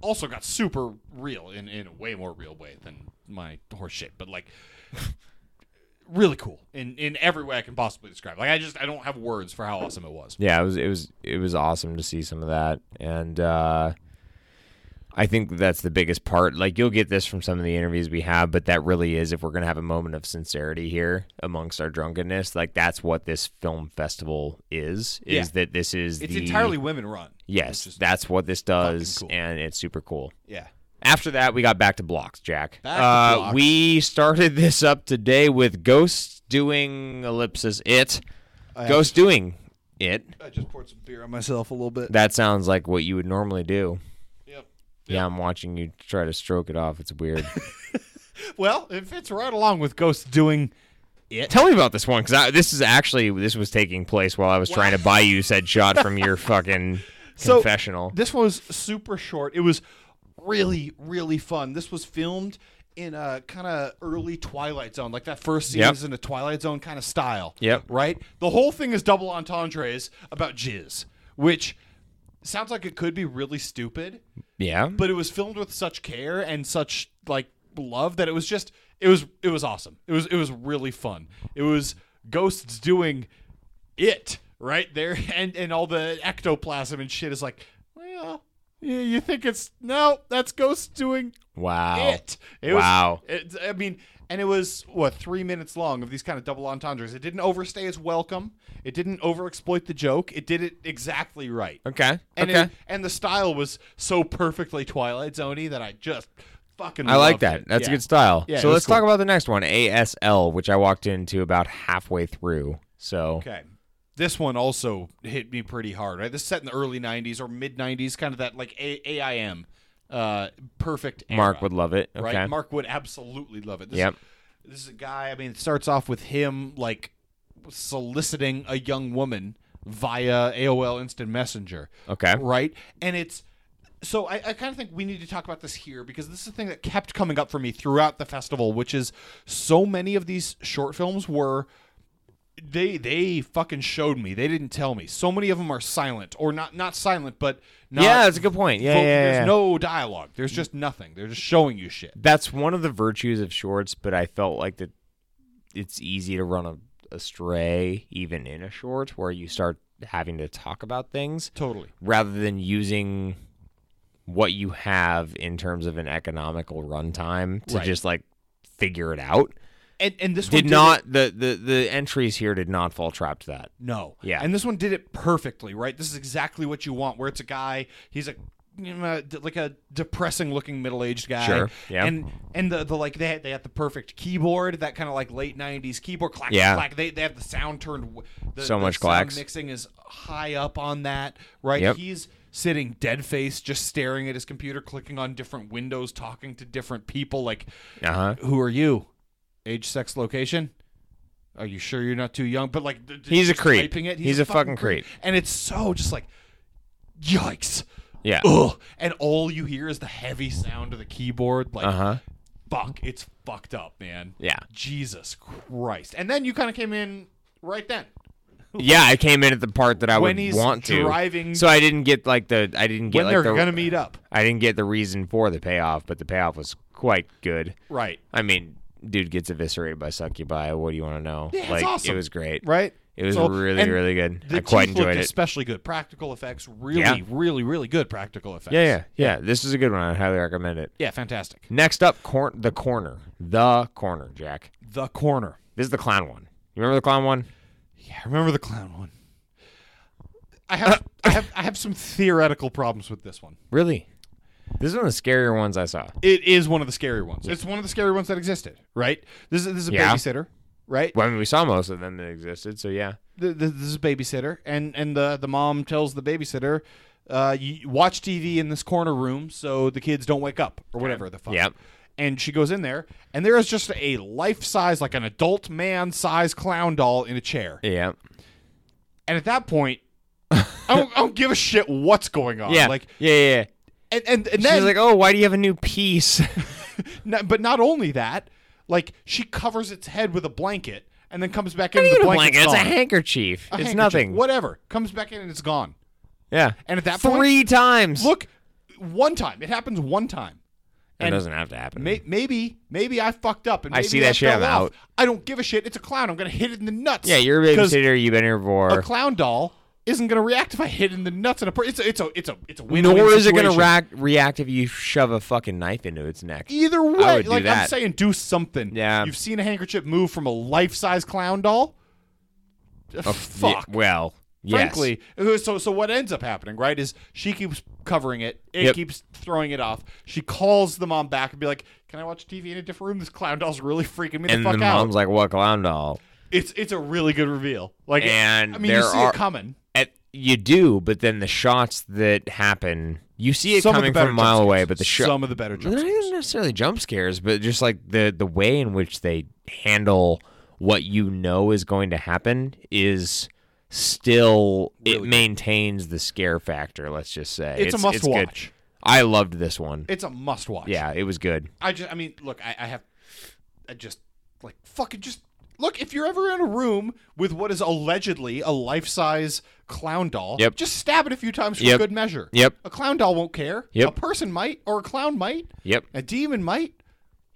B: also got super real in in a way more real way than my horse shit, but like really cool in in every way I can possibly describe. Like I just I don't have words for how awesome it was.
C: yeah, it was it was it was awesome to see some of that, and uh, I think that's the biggest part. Like you'll get this from some of the interviews we have, but that really is if we're gonna have a moment of sincerity here amongst our drunkenness. Like that's what this film festival is. Is
B: Yeah.
C: that this is
B: It's
C: the-
B: entirely women run.
C: yes,
B: just
C: that's what this does,
B: fucking cool.
C: and it's super cool.
B: Yeah.
C: After that, we got back to blocks, Jack.
B: Back to
C: uh,
B: blocks.
C: We started this up today with Ghosts doing ellipsis it, Ghosts doing it.
B: I just poured some beer on myself a little bit.
C: That sounds like what you would normally do.
B: Yep.
C: Yeah, I'm watching you try to stroke it off. It's weird.
B: Well, it fits right along with Ghost doing
C: Tell me about this one because this is actually this was taking place while I was trying to buy you said shot from your fucking
B: So,
C: confessional.
B: This was super short. It was really, really fun. This was filmed in a kind of early Twilight Zone, like that first
C: Yep.
B: season of Twilight Zone kind of style.
C: Yep.
B: Right? The whole thing is double entendres about jizz, which sounds like it could be really stupid,
C: yeah,
B: but it was filmed with such care and such like love that it was just it was it was awesome. It was it was really fun. It was ghosts doing it right there and and all the ectoplasm and shit is like well yeah, you think it's no that's ghosts doing
C: wow,
B: it. It
C: Wow.
B: Was, it, I mean, and it was what three minutes long of these kind of double entendres. It didn't overstay its welcome. It didn't overexploit the joke. It did it exactly right.
C: okay,
B: And
C: okay.
B: it- and the style was so perfectly Twilight Zoney that I just fucking.
C: I like
B: loved
C: that.
B: it.
C: That's
B: Yeah.
C: a good style.
B: Yeah, it
C: so
B: was
C: let's
B: cool.
C: talk about the next one, ASL, which I walked into about halfway through. So
B: Okay. This one also hit me pretty hard, right? This is set in the early '90s or mid '90s, kind of that like a- AIM, uh, perfect.
C: Mark
B: era.
C: would love it. Okay.
B: right? Mark would absolutely love it. This,
C: Yep.
B: This is a guy. I mean, it starts off with him like soliciting a young woman via AOL Instant Messenger.
C: Okay.
B: Right, and it's so I, I kind of think we need to talk about this here because this is the thing that kept coming up for me throughout the festival, which is so many of these short films were they they fucking showed me. They didn't tell me. So many of them are silent, or not not silent, but not
C: yeah, that's a good point. Yeah,
B: Fo-
C: yeah,
B: there's
C: yeah.
B: no dialogue. There's just nothing. They're just showing you shit.
C: that's one of the virtues of shorts, but I felt like that it's easy to run a, astray even in a short where you start having to talk about things
B: Totally.
C: rather than using what you have in terms of an economical runtime to
B: Right.
C: just like figure it out.
B: And and this one
C: Did
B: did
C: not the, the the entries here did not fall trap to that.
B: No.
C: Yeah.
B: And this one did it perfectly, right? This is exactly what you want. Where it's a guy, he's a like a depressing looking middle aged guy.
C: Sure, yeah.
B: And and the, the like they had, they had the perfect keyboard, that kind of like late nineties keyboard clack
C: Yeah.
B: clack. They they have the sound turned w- the,
C: So
B: the
C: much
B: sound
C: clacks.
B: Mixing is high up on that, right?
C: Yep.
B: He's sitting dead face, just staring at his computer, clicking on different windows, talking to different people. Like,
C: Uh-huh.
B: who are you? Age, sex, location. Are you sure you're not too young? But like, th- th-
C: He's a
B: just
C: creep.
B: typing it.
C: He's a fucking creep.
B: And it's so just like, yikes.
C: Yeah.
B: Ugh. And all you hear is the heavy sound of the keyboard. Like,
C: Uh-huh.
B: fuck, it's fucked up, man.
C: Yeah.
B: Jesus Christ. And then you kind of came in right then.
C: Yeah, I came in at the part that I
B: When
C: would
B: he's
C: want to.
B: driving-
C: so I didn't get like the I didn't
B: when
C: get like
B: they're
C: the
B: going to meet up.
C: I didn't get the reason for the payoff, but the payoff was quite good.
B: Right.
C: I mean, dude gets eviscerated by succubi. What do you want to know?
B: Yeah, it's
C: like
B: awesome.
C: it was great.
B: Right?
C: It was
B: So-
C: really,
B: and
C: really good.
B: The
C: I quite
B: teeth looked
C: enjoyed it.
B: Especially good practical effects. Really,
C: Yeah.
B: really, really good practical effects.
C: Yeah, yeah, yeah. This is a good one. I highly recommend it.
B: Yeah, fantastic.
C: Next up, cor- the corner. The corner, Jack.
B: The corner.
C: This is the clown one. You remember the clown one?
B: I remember the clown one. I have, I have, I have some theoretical problems with this one.
C: Really? This is one of the scarier ones I saw.
B: It is one of the scary ones. It's one of the scary ones that existed, right? This is this is a
C: Yeah.
B: babysitter, right?
C: Well, I mean, we saw most of them that existed, so yeah.
B: Th- th- This is a babysitter, and and the the mom tells the babysitter, uh, you watch TV in this corner room so the kids don't wake up or whatever the fuck.
C: Yep.
B: And she goes in there, and there is just a life size, like an adult man size clown doll in a chair.
C: Yeah.
B: And at that point, I don't, I don't give a shit what's going on.
C: Oh, Yeah.
B: Like,
C: yeah, yeah, yeah.
B: and and, and
C: She's
B: then
C: like, oh, why do you have a new piece?
B: No, but not only that, like she covers its head with a blanket and then comes back in.
C: It's
B: and
C: a
B: The blanket's
C: blanket. It's a
B: gone.
C: handkerchief.
B: A
C: it's
B: handkerchief,
C: nothing.
B: Whatever comes back in and it's gone.
C: Yeah.
B: And at that
C: three
B: point,
C: times.
B: look, one time it happens one time.
C: it
B: and
C: doesn't have to happen.
B: May- maybe maybe I fucked up and
C: I
B: maybe
C: see that shit,
B: fell
C: I'm
B: off.
C: out.
B: I don't give a shit. It's a clown. I'm gonna hit it in the nuts.
C: yeah, you're a
B: 'Cause
C: babysitter. You've been here
B: A
C: before.
B: clown doll isn't gonna react if I hit it in the nuts. And a per- it's a it's a it's a it's a win.
C: Nor is it going to
B: to
C: react react if you shove a fucking knife into its neck.
B: Either way,
C: I would do
B: like I'm
C: that.
B: saying, do something.
C: Yeah.
B: you've seen a handkerchief move from a life-size clown doll. Uh,
C: Yeah,
B: Fuck.
C: well, yes.
B: Frankly, so so what ends up happening, right? Is she keeps covering it, it
C: Yep.
B: keeps throwing it off. She calls the mom back and be like, "Can I watch TV in a different room? This clown doll's really freaking me the
C: and
B: fuck
C: the
B: out."
C: mom's like, "What clown doll?"
B: it's it's a really good reveal. Like,
C: And
B: I mean,
C: there
B: you see
C: are-
B: it coming.
C: At, you do, but then the shots that happen, you see it
B: Some of the
C: coming from
B: better
C: a mile
B: jump
C: away,
B: scares.
C: but the shot.
B: some of the better
C: They're
B: jump
C: not
B: scares.
C: even necessarily jump scares, but just like the the way in which they handle what you know is going to happen is still it maintains the scare factor. Let's just say
B: It's a must
C: good.
B: watch.
C: I loved this one.
B: It's a must-watch.
C: yeah, it was good.
B: I just, I mean, look, I, I have, I just, like, fucking just, look, if you're ever in a room with what is allegedly a life size clown doll,
C: Yep.
B: just stab it a few times for
C: Yep.
B: good measure.
C: Yep.
B: A clown doll won't care.
C: Yep.
B: A person might, or a clown might.
C: Yep.
B: A demon might.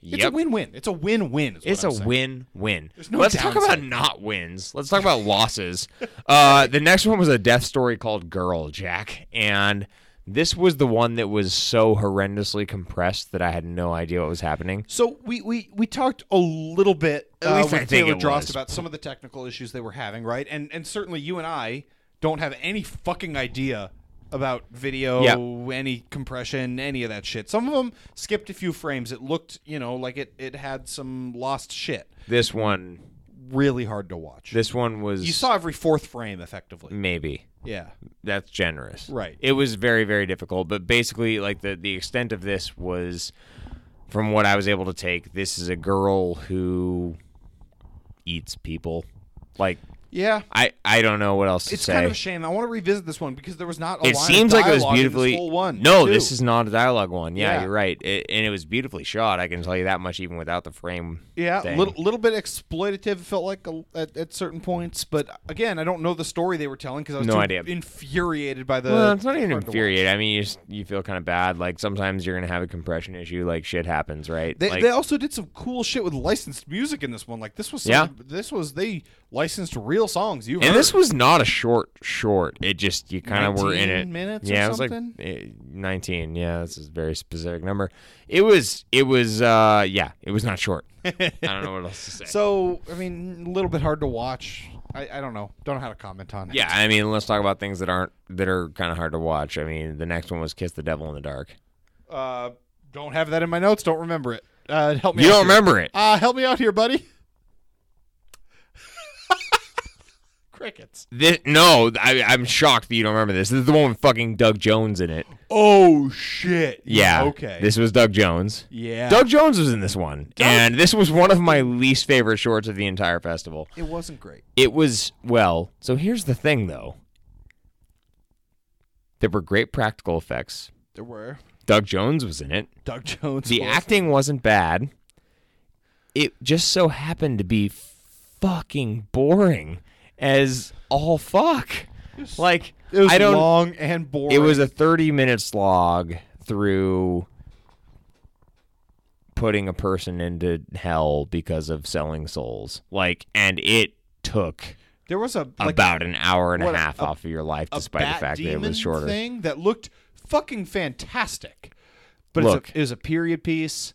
B: It's
C: yep.
B: a win win. It's a win win.
C: It's a win-win.
B: no
C: Let's talk about
B: downside.
C: not wins. Let's talk about losses. Uh, the next one was a death story called "Girl Jack," and this was the one that was so horrendously compressed that I had no idea what was happening.
B: So we, we, we talked a little bit uh,
C: least
B: with
C: I think
B: Taylor
C: it
B: Drost
C: was.
B: about some of the technical issues they were having, right? And and certainly you and I don't have any fucking idea about video,
C: Yeah.
B: any compression, any of that shit. Some of them skipped a few frames. It looked, you know, like it, it had some lost shit.
C: This one,
B: Really hard to watch.
C: this Mm. one was
B: you saw every fourth frame effectively.
C: maybe.
B: Yeah.
C: That's generous.
B: Right.
C: It was very very difficult, but basically like the the extent of this was from what I was able to take, this is a girl who eats people. Like
B: Yeah.
C: I, I don't know what else to
B: It's
C: say.
B: kind of a shame. I want to revisit this one because there was not a
C: it
B: line
C: seems
B: of
C: like it was
B: dialogue in this
C: beautifully
B: whole one.
C: no
B: too.
C: this is not a dialogue one yeah,
B: Yeah.
C: you're right it, and it was beautifully shot i can tell you that much even without the frame
B: Yeah, a
C: thing.
B: little, little bit exploitative. Felt like a, at, at certain points, but again, I don't know the story they were telling because I was
C: No
B: too
C: idea.
B: infuriated by the.
C: well it's not even
B: part to watch.
C: infuriating i mean you just, you feel kind of bad like sometimes you're gonna have a compression issue like shit happens right
B: They,
C: like,
B: they also did some cool shit with licensed music in this one. Like this was, some,
C: Yeah.
B: this was they licensed real songs. You
C: and this was not a short short it just you kind of were in
B: 19
C: it
B: minutes or
C: yeah
B: something?
C: it was like eh, 19 yeah this is a very specific number it was it was uh yeah it was not short i don't know what else to say
B: so I mean, a little bit hard to watch. I, I don't know. Don't know how to comment on it.
C: Yeah, I mean, let's talk about things that aren't that are kind of hard to watch. I mean, the next one was Kiss the Devil in the Dark.
B: Uh, don't have that in my notes. Don't remember it. Uh, help me.
C: You
B: out
C: don't
B: here.
C: remember it?
B: Uh, help me out here, buddy. Crickets.
C: Thi- no, I, I'm shocked that you don't remember this. This is the one with fucking Doug Jones in it.
B: Oh shit.
C: Yeah.
B: Okay.
C: This was Doug Jones.
B: yeah.
C: Doug Jones was in this one, and this was one of my least favorite shorts of the entire festival.
B: It wasn't great.
C: It was well. So here's the thing, though. There were great practical effects.
B: There were
C: Doug Jones was in it.
B: Doug Jones.
C: The
B: was-
C: acting wasn't bad. It just so happened to be fucking boring as all fuck. Like
B: It was
C: I don't.
B: long and boring.
C: It was a thirty-minute slog through putting a person into hell because of selling souls. Like, and it took
B: There was a like
C: about an hour and a
B: what,
C: half
B: a-
C: off of your life,
B: a
C: despite
B: bat
C: the fact that it
B: demon
C: was shorter.
B: thing that looked fucking fantastic. But
C: Look.
B: it's a, it was a period piece.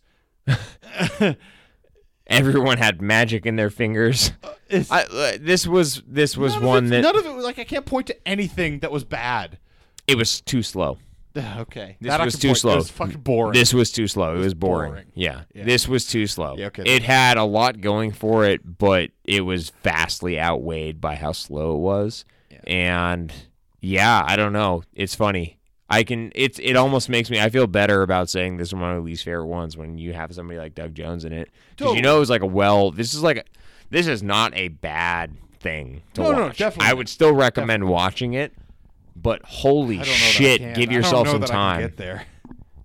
C: Everyone had magic in their fingers.
B: It's,
C: I, uh, this was this was
B: none
C: one
B: of it,
C: that
B: none of it was like I can't point to anything that was bad.
C: it was too slow.
B: Okay,
C: This
B: that I
C: was
B: can
C: too
B: point-
C: slow.
B: It was fucking boring.
C: This was too slow. It was, boring.
B: boring.
C: Yeah. This was too slow.
B: Yeah, okay.
C: It had a lot going for it, but it was vastly outweighed by how slow it was. And yeah, I don't know. It's funny. I can it's it almost makes me I feel better about saying this is one of my least favorite ones when you have somebody like Doug Jones in it. Because
B: Totally.
C: you know it was like a well this is like a, this is not a bad thing to
B: No,
C: watch.
B: no, definitely
C: I
B: not.
C: would still recommend watching it, but holy
B: I don't know that I
C: shit,
B: can.
C: give
B: I don't
C: yourself
B: know
C: some
B: that I can
C: time.
B: get there.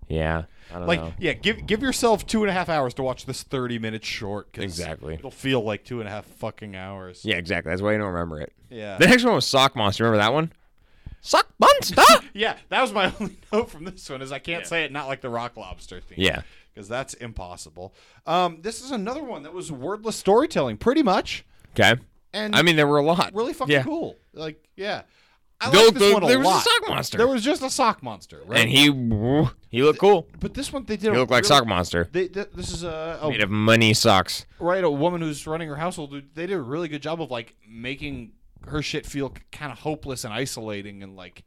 C: Yeah. I don't
B: Like
C: know.
B: yeah, give give yourself two and a half hours to watch this thirty minute short. 'cause
C: Exactly.
B: it'll feel like two and a half fucking hours.
C: Yeah, exactly. That's why you don't remember it.
B: Yeah.
C: The next one was Sock Monster. Remember that one? Sock Monster.
B: Yeah, that was my only note from this one is I can't say it not like the rock lobster theme.
C: Yeah.
B: Because that's impossible. Um, this is another one that was wordless storytelling, pretty much.
C: okay.
B: And
C: I mean, there were a lot.
B: really fucking
C: Yeah.
B: cool. Like, yeah. I
C: Though-
B: like this
C: though
B: one a
C: there was a
B: lot.
C: sock monster.
B: There was just a sock monster, right?
C: And he he looked cool.
B: but this one they did.
C: He
B: a
C: looked like
B: really-
C: Sock Monster.
B: They, th- this is a, a
C: Made of money socks.
B: right a woman who's running her household. They did a really good job of like making her shit feel kind of hopeless and isolating, and like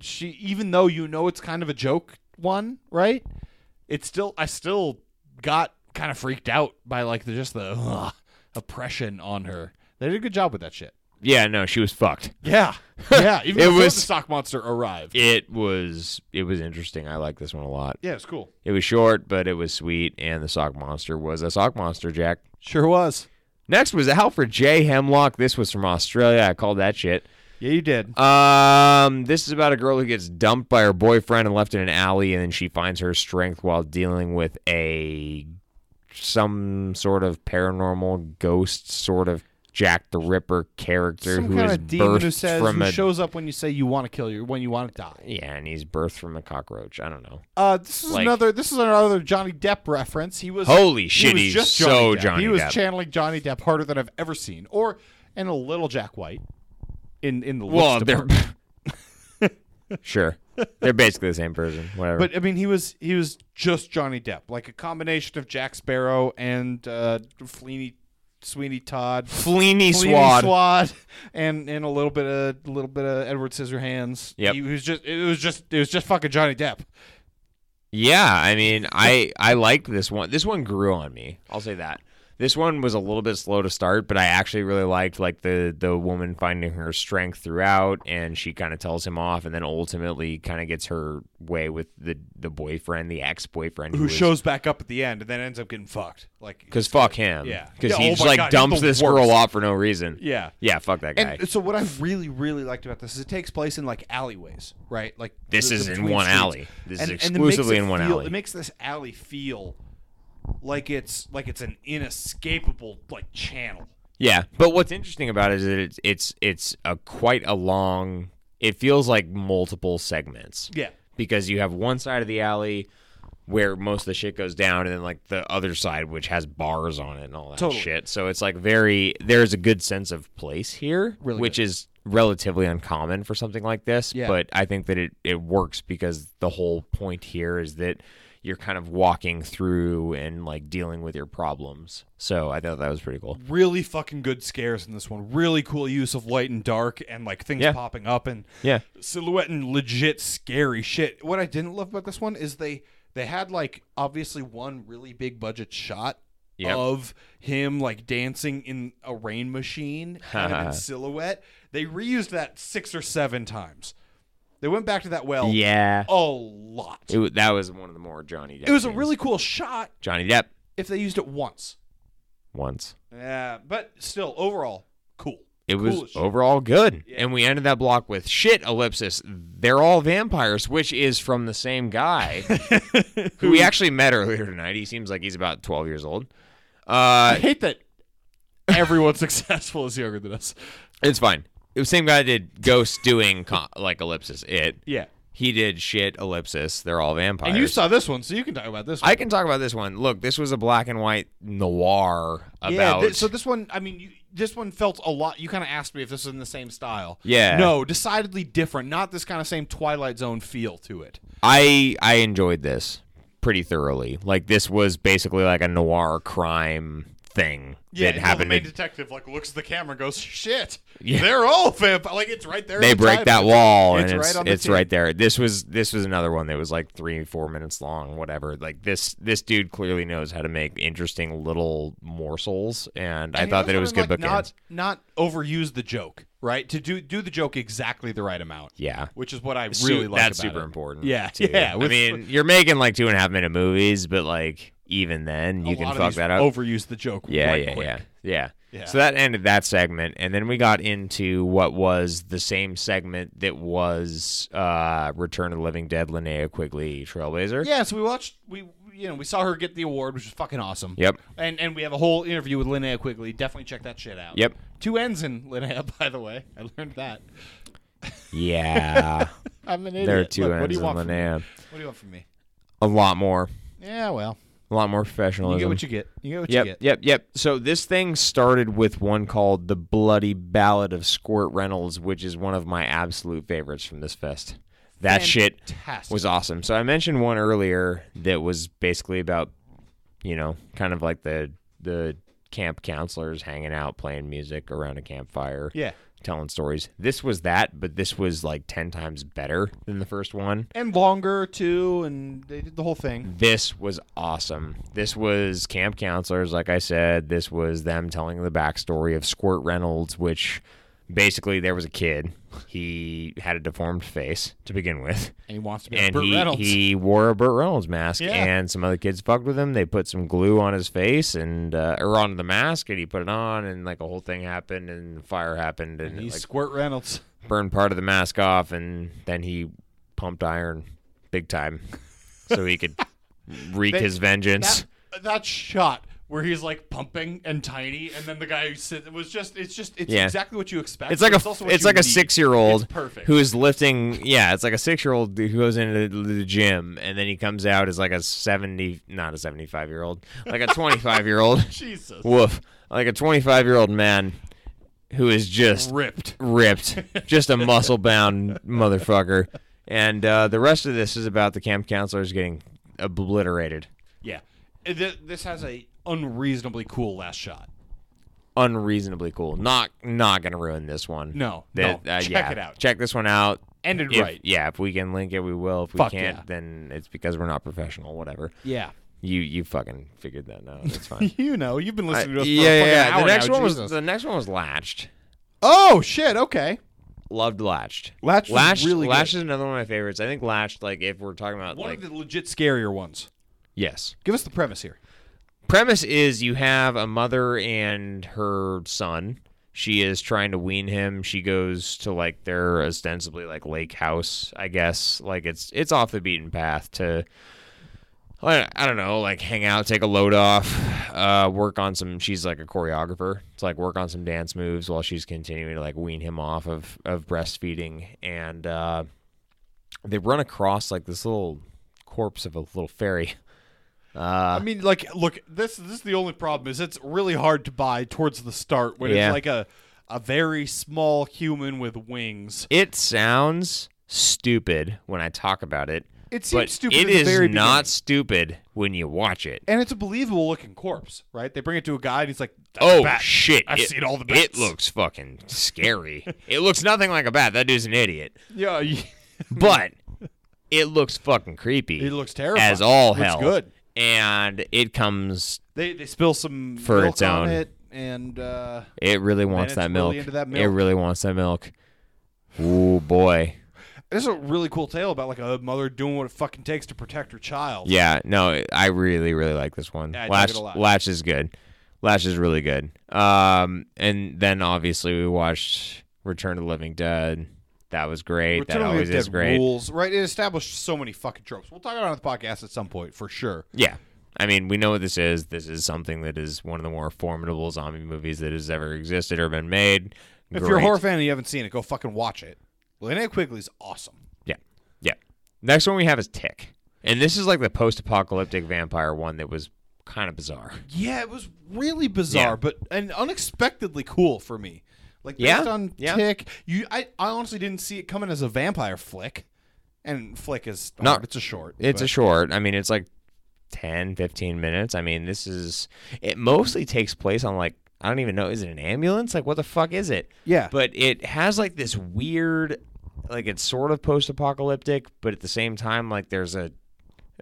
B: she even though you know it's kind of a joke one, right? It's still I still got kind of freaked out by like the, just the ugh, oppression on her. They did a good job with that shit.
C: Yeah, no, she was fucked.
B: Yeah, yeah. Even
C: It
B: before
C: was-
B: the sock monster arrived.
C: It was it was interesting. I like this one a lot.
B: yeah, it's cool.
C: It was short, but it was sweet, and the sock monster was a sock monster, Jack.
B: Sure was.
C: Next was Alfred J. Hemlock. This was from Australia. I called that shit.
B: Yeah, you did.
C: Um, this is about a girl who gets dumped by her boyfriend and left in an alley, and then she finds her strength while dealing with a some sort of paranormal ghost, sort of Jack the Ripper character
B: Some
C: who
B: kind
C: is
B: of demon who
C: birthed
B: says
C: from
B: who
C: a
B: shows up when you say you want to kill you when you want to die.
C: yeah, and he's birthed from a cockroach. I don't know.
B: Uh, this is
C: Like-
B: another. This is another Johnny Depp reference. He was
C: Holy shit,
B: He was
C: he's
B: just Johnny
C: so
B: Depp.
C: Johnny
B: He was
C: Depp.
B: channeling Johnny Depp harder than I've ever seen, or and a little Jack White. In in the
C: Well,
B: looks
C: they're
B: department.
C: sure they're basically the same person. Whatever.
B: But I mean, he was he was just Johnny Depp, like a combination of Jack Sparrow and uh, Fleeny, Sweeney Todd,
C: Fleeny
B: Fleeny
C: Swad.
B: Swad, and and a little bit of a little bit of Edward Scissorhands.
C: Yep.
B: he was just it was just it was just fucking Johnny Depp.
C: Yeah, I mean, I I liked this one. This one grew on me. I'll say that. This one was a little bit slow to start, but I actually really liked like the the woman finding her strength throughout, and she kind of tells him off, and then ultimately kind of gets her way with the the boyfriend, the ex boyfriend
B: who shows back up at the end and then ends up getting fucked. Like
C: because fuck him,
B: Yeah.
C: because
B: Yeah,
C: he
B: oh
C: just
B: my
C: like
B: God, he's
C: dumps
B: the
C: this
B: worst.
C: girl off for no reason.
B: Yeah.
C: yeah, fuck that guy.
B: And so what I really, really liked about this is it takes place in like alleyways, right? Like
C: This is in
B: between
C: one
B: streets.
C: alley. This
B: And- and
C: is
B: it makes
C: exclusively
B: it
C: in one
B: feel-
C: alley.
B: It makes this alley feel like it's like it's an inescapable like channel.
C: Yeah, but what's interesting about it is that it's it's it's a quite a long. It feels like multiple segments.
B: Yeah.
C: because you have one side of the alley where most of the shit goes down, and then like the other side which has bars on it and all that
B: Totally.
C: shit. So it's like very there's a good sense of place here,
B: Really
C: which is relatively uncommon for something like this.
B: Yeah.
C: but I think that it it works because the whole point here is that. You're kind of walking through and like dealing with your problems. So I thought that was pretty cool.
B: Really fucking good scares in this one. Really cool use of light and dark and like things
C: Yeah.
B: popping up and
C: Yeah.
B: silhouette and legit scary shit. What I didn't love about this one is they they had like obviously one really big budget shot
C: Yep.
B: of him like dancing in a rain machine kind of in silhouette. They reused that six or seven times. They went back to that well
C: Yeah.
B: a lot.
C: It, wa- that was one of the more Johnny Depp.
B: Oh. It was a
C: things.
B: really cool shot
C: Johnny Depp
B: if they used it once.
C: once.
B: Yeah, but still overall cool.
C: It
B: Cool
C: was
B: as shit.
C: overall good, and we ended that block with shit ellipsis. They're all vampires, which is from the same guy who we actually met earlier tonight. He seems like he's about twelve years old.
A: I
C: Uh,
A: hate that
B: Everyone successful is younger than us.
C: it's fine. It was the same guy that did Ghost doing co- like ellipsis. It
B: Yeah.
C: he did shit ellipsis. They're all vampires.
B: And you saw this one, so you can talk about this one.
C: I can talk about this one. Look, this was a black and white noir about.
B: Yeah, thi- so this one, I mean, you, this one felt a lot. You kind of asked me if this was in the same style.
C: Yeah.
B: No, decidedly different. Not this kind of same Twilight Zone feel to it.
C: I I enjoyed this pretty thoroughly. Like this was basically like a noir crime thing that happened.
A: the main
C: to-
A: detective like looks at the camera and goes, "Shit,
C: Yeah.
A: they're all vampire." Like it's right there. in
C: they
A: the
C: break that
A: title.
C: wall
A: It's
C: and
A: right
C: it's
A: on the
C: it's
A: tin.
C: right there. This was this was another one that was like three four minutes long, whatever. Like this this dude clearly knows how to make interesting little morsels, and, I
B: And
C: thought that it
B: also,
C: was good
B: like,
C: bookends.
B: Not not overuse the joke, right? To do do the joke exactly the right amount.
C: yeah.
B: Which is what I
C: Su-
B: really like.
C: that's
B: about
C: super
B: it.
C: important.
B: Yeah,
C: too.
B: yeah,
C: I
B: with-
C: mean, you're making like two and a half minute movies, but like even then,
B: A
C: you can
B: lot of
C: fuck
B: these
C: that up.
B: Overuse the joke.
C: Yeah,
B: right
C: yeah,
B: quick.
C: yeah, yeah,
B: Yeah.
C: So that ended that segment, and then we got into what was the same segment that was uh, Return of the Living Dead, Linnea Quigley, Trailblazer.
B: Yeah, so we watched we you know we saw her get the award, which was fucking awesome.
C: Yep.
B: And and we have a whole interview with Linnea Quigley. Definitely check that shit out.
C: Yep.
B: Two ends in Linnea, by the way. I learned that.
C: Yeah,
B: I'm an idiot.
C: there are two
B: Look,
C: ends
B: what do you
C: in
B: want? From me?
C: Linnea.
B: What do you want from me?
C: A lot more,
B: Yeah, well,
C: a lot more professionalism.
B: you get what you get. You get what
C: Yep,
B: you get.
C: yep, yep. So this thing started with one called "The Bloody Ballad of Squirt Reynolds," which is one of my absolute favorites from this fest. That shit
B: Fantastic.
C: was awesome. So I mentioned one earlier that was basically about, you know, kind of like the the camp counselors hanging out, playing music around a campfire,
B: Yeah.
C: telling stories. This was that, but this was like ten times better than the first one.
B: And longer too, and they did the whole thing.
C: This was awesome. This was camp counselors, like I said. This was them telling the backstory of Squirt Reynolds, which basically there was a kid. He had a deformed face to begin with,
B: And he wants to be like
C: and
B: Burt
C: he,
B: Reynolds.
C: he wore a Burt Reynolds mask.
B: Yeah.
C: And some other kids fucked with him. They put some glue on his face and uh, or on the mask, and he put it on, and like a whole thing happened, and fire happened, and,
B: He's
C: like
B: Squirt Reynolds.
C: burned part of the mask off, and then he pumped iron big time so he could wreak his vengeance.
A: That,
B: Uh,
A: that shot where he's like pumping and tiny, and then the guy who sit it was just it's just it's
C: Yeah.
A: exactly what you expect.
C: it's like
A: but
C: a
A: also
C: it's,
A: what you
C: like a
A: need.
C: six year old
A: It's perfect.
C: who is lifting. Yeah, it's like a six year old who goes into the, the gym and then he comes out as like a seventy, not a seventy five year old, like a twenty five year old.
A: Jesus
C: Woof, like a twenty five year old man who is just
A: ripped.
C: ripped, just a muscle bound motherfucker. And uh, the rest of this is about the camp counselors getting obliterated,
B: Yeah. And thi- This has a unreasonably cool last shot.
C: unreasonably cool. Not not gonna ruin this one.
B: No,
C: That-
B: no.
C: uh,
B: Check
C: yeah.
B: it out.
C: Check this one out.
B: Ended
C: If-
B: right.
C: Yeah, if we can link it, we will. If we
B: Fuck
C: can't,
B: yeah.
C: then it's because we're not professional. Whatever.
B: Yeah.
C: You you fucking figured that out. That's fine.
B: You know, you've been
C: I-
B: listening to us. for a
C: yeah, yeah,
B: fucking
C: yeah. The
B: hour
C: next
B: now,
C: one was
B: Jesus.
C: the next one was Latched.
B: Oh shit! Okay.
C: Loved Latched.
B: Latched was
C: Latched,
B: really good.
C: Latched is another one of my favorites. I think Latched, like if we're talking about
E: One
C: like
E: of the legit scarier ones.
C: yes,
B: Give us the premise here.
C: premise is you have a mother and her son. She is trying to wean him. She goes to like their ostensibly like lake house, I guess. Like it's it's off the beaten path to I I don't know, like hang out, take a load off, uh, work on some. She's like a choreographer. It's like work on some dance moves while she's continuing to like wean him off of of breastfeeding. And uh, they run across like this little corpse of a little fairy. Uh.
B: I mean, like, look, this this is the only problem is it's really hard to buy towards the start when
C: Yeah.
B: it's like a a very small human with wings.
C: It sounds stupid when I talk about it.
B: It seems
C: but
B: stupid
C: It
B: at the
C: is
B: very
C: not
B: beginning.
C: stupid when you watch it.
B: And it's a believable looking corpse, right? They bring it to a guy and he's like, "That's a
C: Oh
B: bat."
C: shit!
B: I've
C: it,
B: seen all the
C: It
B: bats.
C: looks fucking scary. it looks nothing like a bat. That dude's an idiot.
B: Yeah, y-
C: But it looks fucking creepy.
B: Hmm. it looks terrifying.
C: as all
B: Looks
C: hell.
B: good.
C: And it comes.
B: They they spill some
C: For
B: milk
C: its
B: on
C: own.
B: it, and uh,
C: It really wants
B: it's
C: that
B: really
C: milk.
B: into that
C: It
B: milk.
C: really wants that milk. Ooh boy.
B: there's a really cool tale about like a mother doing what it fucking takes to protect her child.
C: Yeah, no, I really, really like this one.
B: Yeah, I dig
C: Latch,
B: it a lot.
C: Latch is good. Latch is really good. Um, and then obviously we watched Return to the Living Dead. That was great.
B: Return
C: that
B: of the
C: always
B: Dead
C: is great.
B: rules, right? It established so many fucking tropes. We'll talk about it on the podcast at some point for sure.
C: Yeah. I mean, we know what this is. This is something that is one of the more formidable zombie movies that has ever existed or been made.
B: If you're a
C: Great.
B: horror fan and you haven't seen it, go fucking watch it. Linnea Quigley's awesome.
C: Yeah. Yeah. Next one we have is Tick. And this is like the post apocalyptic vampire one that was kind of bizarre.
B: Yeah, it was really bizarre,
C: Yeah.
B: but and unexpectedly cool for me. Like based
C: Yeah,
B: on
C: yeah.
B: Tick, you I, I honestly didn't see it coming as a vampire flick, and flick is
C: No,
B: hard. it's a short.
C: It's a
B: but-
C: short. I mean, it's like 10, 15 minutes. I mean, this is. It mostly takes place on like. I don't even know. Is it an ambulance? Like, what the fuck is it?
B: Yeah.
C: But it has like this weird. Like, it's sort of post apocalyptic, but at the same time, like, there's a.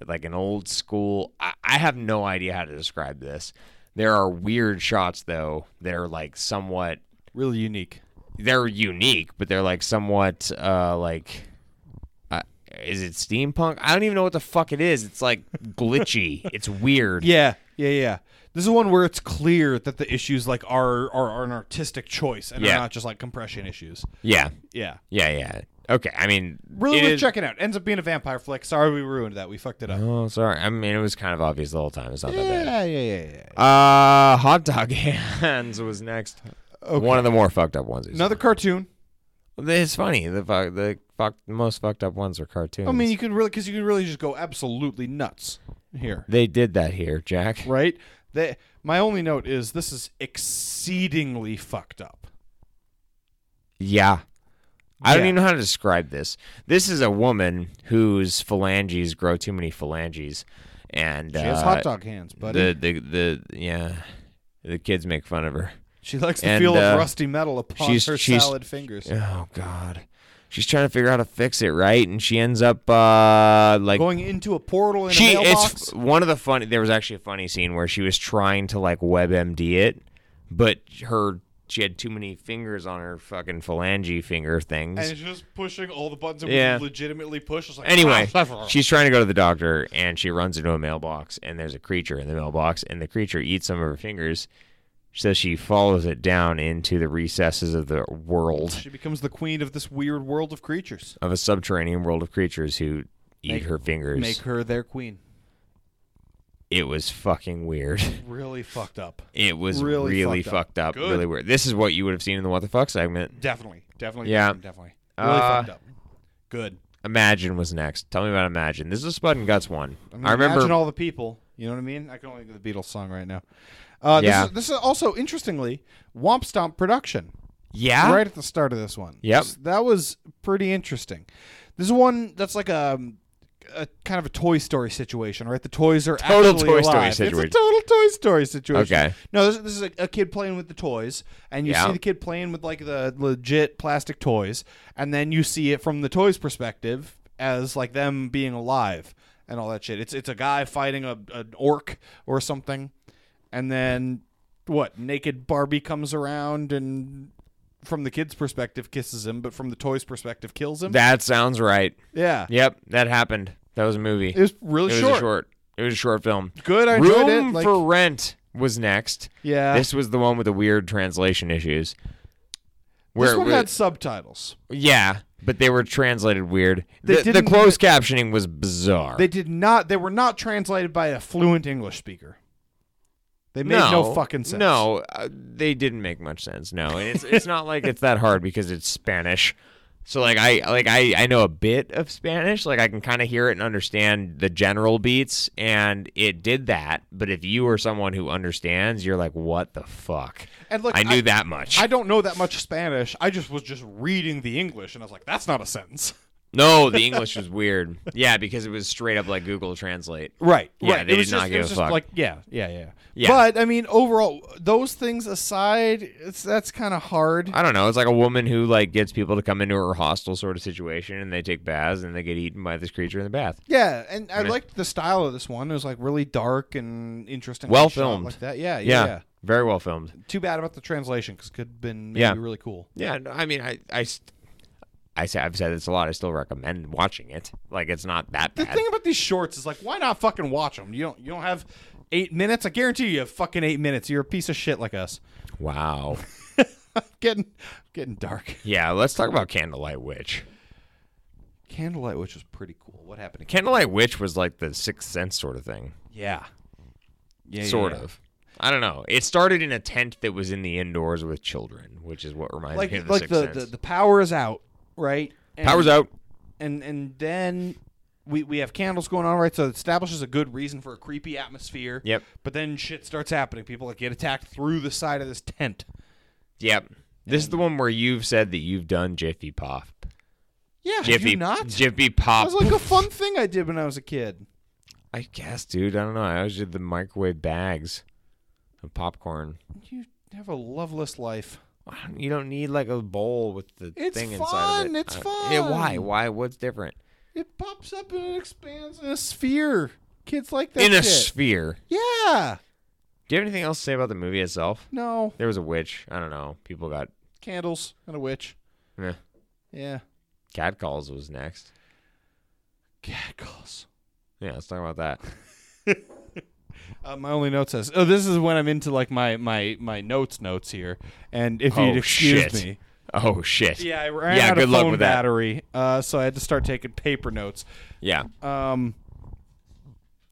C: Like an old school. I, I have no idea how to describe this. There are weird shots, though, that are like somewhat.
B: really unique.
C: They're unique, but they're like somewhat uh, like uh, is it steampunk? I don't even know what the fuck it is. It's like glitchy. it's weird.
B: Yeah, yeah, yeah. This is one where it's clear that the issues like are are, are an artistic choice and
C: Yeah.
B: are not just like compression issues.
C: yeah,
B: Yeah,
C: yeah, yeah. Okay, I mean,
B: really
C: it
B: worth
C: is-
B: checking out. Ends up being a vampire flick. Sorry, we ruined that. We fucked it up.
C: Oh, sorry. I mean, it was kind of obvious the whole time. It's not that bad.
B: Yeah, yeah, yeah, yeah.
C: Uh, hot dog hands was next. One of the more fucked up ones.
B: Another cartoon.
C: It's funny. The fuck, the fuck, most fucked up ones are cartoons.
B: I mean, you can really because you can really just go absolutely nuts here,
C: they did that here, Jack.
B: right? They, my only note is this is exceedingly fucked up.
C: Yeah. I don't
B: Yeah.
C: even know how to describe this. This is a woman whose phalanges grow too many phalanges, and
B: She has
C: uh,
B: hot dog hands, buddy.
C: the, the the yeah, the kids make fun of her.
B: she likes the
C: and,
B: feel
C: uh,
B: of rusty metal upon
C: she's-
B: her
C: she's-
B: salad fingers.
C: Oh God, she's trying to figure out how to fix it, right? And she ends up uh like
B: Going into a portal in
C: she
B: a mailbox.
C: it's f- one of the funny. There was actually a funny scene where she was trying to like WebMD it, but her she had too many fingers on her fucking phalange finger things.
B: and she's just pushing all the buttons that
C: Yeah.
B: we could legitimately push. It's like,
C: Anyway,
B: "Ah,
C: she's trying to go to the doctor and she runs into a mailbox and there's a creature in the mailbox and the creature eats some of her fingers. So she follows it down into the recesses of the world
B: she becomes the queen of this weird world of creatures.
C: of a subterranean world of creatures who eat
B: Make-
C: her fingers.
B: Make her their queen.
C: It was fucking weird.
B: Really fucked up.
C: It was really,
B: Really
C: fucked up,
B: fucked Good.
C: really weird. This is what you would have seen in the what the fuck segment.
B: Definitely, definitely,
C: Yeah.
B: definitely, definitely. Really
C: Uh,
B: fucked up. Good.
C: Imagine was next. Tell me about Imagine. This is a Spud and Guts one. I,
B: mean,
C: remember.
B: imagine all the people. You know what I mean? I can only think of the Beatles song right now. Uh,
C: Yeah.
B: This is, this is also interestingly Womp Stomp production
C: yeah.
B: right at the start of this one.
C: Yep.
B: This- that was pretty interesting. This is one that's like a, a kind of a Toy Story situation, right? The toys are
C: Total
B: actually
C: Toy Story
B: alive.
C: situation.
B: It's a total Toy Story situation.
C: Okay.
B: No, this, this is a, a kid playing with the toys, and you
C: Yeah.
B: see the kid playing with like the legit plastic toys, and then you see it from the toys' perspective as like them being alive. and all that shit. It's it's a guy fighting a an orc or something, and then what? Naked Barbie comes around and from the kid's perspective kisses him, but from the toy's perspective kills him.
C: That sounds right.
B: yeah,
C: Yep, that happened. That was a movie.
B: it was really
C: It was
B: short.
C: a short. It was a short film.
B: Good, I enjoyed
C: Room
B: it. Like,
C: for Rent was next.
B: yeah,
C: This was the one with the weird translation issues. Where
B: this one
C: it wa-
B: had subtitles.
C: yeah, but they were translated weird. The, the
B: didn't-
C: closed captioning was bizarre.
B: They did not. They were not translated by a fluent English speaker. They made no, fucking sense.
C: No, uh, they didn't make much sense. No, and it's it's not like it's that hard because it's Spanish. So like I like I I know a bit of Spanish. Like I can kind of hear it and understand the general beats, and it did that. But if you are someone who understands, you're like, what the fuck?
B: And look,
C: I knew
B: I-
C: that much.
B: I don't know that much Spanish. I just was just reading the English, and I was like, "That's not a sentence."
C: no, the English was weird. Yeah, because it was straight up like Google Translate.
B: Right.
C: Yeah,
B: right.
C: they
B: it was
C: did not
B: just, it
C: give
B: was
C: a
B: just
C: fuck.
B: Like, yeah, yeah, yeah,
C: Yeah.
B: But I mean, overall, those things aside, it's that's kind of hard.
C: I don't know. It's like a woman who like gets people to come into her hostel sort of situation, and they take baths, and they get eaten by this creature in the bath.
B: Yeah, and I
C: Meh.
B: liked the style of this one. It was like really dark and interesting,
C: Well
B: shot
C: filmed.
B: like that. Yeah, yeah, yeah.
C: very well filmed.
B: Too bad about the translation because could have been maybe
C: Yeah.
B: really cool.
C: Yeah, no, I mean, I, I, st- I say I've said this a lot. I still recommend watching it. Like, it's not that
B: The
C: bad.
B: thing about these shorts is like, why not fucking watch them? You don't you don't have eight minutes. I guarantee you have fucking eight minutes. You're a piece of shit like us.
C: wow.
B: Getting getting dark.
C: Yeah, let's talk about Candlelight Witch.
B: Candlelight, which was pretty cool. What happened? To
C: Candlelight Witch was like the sixth sense sort of thing.
B: yeah, yeah,
C: sort
B: yeah.
C: of. I don't know. It started in a tent that was in the indoors with children, which is what reminded
B: Like
C: me of the
B: like
C: sixth
B: the, the
C: sense.
B: the power is out, right? And,
C: Powers out.
B: and and then. We, we have candles going on, right? So it establishes a good reason for a creepy atmosphere.
C: Yep.
B: But then shit starts happening. People like get attacked through the side of this tent.
C: Yep. This is the one where you've said that you've done Jiffy Pop.
B: Yeah, have
C: Jiffy
B: you not?
C: Jiffy
B: That
C: Pop.
B: was like a fun thing I did when I was a kid.
C: I guess, dude. I don't know. I always did the microwave bags of popcorn.
B: You have a loveless life.
C: I don't- You don't need like a bowl with the
B: It's
C: thing inside of
B: fun,
C: it.
B: it's
C: I don't- Yeah, why?
B: fun.
C: Why? What's different?
B: It pops up and it expands in a sphere. Kids like that
C: In a
B: shit.
C: sphere.
B: yeah.
C: Do you have anything else to say about the movie itself?
B: No.
C: There was a witch. I don't know. People got
B: Candles and a witch.
C: eh.
B: Yeah.
C: catcalls was next.
B: Cackles.
C: Yeah, let's talk about that.
B: Uh, my only note says, "Oh, this is when I'm into like my my my notes notes here." And if
C: Oh,
B: you'd excuse
C: shit.
B: me,
C: Oh shit.
B: yeah, I ran
C: Yeah,
B: out
C: good
B: of
C: luck
B: phone
C: with that.
B: battery, uh, so I had to start taking paper notes.
C: Yeah.
B: Um,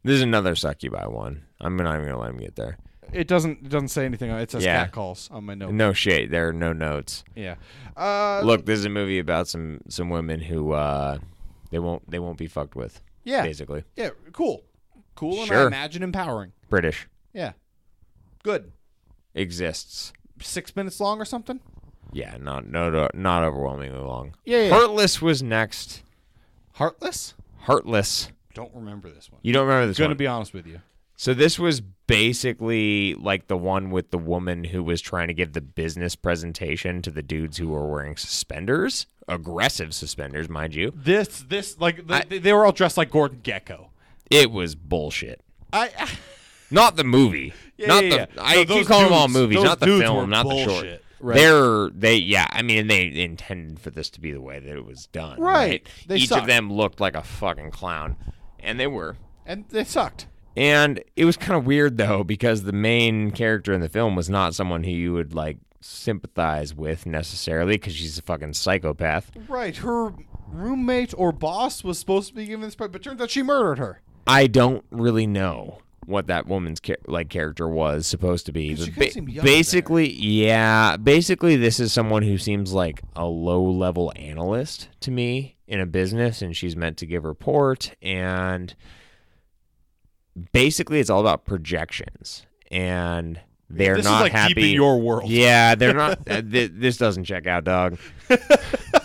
C: This is another succubi one. I'm not even gonna let him get there.
B: it doesn't it doesn't say anything. on It It says
C: Yeah.
B: cat calls on my note.
C: No shade. There are no notes.
B: Yeah. Uh,
C: Look, this is a movie about some some women who uh they won't they won't be fucked with.
B: Yeah.
C: Basically.
B: Yeah. Cool. Cool, and I
C: Sure.
B: imagine empowering.
C: British.
B: Yeah. Good.
C: Exists.
B: Six minutes long or something.
C: Yeah, not no not overwhelmingly long.
B: Yeah, yeah.
C: Heartless was next.
B: Heartless.
C: Heartless.
B: Don't remember this one.
C: You don't remember this
B: Gonna
C: one.
B: be honest with you.
C: so this was basically like the one with the woman who was trying to give the business presentation to the dudes who were wearing suspenders, aggressive suspenders, mind you.
B: This this like the, they were all dressed like Gordon Gecko.
C: It was bullshit.
B: I
C: Not the movie. not
B: yeah,
C: the.
B: yeah.
C: I
B: No,
C: keep
B: those
C: calling them all
B: dudes-
C: movies,
B: those
C: not the
B: dudes were
C: film, not the short.
B: bullshit, right.
C: They're they yeah. I mean, they intended for this to be the way that it was done. Right.
B: Right. They
C: Each
B: suck.
C: of them looked like a fucking clown, and they were.
B: and they sucked.
C: And it was kind of weird though because the main character in the film was not someone who you would like sympathize with necessarily because she's a fucking psychopath.
B: Right. Her roommate or boss was supposed to be given this, but turns out she murdered her.
C: I don't really know what that woman's cha- like character was supposed to be.
B: Because
C: but
B: she kinda seemed young
C: basically, yeah, basically this is someone who seems like a low-level analyst to me in a business and she's meant to give report and basically it's all about projections and they're
B: This is
C: not
B: like
C: happy
B: deep in your world.
C: Yeah, they're not uh, th- this doesn't check out, dog.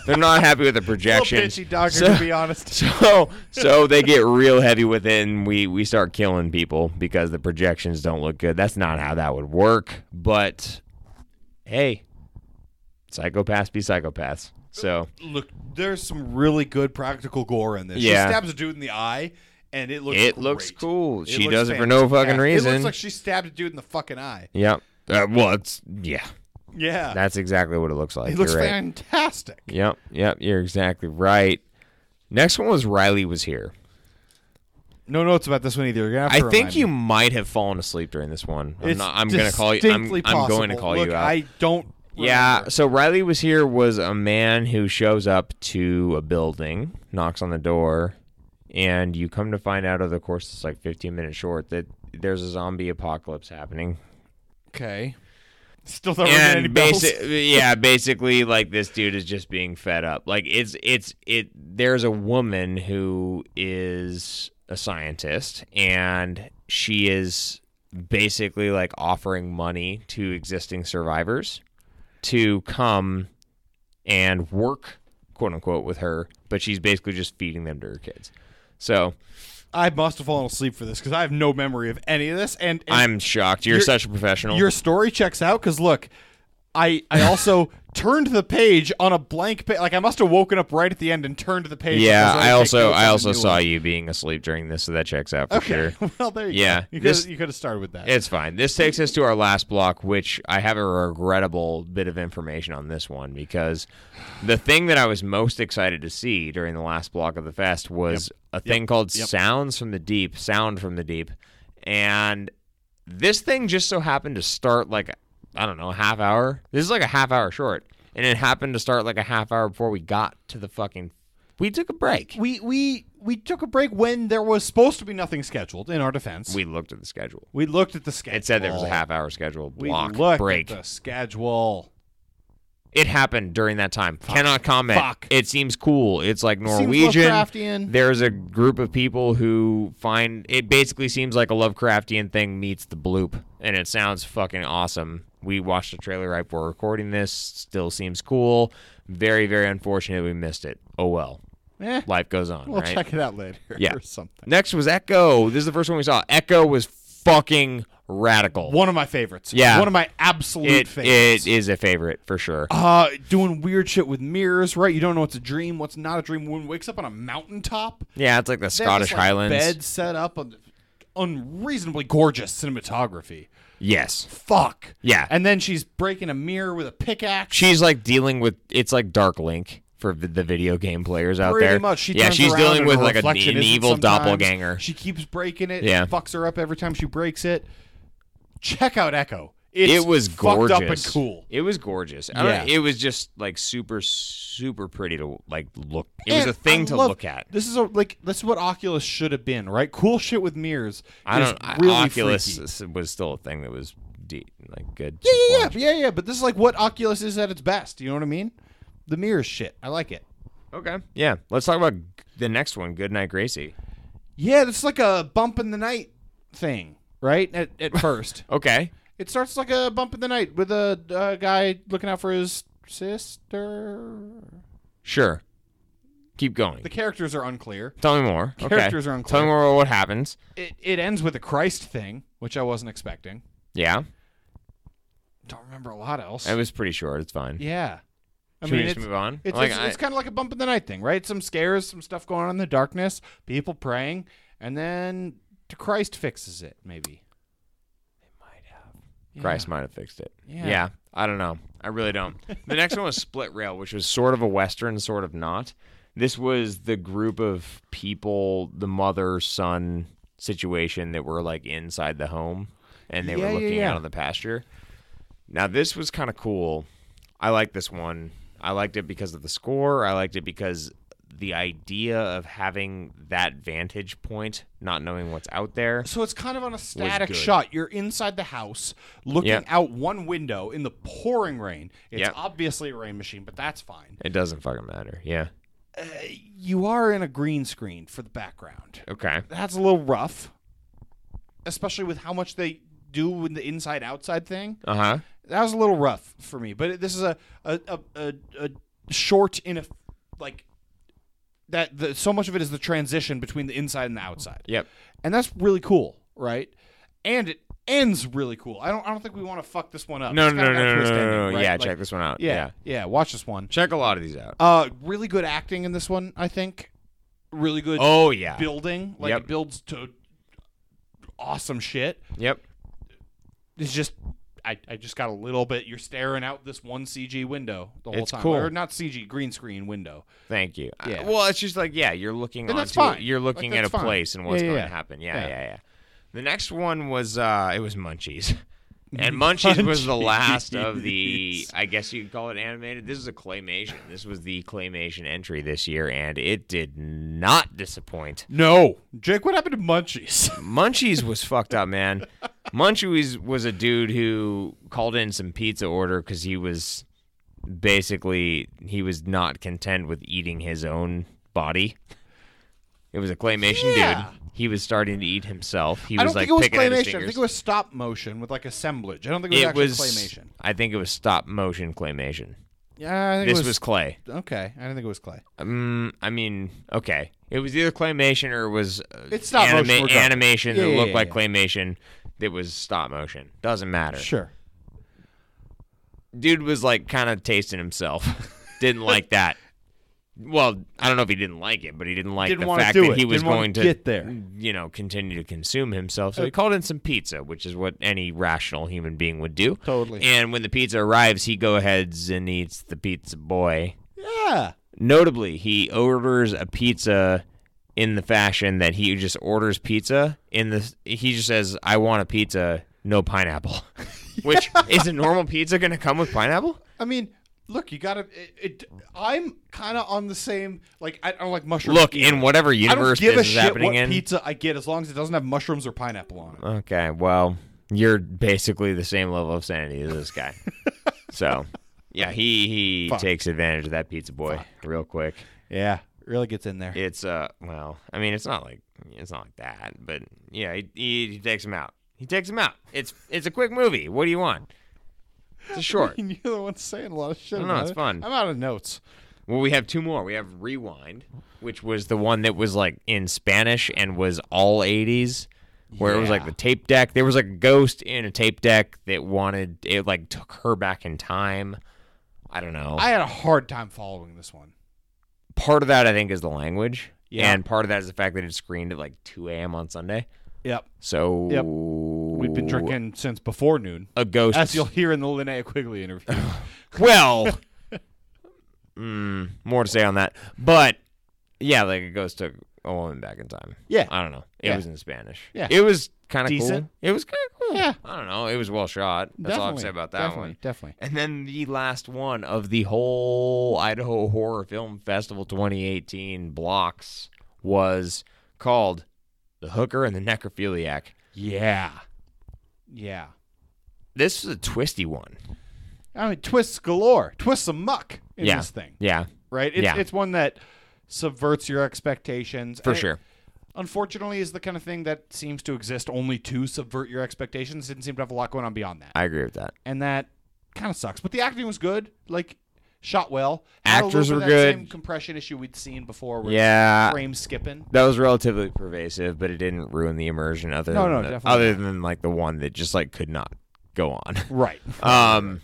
C: they're not happy with the projection.
B: bitchy doctor,
C: So-
B: to be honest.
C: so Oh, so they get real heavy with it, and we we start killing people because the projections don't look good. That's not how that would work. But hey, psychopaths be psychopaths. So
B: Look, there's some really good practical gore in this.
C: Yeah.
B: She stabs a dude in the eye,
F: and it looks
C: It looks
F: great.
C: cool.
F: It
C: she
F: looks
C: does it for no fucking
F: fantastic.
C: reason.
F: It looks like she stabbed a dude in the fucking eye.
C: Yep. Uh, well, it's yeah.
F: Yeah,
C: That's exactly what it looks like.
F: it looks
C: You're right.
F: fantastic.
C: Yep. Yep. You're exactly right. Next one was Riley was here.
B: No notes about this one either. You're gonna have to
C: I think
B: remind
C: you
B: Me.
C: might have fallen asleep during this one. I'm,
F: It's
C: not, I'm gonna call you. I'm,
F: distinctly
C: I'm going to
F: possible.
C: call
F: Look,
C: you out.
F: I don't.
C: Yeah, so Riley was here was a man who shows up to a building, knocks on the door, and you come to find out over the course it's like 15 minutes short that there's a zombie apocalypse happening.
B: Okay. Still don't remember any
C: And
B: bells.
C: basic yeah, basically like this dude is just being fed up. Like it's it's it there's a woman who is a scientist and she is basically like offering money to existing survivors to come and work, quote unquote, with her, but she's basically just feeding them to her kids. So
B: I must have fallen asleep for this because I have no memory of any of this. And, and
C: I'm shocked. You're,
B: You're-
C: such a professional.
B: your story checks out because look, I I also turned the page on a blank page. Like I must have woken up right at the end and turned the page.
C: yeah,
B: because
C: I
B: didn't
C: also
B: take notes
C: I
B: on the
C: also
B: new
C: saw
B: one.
C: you being asleep during this, so that checks out for
B: Okay.
C: sure.
B: Well, there you
C: Yeah,
B: go. You
C: this-
B: could you could have started with that.
C: It's fine. This takes us to our last block, which I have a regrettable bit of information on this one because the thing that I was most excited to see during the last block of the fest was a thing called Sounds from the Deep, Sound from the Deep. And this thing just so happened to start like, I don't know, a half hour. This is like a half hour short. And it happened to start like a half hour before we got to the fucking. We took a break.
B: we we we took a break when there was supposed to be nothing scheduled. In our defense,
C: We looked at the schedule.
B: we looked at the schedule.
C: It said there was a half hour schedule
B: Oh. We
C: block
B: looked
C: break.
B: at the schedule.
C: It happened during that time. Cannot comment.
B: Fuck.
C: It seems cool. It's like
B: Lovecraftian.
C: Norwegian. There's a group of people who find it basically seems like a Lovecraftian thing meets the bloop, and it sounds fucking awesome. We watched the trailer right before recording this. Still seems cool. Very, very unfortunate we missed it. Oh well.
B: Eh.
C: Life goes on,
B: We'll
C: right?
B: check it out later
C: Yeah.
B: or something.
C: Next was Echo. This is the first one we saw. Echo was fucking radical.
B: One of my favorites.
C: Yeah.
B: One of my absolute
C: it,
B: favorites.
C: it is a favorite for sure.
B: uh, doing weird shit with mirrors, right? You don't know what's a dream, what's not a dream. One wakes up on a mountaintop.
C: yeah, it's like the
B: They have this,
C: Scottish
B: like,
C: Highlands.
B: Bed set up. On, unreasonably gorgeous cinematography.
C: Yes.
B: Fuck.
C: Yeah.
B: And then she's breaking a mirror with a pickaxe.
C: she's like dealing with it's like Dark Link for vi- the video game players out
B: Pretty
C: there.
B: much. She
C: yeah,
B: turns
C: she's
B: around
C: dealing
B: and
C: with
B: her
C: like a,
B: reflection
C: an
B: isn't
C: evil
B: sometimes.
C: doppelganger.
B: She keeps breaking it.
C: Yeah.
B: It fucks her up every time she breaks it. Check out Echo. It's
C: it was gorgeous.
B: Fucked up and cool.
C: It was gorgeous. I don't-
B: Yeah.
C: it was just like super, super pretty to like look. It
B: And
C: was a thing
B: I
C: to
B: love-
C: look at.
B: This is a, like this is what Oculus should have been, right? Cool shit with mirrors.
C: I
B: is
C: don't. I-
B: Really
C: Oculus
B: freaky.
C: s- was still a thing that was deep, like good.
B: Yeah, yeah, yeah, yeah, yeah. But this is like what Oculus is at its best. You know what I mean? The mirror shit. I like it.
C: Okay. Yeah. Let's talk about g- the next one. Good night, Gracie.
B: Yeah, it's like a bump in the night thing, right? At, at first,
C: Okay.
B: it starts like a bump in the night with a uh, guy looking out for his sister.
C: Sure. Keep going.
B: The characters are unclear.
C: Tell me more. Okay.
B: Characters are
C: Tell
B: unclear.
C: me more about what happens.
B: It it ends with a Christ thing, which I wasn't expecting.
C: Yeah.
B: Don't remember a lot else.
C: I was pretty sure. It's fine.
B: Yeah. I
C: Should
B: mean,
C: we just
B: it's,
C: move on?
B: it's,
C: Like,
B: it's,
C: I-
B: kind of like a bump in the night thing, right? Some scares, some stuff going on in the darkness, people praying, and then to Christ fixes it, maybe. They might have.
C: Christ might have fixed it.
B: Yeah.
C: Yeah. I don't know. I really don't. The next one was Split Rail, which was sort of a Western, sort of not. This was the group of people, the mother son situation that were like inside the home and they
B: Yeah,
C: were
B: yeah,
C: looking
B: yeah.
C: out on the pasture. Now, this was kind of cool. I like this one. I liked it because of the score. I liked it because the idea of having that vantage point, not knowing what's out there.
B: So it's kind of on a static
C: good.
B: shot. You're inside the house, looking
C: Yeah.
B: out one window in the pouring rain. It's
C: Yeah.
B: obviously a rain machine, but that's fine.
C: It doesn't fucking matter. Yeah.
B: You are in a green screen for the background.
C: Okay.
B: That's a little rough, especially with how much they do with the inside outside thing.
C: Uh huh.
B: that was a little rough for me. But this is a a a, a, a short in a like that. The, so much of it is the transition between the inside and the outside.
C: Yep.
B: and that's really cool, right? And it ends really cool. I don't I don't think we want to fuck this one up.
C: No,
B: It's
C: no,
B: got a
C: no,
B: nice
C: no, no,
B: twist
C: no,
B: ending,
C: no, no.
B: right?
C: Yeah,
B: Like,
C: check this one out.
B: Yeah, yeah, Watch this one.
C: Check a lot of these out.
B: Uh, really good acting in this one. I think really good
C: Oh, yeah.
B: building. Like
C: Yep.
B: it builds to awesome shit.
C: Yep.
B: It's just I, I just got a little bit you're staring out this one CG window the whole
C: It's
B: time.
C: cool.
B: Or not CG, green screen window.
C: Thank you. I-
B: Yeah.
C: well, it's just like yeah, you're looking
B: And that's
C: onto it-
B: fine.
C: you're
B: Like,
C: looking at
B: that's
C: a
B: fine.
C: place and what's
B: Yeah, yeah,
C: going
B: yeah.
C: to happen. Yeah, yeah,
B: Yeah.
C: yeah, The next one was uh it was Munchies. And Munchies was the last of the I guess you'd call it animated. This is a claymation. This was the claymation entry this year and it did not disappoint.
B: No. Jake, what happened to Munchies?
C: Munchies was fucked up, man. Munchies was a dude who called in some pizza order cuz he was basically he was not content with eating his own body. It was a claymation
B: Yeah.
C: dude. He was starting to eat himself. He
B: I
C: was
B: don't
C: like
B: think it was
C: picking at his
B: claymation. I
C: fingers.
B: think it was stop motion with like assemblage. I don't think it was
C: It
B: actually
C: was-
B: claymation.
C: I think it was stop motion claymation.
B: Yeah, I think
C: This
B: it
C: was, clay.
B: okay. I don't think it was clay.
C: Um, I mean, okay. It was either claymation or it was uh,
B: It's stop motion, we're done.
C: animation that
B: Yeah, yeah,
C: looked
B: yeah,
C: like
B: yeah.
C: claymation. That was stop motion. Doesn't matter.
B: Sure.
C: dude was like kind of tasting himself. didn't like that. Well, I don't know if he didn't like it, but he didn't like
B: Didn't
C: the
B: wanna
C: fact
B: do
C: that
B: it.
C: he was
B: Didn't wanna
C: going to
B: get there. Uh,
C: You know, continue to consume himself. So he called in some pizza, which is what any rational human being would do.
B: Totally.
C: And when the pizza arrives, he go aheads and eats the pizza boy.
B: Yeah.
C: Notably, he orders a pizza in the fashion that he just orders pizza in the he just says, "I want a pizza, no pineapple." Which is a normal pizza going to come with pineapple?
B: I mean, look, you gotta. It, it, I'm kind of on the same. Like, I don't like mushrooms.
C: Look, in whatever
B: I don't
C: universe
B: give
C: this
B: a
C: is
B: shit
C: happening
B: what
C: in.
B: pizza I get as long as it doesn't have mushrooms or pineapple on it.
C: Okay, well, you're basically the same level of sanity as this guy. so, yeah, he he takes advantage of that pizza boy real quick.
B: Yeah, really gets in there.
C: It's uh, well, I mean, it's not like it's not like that, but yeah, he, he, he takes him out. He takes him out. It's it's a quick movie. What do you want? It's a short.
B: And You're the one saying a lot of shit.
C: I don't know,
B: about
C: it's
B: it.
C: fun.
B: I'm out of notes.
C: Well, we have two more. We have Rewind, which was the one that was like in Spanish and was all 80s, where it was like the tape deck. There was like a ghost in a tape deck that wanted it, like took her back in time. I don't know.
B: I had a hard time following this one.
C: part of that, I think, is the language.
B: Yeah.
C: And part of that is the fact that it screened at like 2 a.m. on Sunday.
B: Yep.
C: So
B: Yep. We've been drinking since before noon,
C: a ghost.
B: as you'll hear in the Linnea Quigley interview.
C: Well, mm, more to say on that, but yeah, like a ghost took a woman back in time.
B: Yeah.
C: I don't know. It
B: Yeah.
C: was in Spanish.
B: Yeah.
C: it was kind of cool.
B: Decent.
C: It was kind of cool.
B: Yeah.
C: I don't know. It was well shot. That's all I have to say about that
B: definitely,
C: one.
B: Definitely.
C: And then the last one of the whole Idaho Horror Film Festival 2018 blocks was called "The Hooker and the Necrophiliac."
B: Yeah. Yeah.
C: This is a twisty one.
B: I mean, twists galore. Twists a muck in
C: yeah.
B: this thing,
C: Yeah.
B: right? It's,
C: Yeah.
B: it's one that subverts your expectations.
C: For
B: and it
C: sure.
B: unfortunately, is the kind of thing that seems to exist only to subvert your expectations. Didn't seem to have a lot going on beyond that.
C: I agree with that.
B: and that kind of sucks. But the acting was good. Like, shot well. Had a
C: Actors
B: little bit
C: were
B: of that
C: good.
B: Same compression issue we'd seen before. Where
C: Yeah.
B: Frame skipping.
C: That was relatively pervasive, but it didn't ruin the immersion. Other
B: No,
C: than
B: no,
C: the-
B: definitely
C: other than like the one that just like could not go on.
B: Right.
C: um,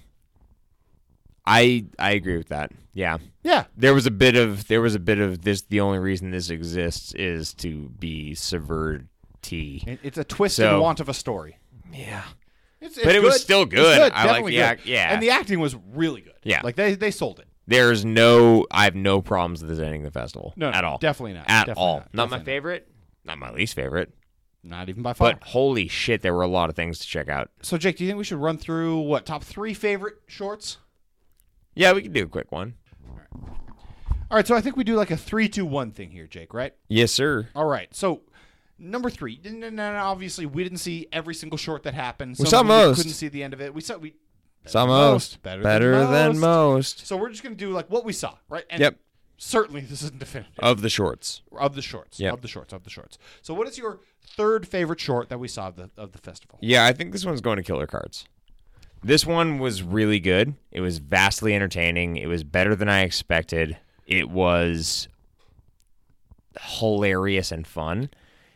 C: I I agree with that. Yeah,
B: Yeah.
C: there was a bit of there was a bit of this. The only reason this exists is to be subverted.
B: It- It's a twist
C: So-
B: and want of a story.
C: Yeah,
B: It's,
C: But
B: it's
C: it was
B: good.
C: still
B: It's
C: good. I like
B: definitely
C: the
B: good.
C: act- yeah.
B: And the acting was really good.
C: Yeah.
B: Like they they sold it.
C: there's no. I have no problems with this ending the festival.
B: No, no,
C: at all.
B: definitely not.
C: At
B: Definitely
C: all.
B: not.
C: Not, my
B: Definitely
C: favorite. Not my least favorite.
B: Not even by far.
C: But holy shit, there were a lot of things to check out.
B: so Jake, do you think we should run through what top three favorite shorts?
C: Yeah, we can do a quick one.
B: All right, so I think we do like a three, two, one thing here, Jake. Right?
C: Yes, sir.
B: All right. So number three, n- n- n- obviously we didn't see every single short that happened.
C: We saw
B: of them
C: most.
B: couldn't see the end of it. We saw we.
C: It's almost
B: Better
C: better,
B: than
C: than, most.
B: So we're just gonna do like what we saw, right? And
C: Yep.
B: Certainly, this isn't definitive
C: of the shorts.
B: of the shorts.
C: Yep.
B: Of the shorts. Of the shorts. So, what is your third favorite short that we saw of the of the festival?
C: Yeah, I think this one's going to Killer Cards. This one was really good. It was vastly entertaining. It was better than I expected. It was hilarious and fun.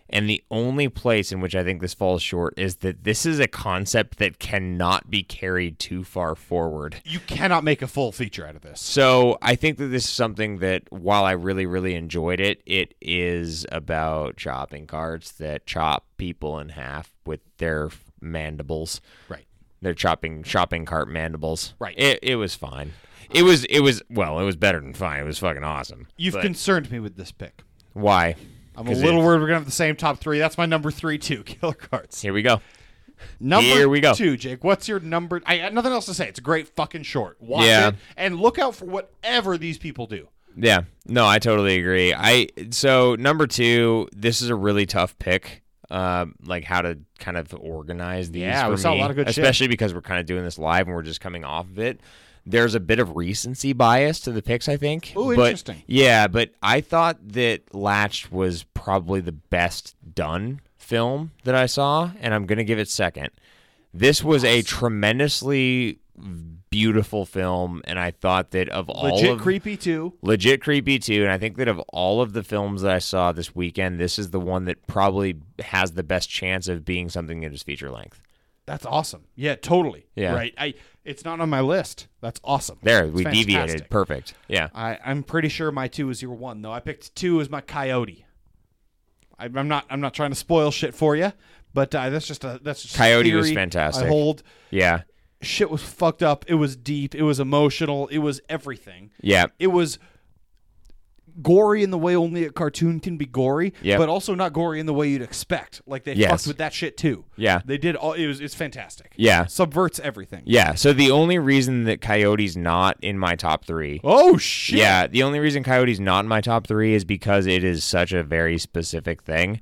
C: And the only place in which I think this falls short is that this is a concept that cannot be carried too far forward.
B: You cannot make a full feature out of this.
C: So I think that this is something that while I really, really enjoyed it, it is about chopping cards that chop people in half with their mandibles.
B: Right.
C: Their chopping shopping cart mandibles.
B: Right.
C: It it was fine. It was it was well, it was better than fine. It was fucking awesome.
B: You've
C: But
B: concerned me with this pick.
C: why?
B: I'm a
C: 'Cause
B: little
C: it-
B: worried we're gonna have the same top three. That's my number three too. Killer cards.
C: Here we go.
B: Number
C: Here we go.
B: two, Jake. What's your number? I got nothing else to say. It's a great fucking short. Watch
C: Yeah.
B: it and look out for whatever these people do.
C: Yeah. No, I totally agree. I so number two, this is a really tough pick. Uh, like how to kind of organize these.
B: Yeah,
C: for
B: we saw a
C: me,
B: lot of good shit.
C: especially because we're kind of doing this live and we're just coming off of it. There's a bit of recency bias to the picks, I think.
B: Ooh,
C: but,
B: interesting.
C: Yeah, but I thought that Latched was probably the best done film that I saw, and I'm gonna give it second. This was a tremendously beautiful film, and I thought that of all
G: Legit
C: of
G: creepy too.
C: legit creepy too and i think that of all of the films that i saw this weekend this is the one that probably has the best chance of being something that is feature length
B: That's awesome. Yeah, totally.
C: Yeah.
B: Right. I. It's not on my list. That's awesome.
C: there we
B: It's
C: deviated
B: fantastic.
C: perfect yeah
B: I, I'm pretty sure my two is your one though. I picked two as my coyote. I, I'm not. I'm not trying to spoil shit for you, but uh, that's just a that's just a
C: Coyote was
B: theory
C: fantastic.
B: I hold
C: yeah
B: shit was fucked up. It was deep. It was emotional. It was everything.
C: yeah
B: It was gory in the way only a cartoon can be gory,
C: Yep.
B: but also not gory in the way you'd expect. Like they
C: Yes.
B: fucked with that shit too.
C: Yeah.
B: they did. All it was. It's fantastic.
C: Yeah.
B: subverts everything.
C: yeah so the only reason that coyote's not in my top three
B: Oh shit.
C: Yeah, the only reason Coyote's not in my top three is because it is such a very specific thing.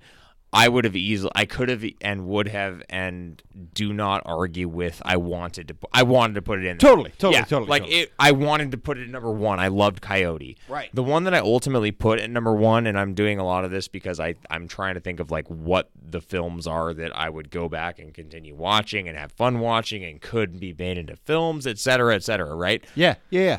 C: I would have easily, I could have, and would have, and do not argue with. I wanted to, pu- I wanted to put it in. there.
B: Totally, totally,
C: Yeah,
B: totally,
C: Like
B: totally.
C: it, I wanted to put it at number one. I loved Coyote.
B: Right.
C: The one that I ultimately put at number one, and I'm doing a lot of this because I, I'm trying to think of like what the films are that I would go back and continue watching and have fun watching and could be made into films, et cetera, et cetera. Right.
B: Yeah. Yeah. yeah.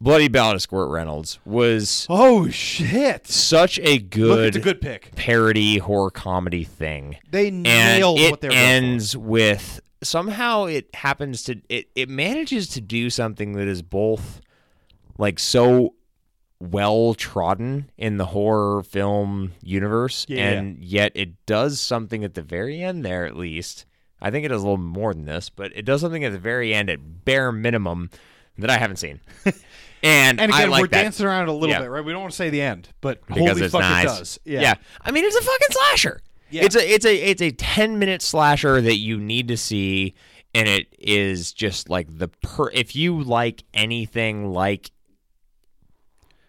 C: Bloody Ballad of Squirt Reynolds was
B: Oh shit.
C: such a
B: Look, it's
C: good,
B: a good pick.
C: parody horror comedy thing.
B: They
C: And
B: nailed
C: it
B: what they were going for.
C: ends with somehow it happens to it it manages to do something that is both like so well trodden in the horror film universe
B: Yeah.
C: and yet it does something at the very end there at least. I think it does a little more than this, but it does something at the very end at bare minimum that I haven't seen. And,
B: And
C: I
B: again,
C: like
B: we're
C: that.
B: dancing around it a little
C: Yeah.
B: bit, right? We don't want to say the end, but
C: because
B: holy
C: it's
B: fuck,
C: nice.
B: it does. Yeah.
C: I mean, it's a fucking slasher.
B: Yeah.
C: It's a it's a it's a ten minute slasher that you need to see, and it is just like the per. If you like anything like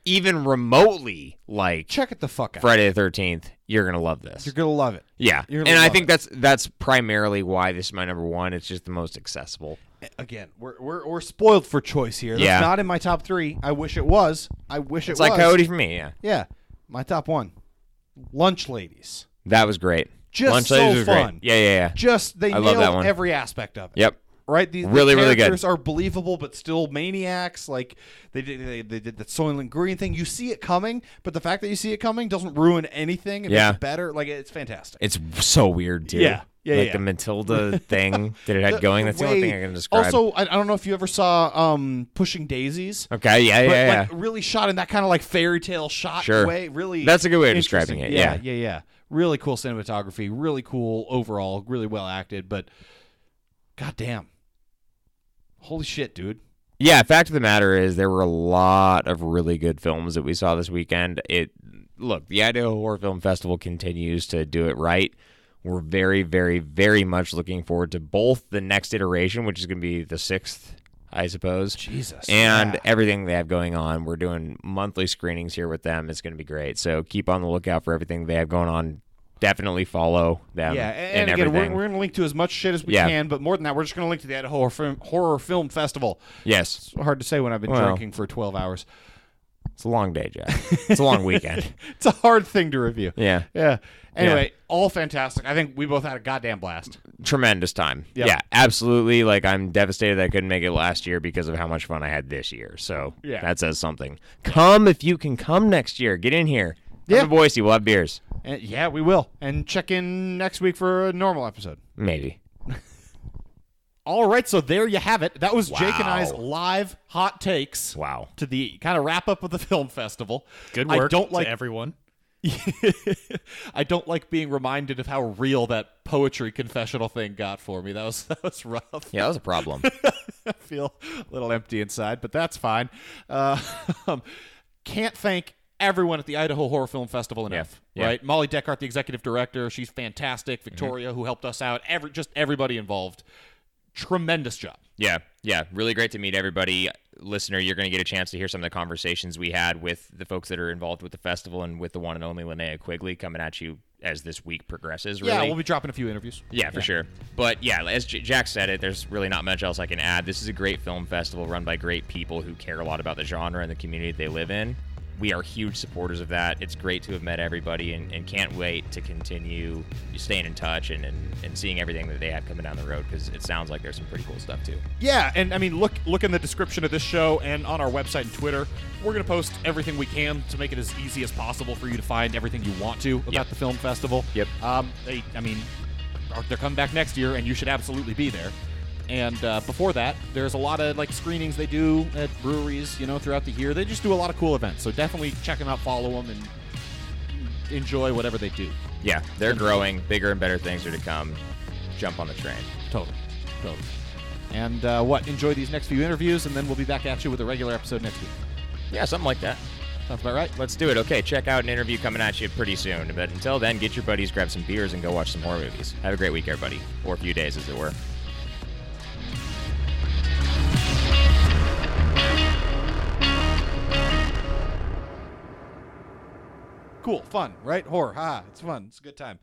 C: even remotely like
B: Check it the fuck out.
C: Friday the Thirteenth, you're gonna love this.
B: You're gonna love it.
C: yeah,
B: you're
C: and
B: gonna
C: I
B: love
C: think
B: it.
C: that's that's primarily why this is my number one. It's just the most accessible.
B: Again, we're we're, we're spoiled for choice here. That's
C: Yeah.
B: not in my top three. I wish it was. I wish
C: It's
B: it was.
C: like Coyote for me. Yeah,
B: Yeah. My top one. Lunch ladies.
C: that was great.
B: Just
C: Lunch
B: so
C: Ladies was great.
B: fun.
C: Yeah, yeah, yeah.
B: Just they
C: I love
B: nailed
C: that one.
B: every aspect of it.
C: Yep.
B: Right, these
C: Really,
B: the
C: really good.
B: characters are believable, but still maniacs. Like they did, they, they did the Soylent Green thing. You see it coming, but the fact that you see it coming doesn't ruin anything. It
C: Yeah.
B: makes it better. Like it's fantastic.
C: It's so weird, too.
B: Yeah. Yeah,
C: Like
B: yeah.
C: the Matilda thing that it had
B: the-
C: going.
B: the
C: That's the only
B: way-
C: thing I can describe.
B: Also, I, I don't know if you ever saw um, Pushing Daisies.
C: okay. Yeah,
B: But
C: yeah, yeah.
B: like really shot in that kind of like fairy tale shot
C: Sure.
B: way. Really,
C: That's a good way of describing
B: interesting.
C: it,
B: yeah, yeah, yeah. Really cool cinematography. Really cool overall. Really well acted. But goddamn, holy shit, dude.
C: yeah. Fact of the matter is, there were a lot of really good films that we saw this weekend. It look, the Idaho Horror Film Festival continues to do it right. We're very, very, very much looking forward to both the next iteration, which is going to be the sixth, I suppose.
B: Jesus.
C: and
B: yeah.
C: everything they have going on. We're doing monthly screenings here with them. It's going to be great. So keep on the lookout for everything they have going on. Definitely follow them.
B: yeah,
C: Um, and,
B: and, again,
C: everything.
B: we're, we're going to link to as much shit as we
C: Yeah.
B: can, but more than that, we're just going to link to the Idaho Horror Film, Horror Film Festival.
C: yes,
B: It's hard to say when I've been
C: Well.
B: drinking for 12 hours.
C: it's a long day, Jack. It's a long weekend.
B: It's a hard thing to review.
C: Yeah,
B: Yeah. Anyway, all fantastic. I think we both had a goddamn blast.
C: tremendous time.
B: Yep.
C: Yeah, absolutely. Like I'm devastated that I couldn't make it last year because of how much fun I had this year. So
B: Yeah.
C: that says something. Come if you can come next year. Get in here.
B: Yeah.
H: Come to Boise. We'll have beers.
B: And yeah, we will. And check in next week for a normal episode.
H: Maybe.
B: All right, so there you have it. That was Jake and
H: Wow.
B: I's live hot takes.
H: Wow.
B: To the kind of wrap up of the film festival.
A: Good
B: I
A: work
B: don't
A: to
B: like
A: everyone.
B: I don't like being reminded of how real that poetry confessional thing got for me. That was that was rough.
H: Yeah, that was a problem.
B: I feel a little empty inside, but that's fine. Uh, um, can't thank everyone at the Idaho Horror Film Festival enough,
H: Yeah. Mm-hmm.
B: right? Molly Deckart, the executive director, she's fantastic. Victoria, who helped us out, every just everybody involved, tremendous job.
C: Yeah, yeah, really great to meet everybody. Listener, you're going to get a chance to hear some of the conversations we had with the folks that are involved with the festival and with the one and only Linnea Quigley coming at you as this week progresses. Really,
B: Yeah, we'll be dropping a few interviews.
C: Yeah, for sure. But yeah, as J- Jack said it, there's really not much else I can add. This is a great film festival run by great people who care a lot about the genre and the community they live in. We are huge supporters of that. It's great to have met everybody and, and can't wait to continue staying in touch and, and, and seeing everything that they have coming down the road because it sounds like there's some pretty cool stuff too.
B: Yeah, and I mean, look look in the description of this show and on our website and Twitter. We're gonna post everything we can to make it as easy as possible for you to find everything you want to about
C: Yep.
B: the film festival.
H: Yep.
B: Um, they, I mean, are- they're coming back next year, and you should absolutely be there. And uh, before that, there's a lot of like screenings they do at breweries, you know, throughout the year. They just do a lot of cool events, so definitely check them out, follow them, and enjoy whatever they do.
C: Yeah, they're growing. Bigger and better things are to come. Jump on the train.
B: Totally, totally. And uh, what? Enjoy these next few interviews, and then we'll be back at you with a regular episode next week.
C: Yeah, something like that.
B: Sounds about right.
C: Let's do it. Okay, check out an interview coming at you pretty soon. But until then, get your buddies, grab some beers, and go watch some horror movies. Have a great week, everybody. Or a few days, as it were.
B: Cool, fun, right? Horror, ha! It's fun. It's a good time.